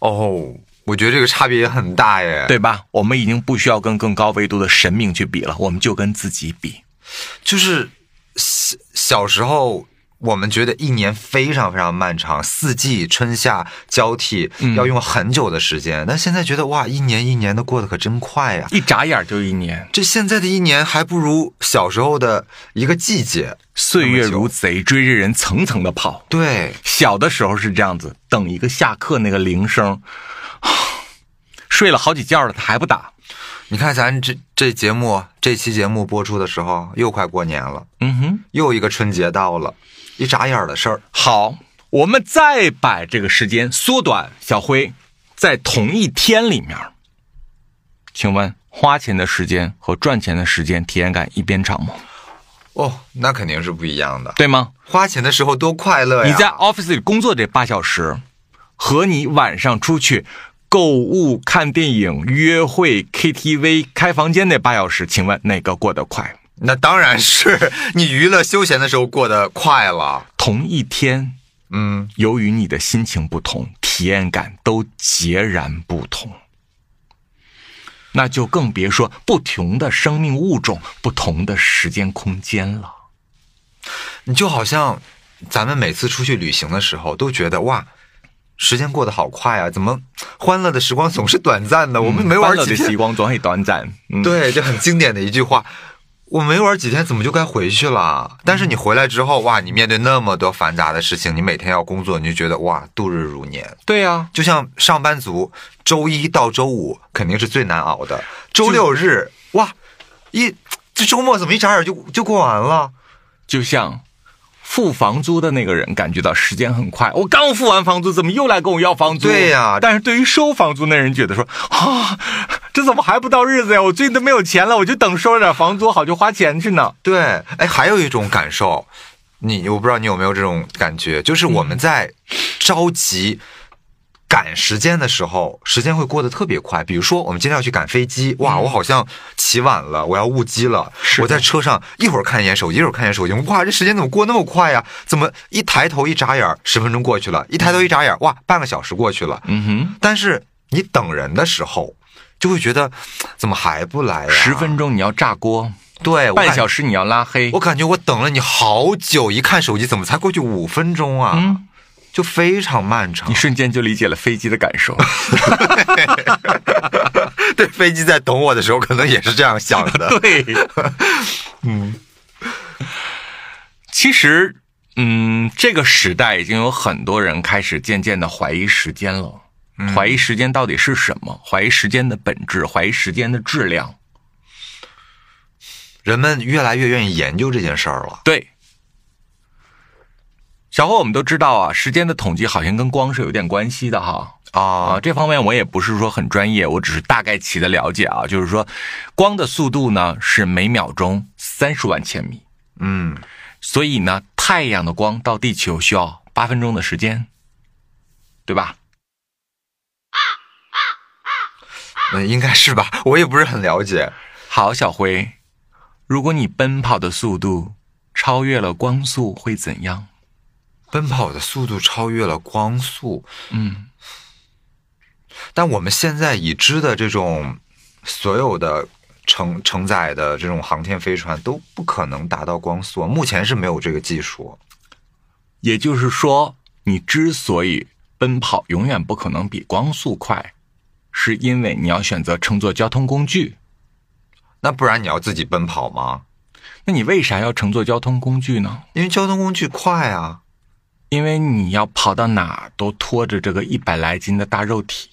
B: 哦，我觉得这个差别也很大耶。
A: 对吧？我们已经不需要跟更高维度的神明去比了，我们就跟自己比。
B: 就是小小时候，我们觉得一年非常非常漫长，四季春夏交替，要用很久的时间。但现在觉得哇，一年一年的过得可真快呀！
A: 一眨眼就一年，
B: 这现在的一年还不如小时候的一个季节。
A: 岁月如贼，追着人层层的跑。
B: 对，
A: 小的时候是这样子，等一个下课那个铃声， 睡了好几觉了，他还不打。
B: 你看咱这这节目这期节目播出的时候，又快过年了，
A: 嗯哼，
B: 又一个春节到了，一眨眼儿的事儿。
A: 好，我们再把这个时间缩短。小辉，在同一天里面，请问花钱的时间和赚钱的时间体验感一边长吗？
B: 哦，那肯定是不一样的。
A: 对吗？
B: 花钱的时候多快乐呀！
A: 你在 office 里工作这八小时，和你晚上出去购物、看电影、约会、KTV、开房间那八小时，请问哪个过得快？
B: 那当然是你娱乐休闲的时候过得快了。
A: 同一天，
B: 嗯，
A: 由于你的心情不同，体验感都截然不同。那就更别说不同的生命物种、不同的时间空间了。
B: 你就好像咱们每次出去旅行的时候，都觉得哇，时间过得好快啊！怎么欢乐的时光总是短暂的？我们没
A: 嗯欢
B: 玩
A: 乐
B: 几
A: 的
B: 天，
A: 时光总很短暂。嗯，
B: 对，这很经典的一句话。我没玩几天，怎么就该回去了？但是你回来之后，哇，你面对那么多繁杂的事情，你每天要工作，你就觉得哇，度日如年。
A: 对呀、
B: 就像上班族，周一到周五肯定是最难熬的，周六日哇，一这周末怎么一眨眼就就过完了？
A: 就像付房租的那个人感觉到时间很快，我刚付完房租，怎么又来跟我要房租？
B: 对呀
A: 但是对于收房租那人觉得说啊，这怎么还不到日子呀？我最近都没有钱了，我就等收了点房租好去花钱去呢。
B: 对，哎，还有一种感受，你我不知道你有没有这种感觉，就是我
A: 嗯
B: 们在着急。赶时间的时候，时间会过得特别快。比如说，我们今天要去赶飞机，哇，我好像起晚了，我要误机了。
A: 嗯是的
B: 我在车上一会儿看一眼手机，一会儿看一眼手机，哇，这时间怎么过那么快呀？怎么一抬头一眨眼儿，十分钟过去了；一抬头一眨眼儿，哇，半个小时过去了。
A: 嗯哼，
B: 但是你等人的时候，就会觉得怎么还不来呀？
A: 十分钟你要炸锅，
B: 对，
A: 半小
B: 时。
A: 时你要拉黑
B: 我，感觉我等了你好久，一看手机怎么才过去五分钟啊？
A: 嗯
B: 就非常漫 长
A: 你。瞬间就理解了飞机的感受。
B: 对，飞机在等我的时候，可能也是这 样想的。
A: 对，嗯，其实嗯，这个时代已经有很多人开始渐渐的怀疑时间了，怀疑时间到底是什么，怀疑时间的本质，怀疑时间的质量。
B: 人们越来越愿意研究这件事儿了。
A: 对，小伙，我们都知道啊，时间的统计好像跟光是有点关系的哈。啊，
B: 啊，
A: 这方面我也不是说很专业，我只是大概其的了解啊。就是说，光的速度呢是每秒钟三十万千米，
B: 嗯，
A: 所以呢，太阳的光到地球需要八分钟的时间，对吧？
B: 那
A: 嗯
B: 应该是吧？ 我也不是很了解。
A: 好，小辉，如果你奔跑的速度超越了光速，会怎样？
B: 奔跑的速度超越了光速，
A: 嗯，
B: 但我们现在已知的这种所有的承承载的这种航天飞船都不可能达到光速，目前是没有这个技术。
A: 也就是说，你之所以奔跑永远不可能比光速快，是因为你要选择乘坐交通工具。
B: 那不然你要自己奔跑吗？
A: 那你为啥要乘坐交通工具呢？
B: 因为交通工具快啊。
A: 因为你要跑到哪儿都拖着这个一百来斤的大肉体，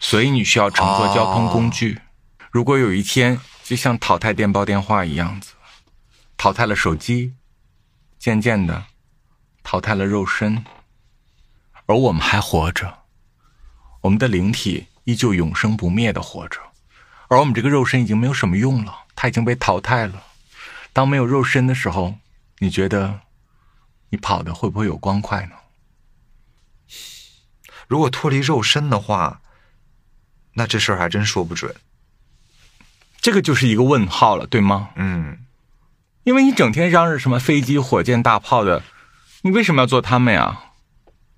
A: 所以你需要乘坐交通工具。如果有一天就像淘汰电报电话一样子，淘汰了手机，渐渐的淘汰了肉身，而我们还活着，我们的灵体依旧永生不灭的活着，而我们这个肉身已经没有什么用了，它已经被淘汰了。当没有肉身的时候，你觉得你跑的会不会有光快呢？
B: 如果脱离肉身的话，那这事儿还真说不准。
A: 这个就是一个问号了，对吗？
B: 嗯，
A: 因为你整天嚷嚷什么飞机、火箭、大炮的，你为什么要做他们呀？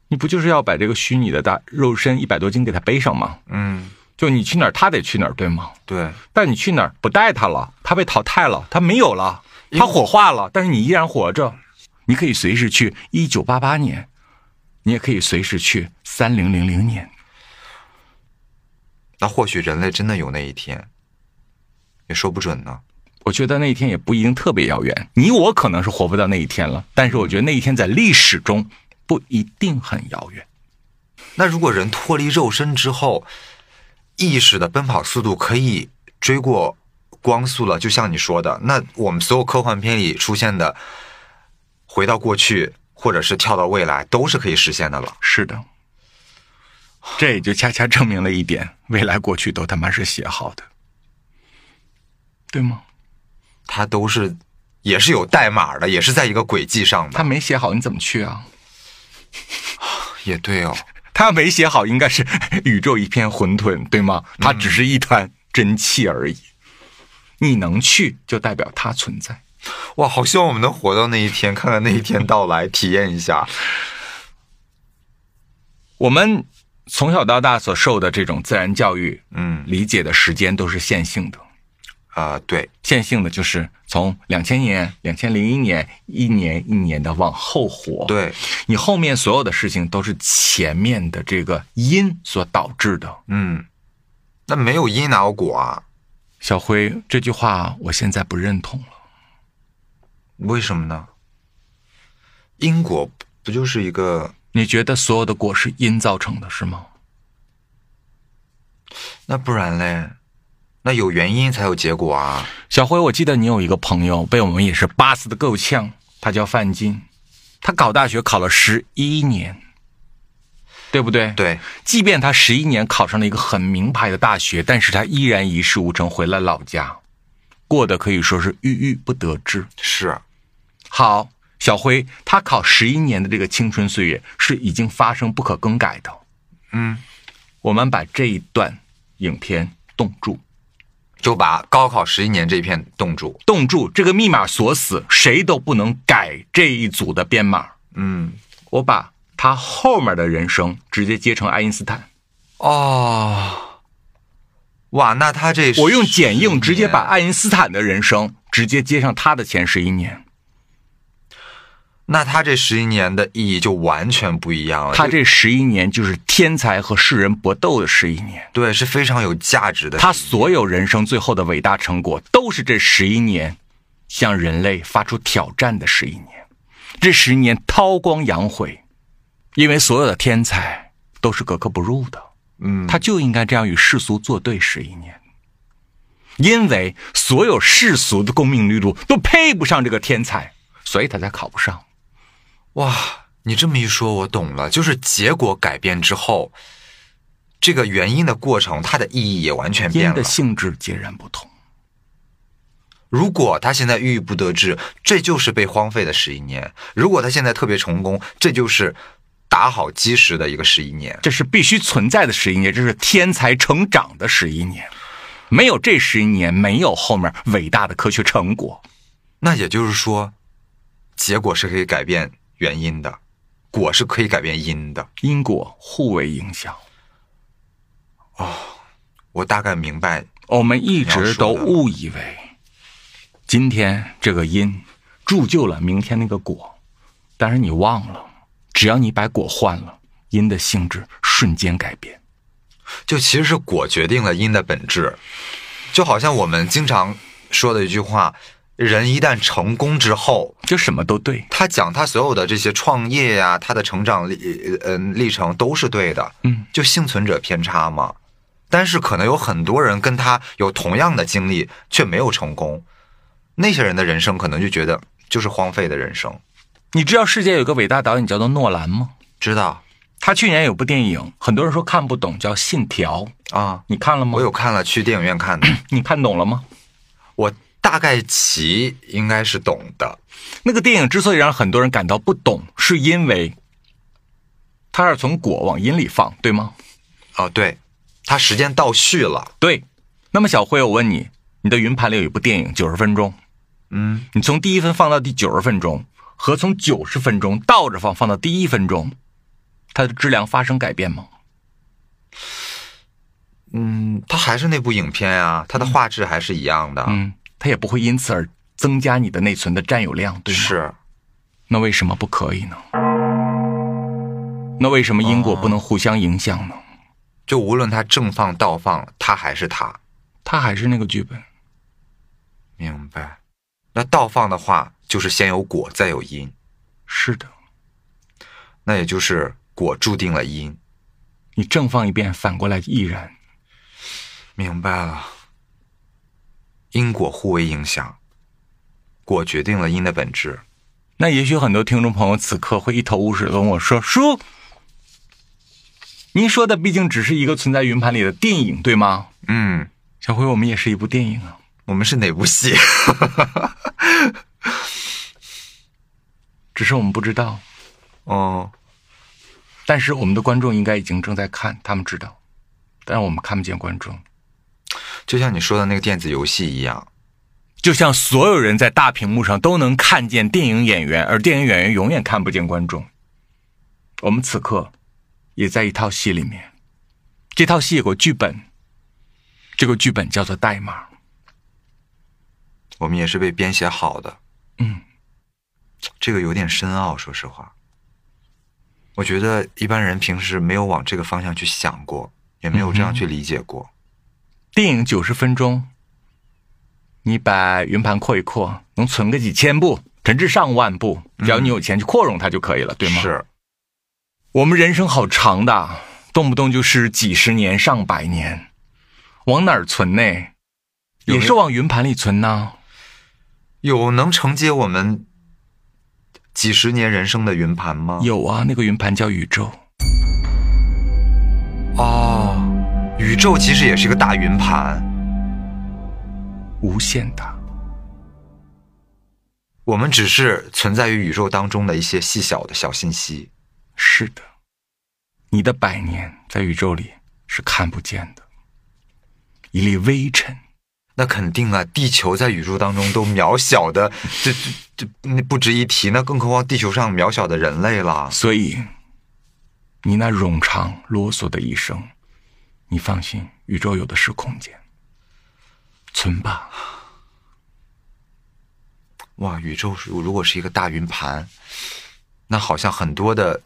A: 你不就是要把这个虚拟的大肉身一百多斤给它背上吗？
B: 嗯，
A: 就你去哪儿，它得去哪儿，对吗？
B: 对，
A: 但你去哪儿不带它了，它被淘汰了，它没有了，
B: 为
A: 它火化了，但是你依然活着。你可以随时去一九八八年，你也可以随时去三零零零年。
B: 那或许人类真的有那一天，也说不准呢。
A: 我觉得那一天也不一定特别遥远，你我可能是活不到那一天了，但是我觉得那一天在历史中不一定很遥远。
B: 那如果人脱离肉身之后，意识的奔跑速度可以追过光速了，就像你说的，那我们所有科幻片里出现的回到过去或者是跳到未来，都是可以实现的了。
A: 是的，这也就恰恰证明了一点：未来、过去都他妈是写好的，对吗？
B: 它都是也是有代码的，也是在一个轨迹上
A: 他
B: 的。
A: 没写好，你怎么去啊？
B: 也对哦，
A: 他没写好，应该是宇宙一片混沌，对吗？它只是一团真气而已。你能去，就代表它存在。
B: 哇，好希望我们能活到那一天，看看那一天到来，体验一下。
A: 我们从小到大所受的这种自然教育，
B: 嗯
A: 理解的时间都是线性的。
B: 啊、对，
A: 线性的就是从两千年、两千零一年，一年一年的往后活。，
B: 对，
A: 你后面所有的事情都是前面的这个因所导致的。
B: 嗯，那没有因哪有果啊？
A: 小辉这句话，我现在不认同了。
B: 为什么呢？因果不就是一个？
A: 你觉得所有的果是因造成的，是吗？
B: 那不然嘞？那有原因才有结果啊！
A: 小辉，我记得你有一个朋友被我们也是巴死的够呛，他叫范进，他考大学考了十一年，对不对？。
B: 对，
A: 即便他十一年考上了一个很名牌的大学，但是他依然一事无成，回了老家，过得可以说是郁郁不得志。
B: 是
A: 好，小辉，他考十一年的这个青春岁月是已经发生不可更改的。
B: 嗯，
A: 我们把这一段影片冻住，
B: 就把高考十一年这一片冻住。
A: 冻住这个密码锁死，谁都不能改这一组的编码。
B: 嗯，
A: 我把他后面的人生直接接成爱因斯坦，
B: 哦，哇，那他这
A: 我用剪
B: 11
A: 映
B: 年
A: 直接把爱因斯坦的人生直接接上他的前十一年。
B: 那他这十一年的意义就完全不一样了。
A: 他这十一年就是天才和世人搏斗的十一年，
B: 对是非常有价值的。
A: 他所有人生最后的伟大成果，都是这十一年向人类发出挑战的十一年。这十年韬光养晦，因为所有的天才都是格格不入的，
B: 嗯，
A: 他就应该这样与世俗作对十一年，因为所有世俗的功名利禄都配不上这个天才，所以他才考不上。
B: 哇，你这么一说，我懂了，就是结果改变之后，这个原因的过程，它的意义也完全变
A: 因
B: 了
A: 的。性质截然不同。
B: 如果他现在郁郁不得志，这就是被荒废的十一年；如果他现在特别成功，这就是打好基石的一个十一年。
A: 这是必须存在的十一年，这是天才成长的十一年。没有这十一年，没有后面伟大的科学成果。
B: 那也就是说，结果是可以改变原因的，果是可以改变因的。
A: 因果互为影响。
B: 我大概明白，
A: 我们一直都
B: 你要说的
A: 误以为，今天这个因铸就了明天那个果，但是你忘了，只要你把果换了，因的性质瞬间改变。
B: 就其实是果决定了因的本质。就好像我们经常说的一句话：人一旦成功之后，
A: 就什么都对，
B: 他讲他所有的这些创业呀、他的成长历呃历程都是对的，
A: 嗯，
B: 就幸存者偏差嘛。但是可能有很多人跟他有同样的经历，却没有成功，那些人的人生可能就觉得就是荒废的人生。
A: 你知道世界有个伟大导演叫做诺兰吗？
B: 知道
A: 他去年有部电影，很多人说看不懂，叫《信条》，
B: 啊，
A: 你看了吗？
B: 我有看了，去电影院 看的，
A: 你看懂了吗？
B: 我大概其应该是懂的。
A: 那个电影之所以让很多人感到不懂，是因为它是从果往因里放，对吗？
B: 哦，对，他时间倒叙了，
A: 对。那么小辉，我问你，你的云盘里有一部电影九十分钟，
B: 嗯，
A: 你从第一分放到第九十分钟，和从九十分钟倒着放放到第一分钟，它的质量发生改变吗？
B: 嗯，他还是那部影片啊，他的画质还是一样的，
A: 嗯，它也不会因此而增加你的内存的占有量，对吗？。
B: 是。
A: 那为什么不可以呢？那为什么因果不能互相影响呢？
B: 就无论他正放倒放，他还是他，
A: 它还是那个剧本。
B: 明白？那倒放的话，就是先有果，再有因，
A: 是的，
B: 那也就是果注定了因。
A: 你正放一遍，反过来亦然。
B: 明白了，因果互为影响，果决定了因的本质。
A: 那也许很多听众朋友此刻会一头雾水地问我说：“叔，您说的毕竟只是一个存在云盘里的电影，对吗
B: 嗯，？”
A: 小辉，我们也是一部电影啊。
B: 我们是哪部戏？
A: 只是我们不知道，
B: 哦，
A: 但是我们的观众应该已经正在看，他们知道，但是我们看不见观众。
B: 就像你说的那个电子游戏一样，
A: 就像所有人在大屏幕上都能看见电影演员，而电影演员永远看不见观众。我们此刻也在一套戏里面，这套戏有个剧本，这个剧本叫做代码。
B: 我们也是被编写好的。
A: 嗯，
B: 这个有点深奥，说实话。我觉得一般人平时没有往这个方向去想过，也没有这样
A: 嗯
B: 去理解过。
A: 电影九十分钟，你把云盘扩一扩，能存个几千部，甚至上万部，只要你有钱去扩容它就可以了，对吗？。
B: 是，
A: 我们人生好长的，动不动就是几十年、上百年，往哪儿存呢？
B: 有没有啊
A: 也是往云盘里存呢。
B: 有能承接我们几十年人生的云盘吗？
A: 有啊，那个云盘叫宇宙。
B: 哦，宇宙其实也是一个大云盘，
A: 无限大。
B: 我们只是存在于宇宙当中的一些细小的小信息。
A: 是的，你的百年在宇宙里是看不见的，一粒微尘。
B: 那肯定啊，地球在宇宙当中都渺小的，这这这那不值一提，那更何况地球上渺小的人类了。
A: 所以，你那冗长啰嗦的一生，你放心，宇宙有的是空间，存吧。
B: 哇，宇宙是如果是一个大云盘，那好像很多的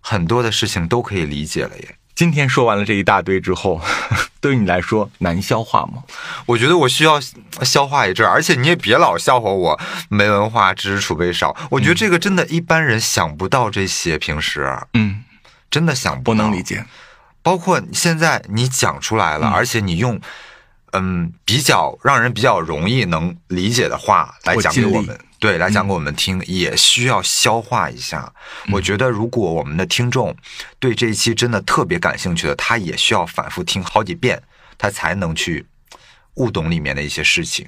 B: 很多的事情都可以理解了耶。
A: 今天说完了这一大堆之后， 对于你来说难消化吗？
B: 我觉得我需要消化一阵儿，而且你也别老笑话我没文化，知识储备少。我觉得这个真的，一般人想不到这些，平时啊
A: 嗯，
B: 真的想
A: 不
B: 到
A: 能理。解。
B: 包括现在你讲出来了，而且你用嗯比较让人比较容易能理解的话来讲给
A: 我尽力嗯
B: 我们，对，来讲给我们听，也需要消化一下。我觉得如果我们的听众对这一期真的特别感兴趣的，他也需要反复听好几遍，他才能去悟懂里面的一些事情。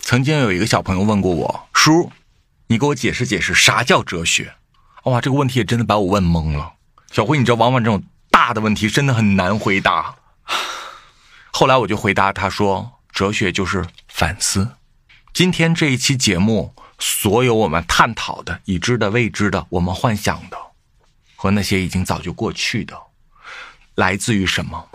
A: 曾经有一个小朋友问过我：“叔，你给我解释解释啥叫哲学？”哇，这个问题也真的把我问懵了。小辉，你知道，往往这种大的问题真的很难回答。后来我就回答他说：“哲学就是反思。”今天这一期节目，所有我们探讨的、已知的、未知的、我们幻想的，和那些已经早就过去的，来自于什么？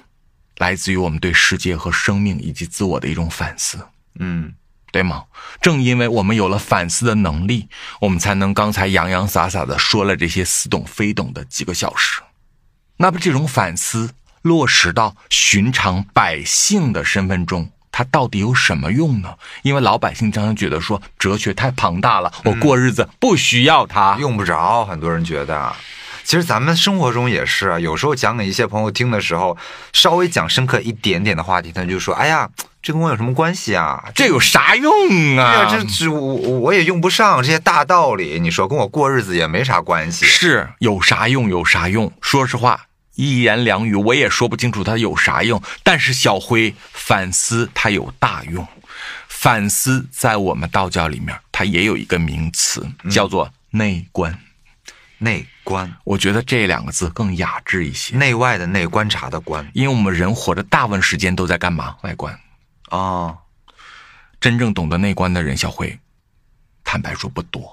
A: 来自于我们对世界和生命以及自我的一种反思。
B: 嗯，
A: 对吗？正因为我们有了反思的能力，我们才能刚才洋洋洒洒的说了这些似懂非懂的几个小时。那么这种反思落实到寻常百姓的身份中，它到底有什么用呢？因为老百姓常常觉得说哲学太庞大了，
B: 嗯
A: 我过日子不需要它。
B: 用不着，很多人觉得。啊其实咱们生活中也是啊，有时候讲给一些朋友听的时候，稍微讲深刻一点点的话题，他就说：“哎呀，这跟我有什么关系啊？
A: 这有啥用
B: 对哎呀，
A: 啊？
B: 这这我我我也用不上这些大道理，你说跟我过日子也没啥关系。
A: 是有啥用有啥用？说实话，一言两语我也说不清楚它有啥用。但是小辉反思它有大用，反思在我们道教里面它也有一个名词叫做内观。
B: 内观，
A: 我觉得这两个字更雅致一些，
B: 内外的内，观察的观
A: 因为我们人活着大部分时间都在干嘛？外观。
B: 啊、
A: 真正懂得内观的人，小辉，坦白说不多。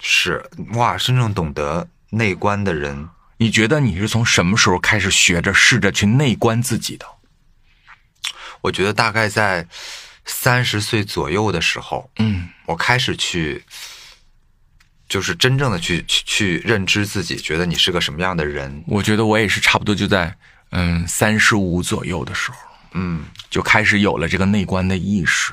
B: 是哇，真正懂得内观的人，
A: 你觉得你是从什么时候开始学着试着去内观自己的？
B: 我觉得大概在三十岁左右的时候，
A: 嗯，
B: 我开始去，就是真正的去去去认知自己，觉得你是个什么样的人。
A: 我觉得我也是差不多就在嗯三十五左右的时候，
B: 嗯，
A: 就开始有了这个内观的意识，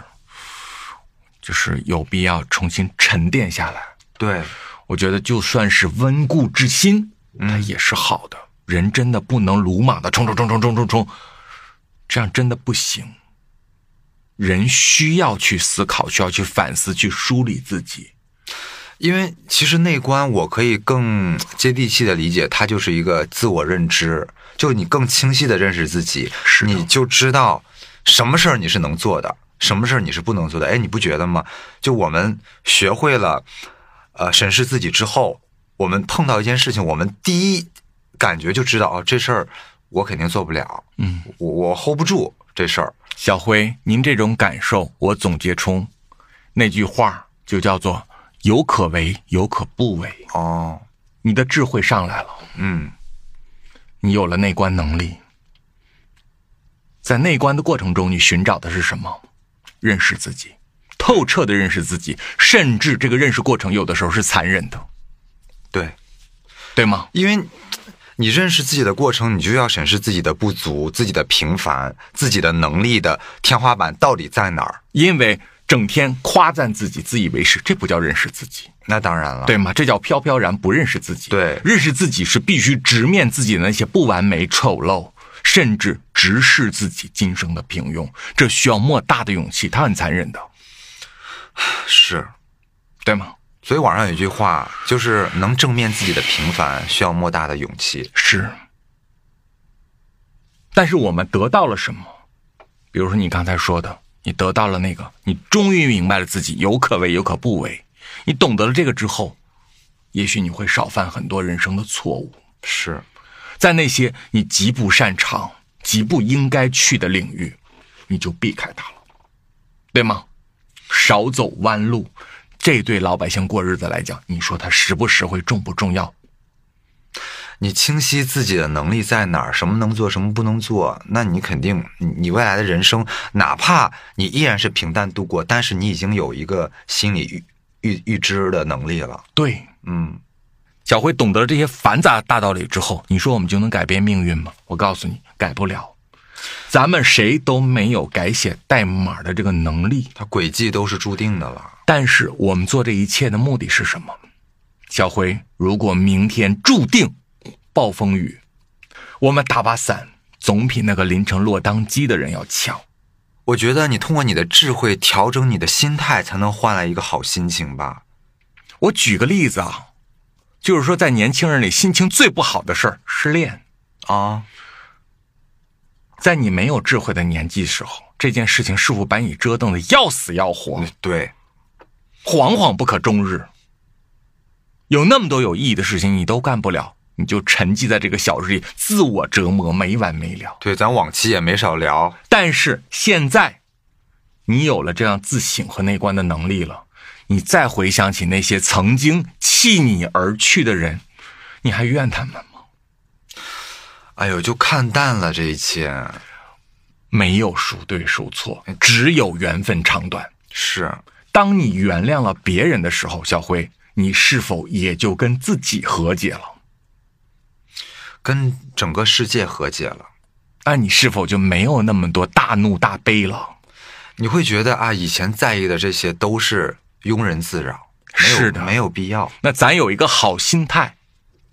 A: 就是有必要重新沉淀下来。
B: 对，
A: 我觉得就算是温故知新，它也是好的。人真的不能鲁莽的冲冲冲冲冲冲冲，这样真的不行。人需要去思考，需要去反思，去梳理自己。
B: 因为其实内观，我可以更接地气的理解，它就是一个自我认知，就你更清晰的认识自己，
A: 是的
B: 你就知道什么事儿你是能做的，什么事儿你是不能做的。哎，你不觉得吗？就我们学会了，呃，审视自己之后，我们碰到一件事情，我们第一感觉就知道，哦，这事儿我肯定做不了，
A: 嗯，
B: 我我 hold 不住这事儿。
A: 小辉，您这种感受，我总结出那句话就叫做“有可为，有可不为
B: 哦，”。
A: 你的智慧上来了，
B: 嗯，
A: 你有了内观能力。在内观的过程中，你寻找的是什么？认识自己，透彻的认识自己，甚至这个认识过程有的时候是残忍的，
B: 对。
A: 对吗？
B: 因为你认识自己的过程，你就要审视自己的不足、自己的平凡、自己的能力的天花板到底在哪儿。
A: 因为整天夸赞自己、自以为是，这不叫认识自己。
B: 那当然了，
A: 对吗？这叫飘飘然不认识自己。
B: 对
A: 认识自己是必须直面自己的那些不完美、丑陋，甚至直视自己今生的平庸，这需要莫大的勇气，它很残忍的，
B: 是。
A: 对吗？
B: 所以网上有一句话，就是能正面自己的平凡，需要莫大的勇气。
A: 是。但是我们得到了什么？比如说你刚才说的，你得到了那个，你终于明白了自己有可为有可不为，你懂得了这个之后，也许你会少犯很多人生的错误。
B: 是，
A: 在那些你极不擅长、极不应该去的领域，你就避开它了，对吗？少走弯路，这对老百姓过日子来讲，你说它实不实惠、重不重要？
B: 你清晰自己的能力在哪儿，什么能做，什么不能做，那你肯定，你你未来的人生，哪怕你依然是平淡度过，但是你已经有一个心理预预预知的能力了。
A: 对，
B: 嗯，
A: 小辉懂得了这些繁杂的大道理之后，你说我们就能改变命运吗？我告诉你，改不了。咱们谁都没有改写代码的这个能力，
B: 它轨迹都是注定的了。
A: 但是我们做这一切的目的是什么？小辉，如果明天注定暴风雨，我们打把伞总比那个淋成落汤鸡的人要强。
B: 我觉得你通过你的智慧调整你的心态，才能换来一个好心情吧。
A: 我举个例子啊，就是说在年轻人里心情最不好的事儿，失恋。
B: 啊，
A: 在你没有智慧的年纪时候，这件事情是否把你折腾的要死要活，
B: 对，
A: 惶惶不可终日？有那么多有意义的事情你都干不了，你就沉寂在这个小日里，自我折磨没完没了。
B: 对，咱往期也没少聊。
A: 但是现在，你有了这样自省和内观的能力了，你再回想起那些曾经弃你而去的人，你还怨他们吗？
B: 哎呦，就看淡了这一切。
A: 没有孰对孰错，只有缘分长短。
B: 是，
A: 当你原谅了别人的时候，小辉，你是否也就跟自己和解了？
B: 跟整个世界和解了。
A: 那哎你是否就没有那么多大怒大悲了？
B: 你会觉得啊，以前在意的这些都是庸人自扰，没有
A: 是的
B: 没有必要。
A: 那咱有一个好心态，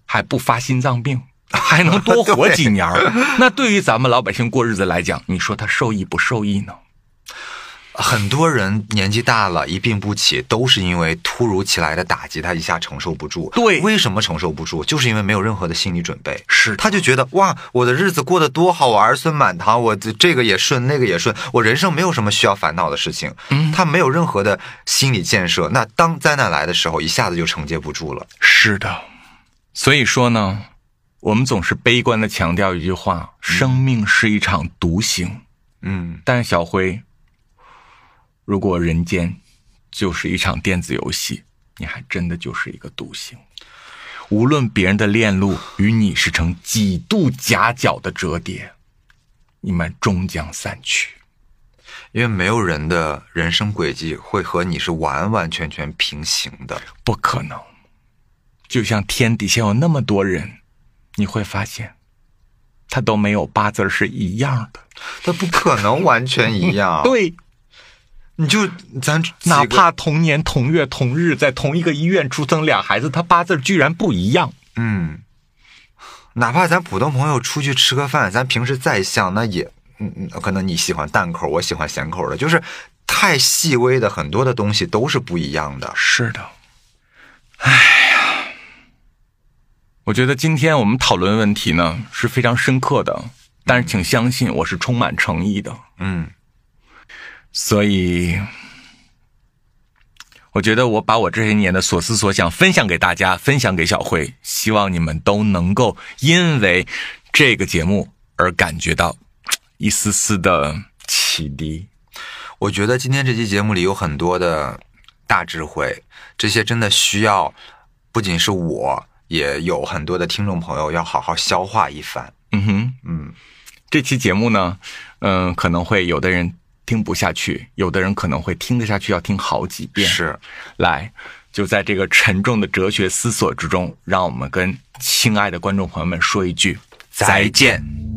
A: 还不发心脏 病，还能多活几年儿。 那对于咱们老百姓过日子来讲，你说他受益不受益呢？
B: 很多人年纪大了一病不起，都是因为突如其来的打击，他一下承受不住。
A: 对
B: 为什么承受不住？就是因为没有任何的心理准备。
A: 是
B: 他就觉得哇，我的日子过得多好，我儿孙满堂，我这这个也顺，那个也顺，我人生没有什么需要烦恼的事情。嗯，他没有任何的心理建设，那当灾难来的时候，一下子就承接不住了。
A: 是的，所以说呢，我们总是悲观的强调一句话：生命是一场独行。
B: 嗯，
A: 但是小辉，如果人间就是一场电子游戏，你还真的就是一个独行。无论别人的链路与你是呈几度夹角的折叠，你们终将散去。
B: 因为没有人的人生轨迹会和你是完完全全平行 的。
A: 不可能。就像天底下有那么多人，你会发现，他都没有八字儿是一样的。
B: 它不可能完全一 样。，
A: 对，
B: 你就咱几啊个
A: 哪怕同年同月同日在同一个医院出生俩孩子，他八字儿居然不一样。
B: 嗯，哪怕咱普通朋友出去吃个饭，咱平时再像，那也嗯嗯，可能你喜欢淡口，我喜欢咸口的，就是太细微的很多的东西都是不一样的。
A: 是的，哎呀，我觉得今天我们讨论问题呢是非常深刻的，但是请相信我是充满诚意的，
B: 嗯，
A: 所以我觉得我把我这些年的所思所想分享给大家，分享给小辉，希望你们都能够因为这个节目而感觉到嘖一丝丝的启迪。
B: 我觉得今天这期节目里有很多的大智慧，这些真的需要不仅是我，也有很多的听众朋友要好好消化一番。
A: 嗯哼。
B: 嗯，
A: 这期节目呢，嗯、可能会有的人听不下去，有的人可能会听得下去，要听好几遍。，
B: 是，
A: 来，就在这个沉重的哲学思索之中，让我们跟亲爱的观众朋友们说一句再见。
B: 再见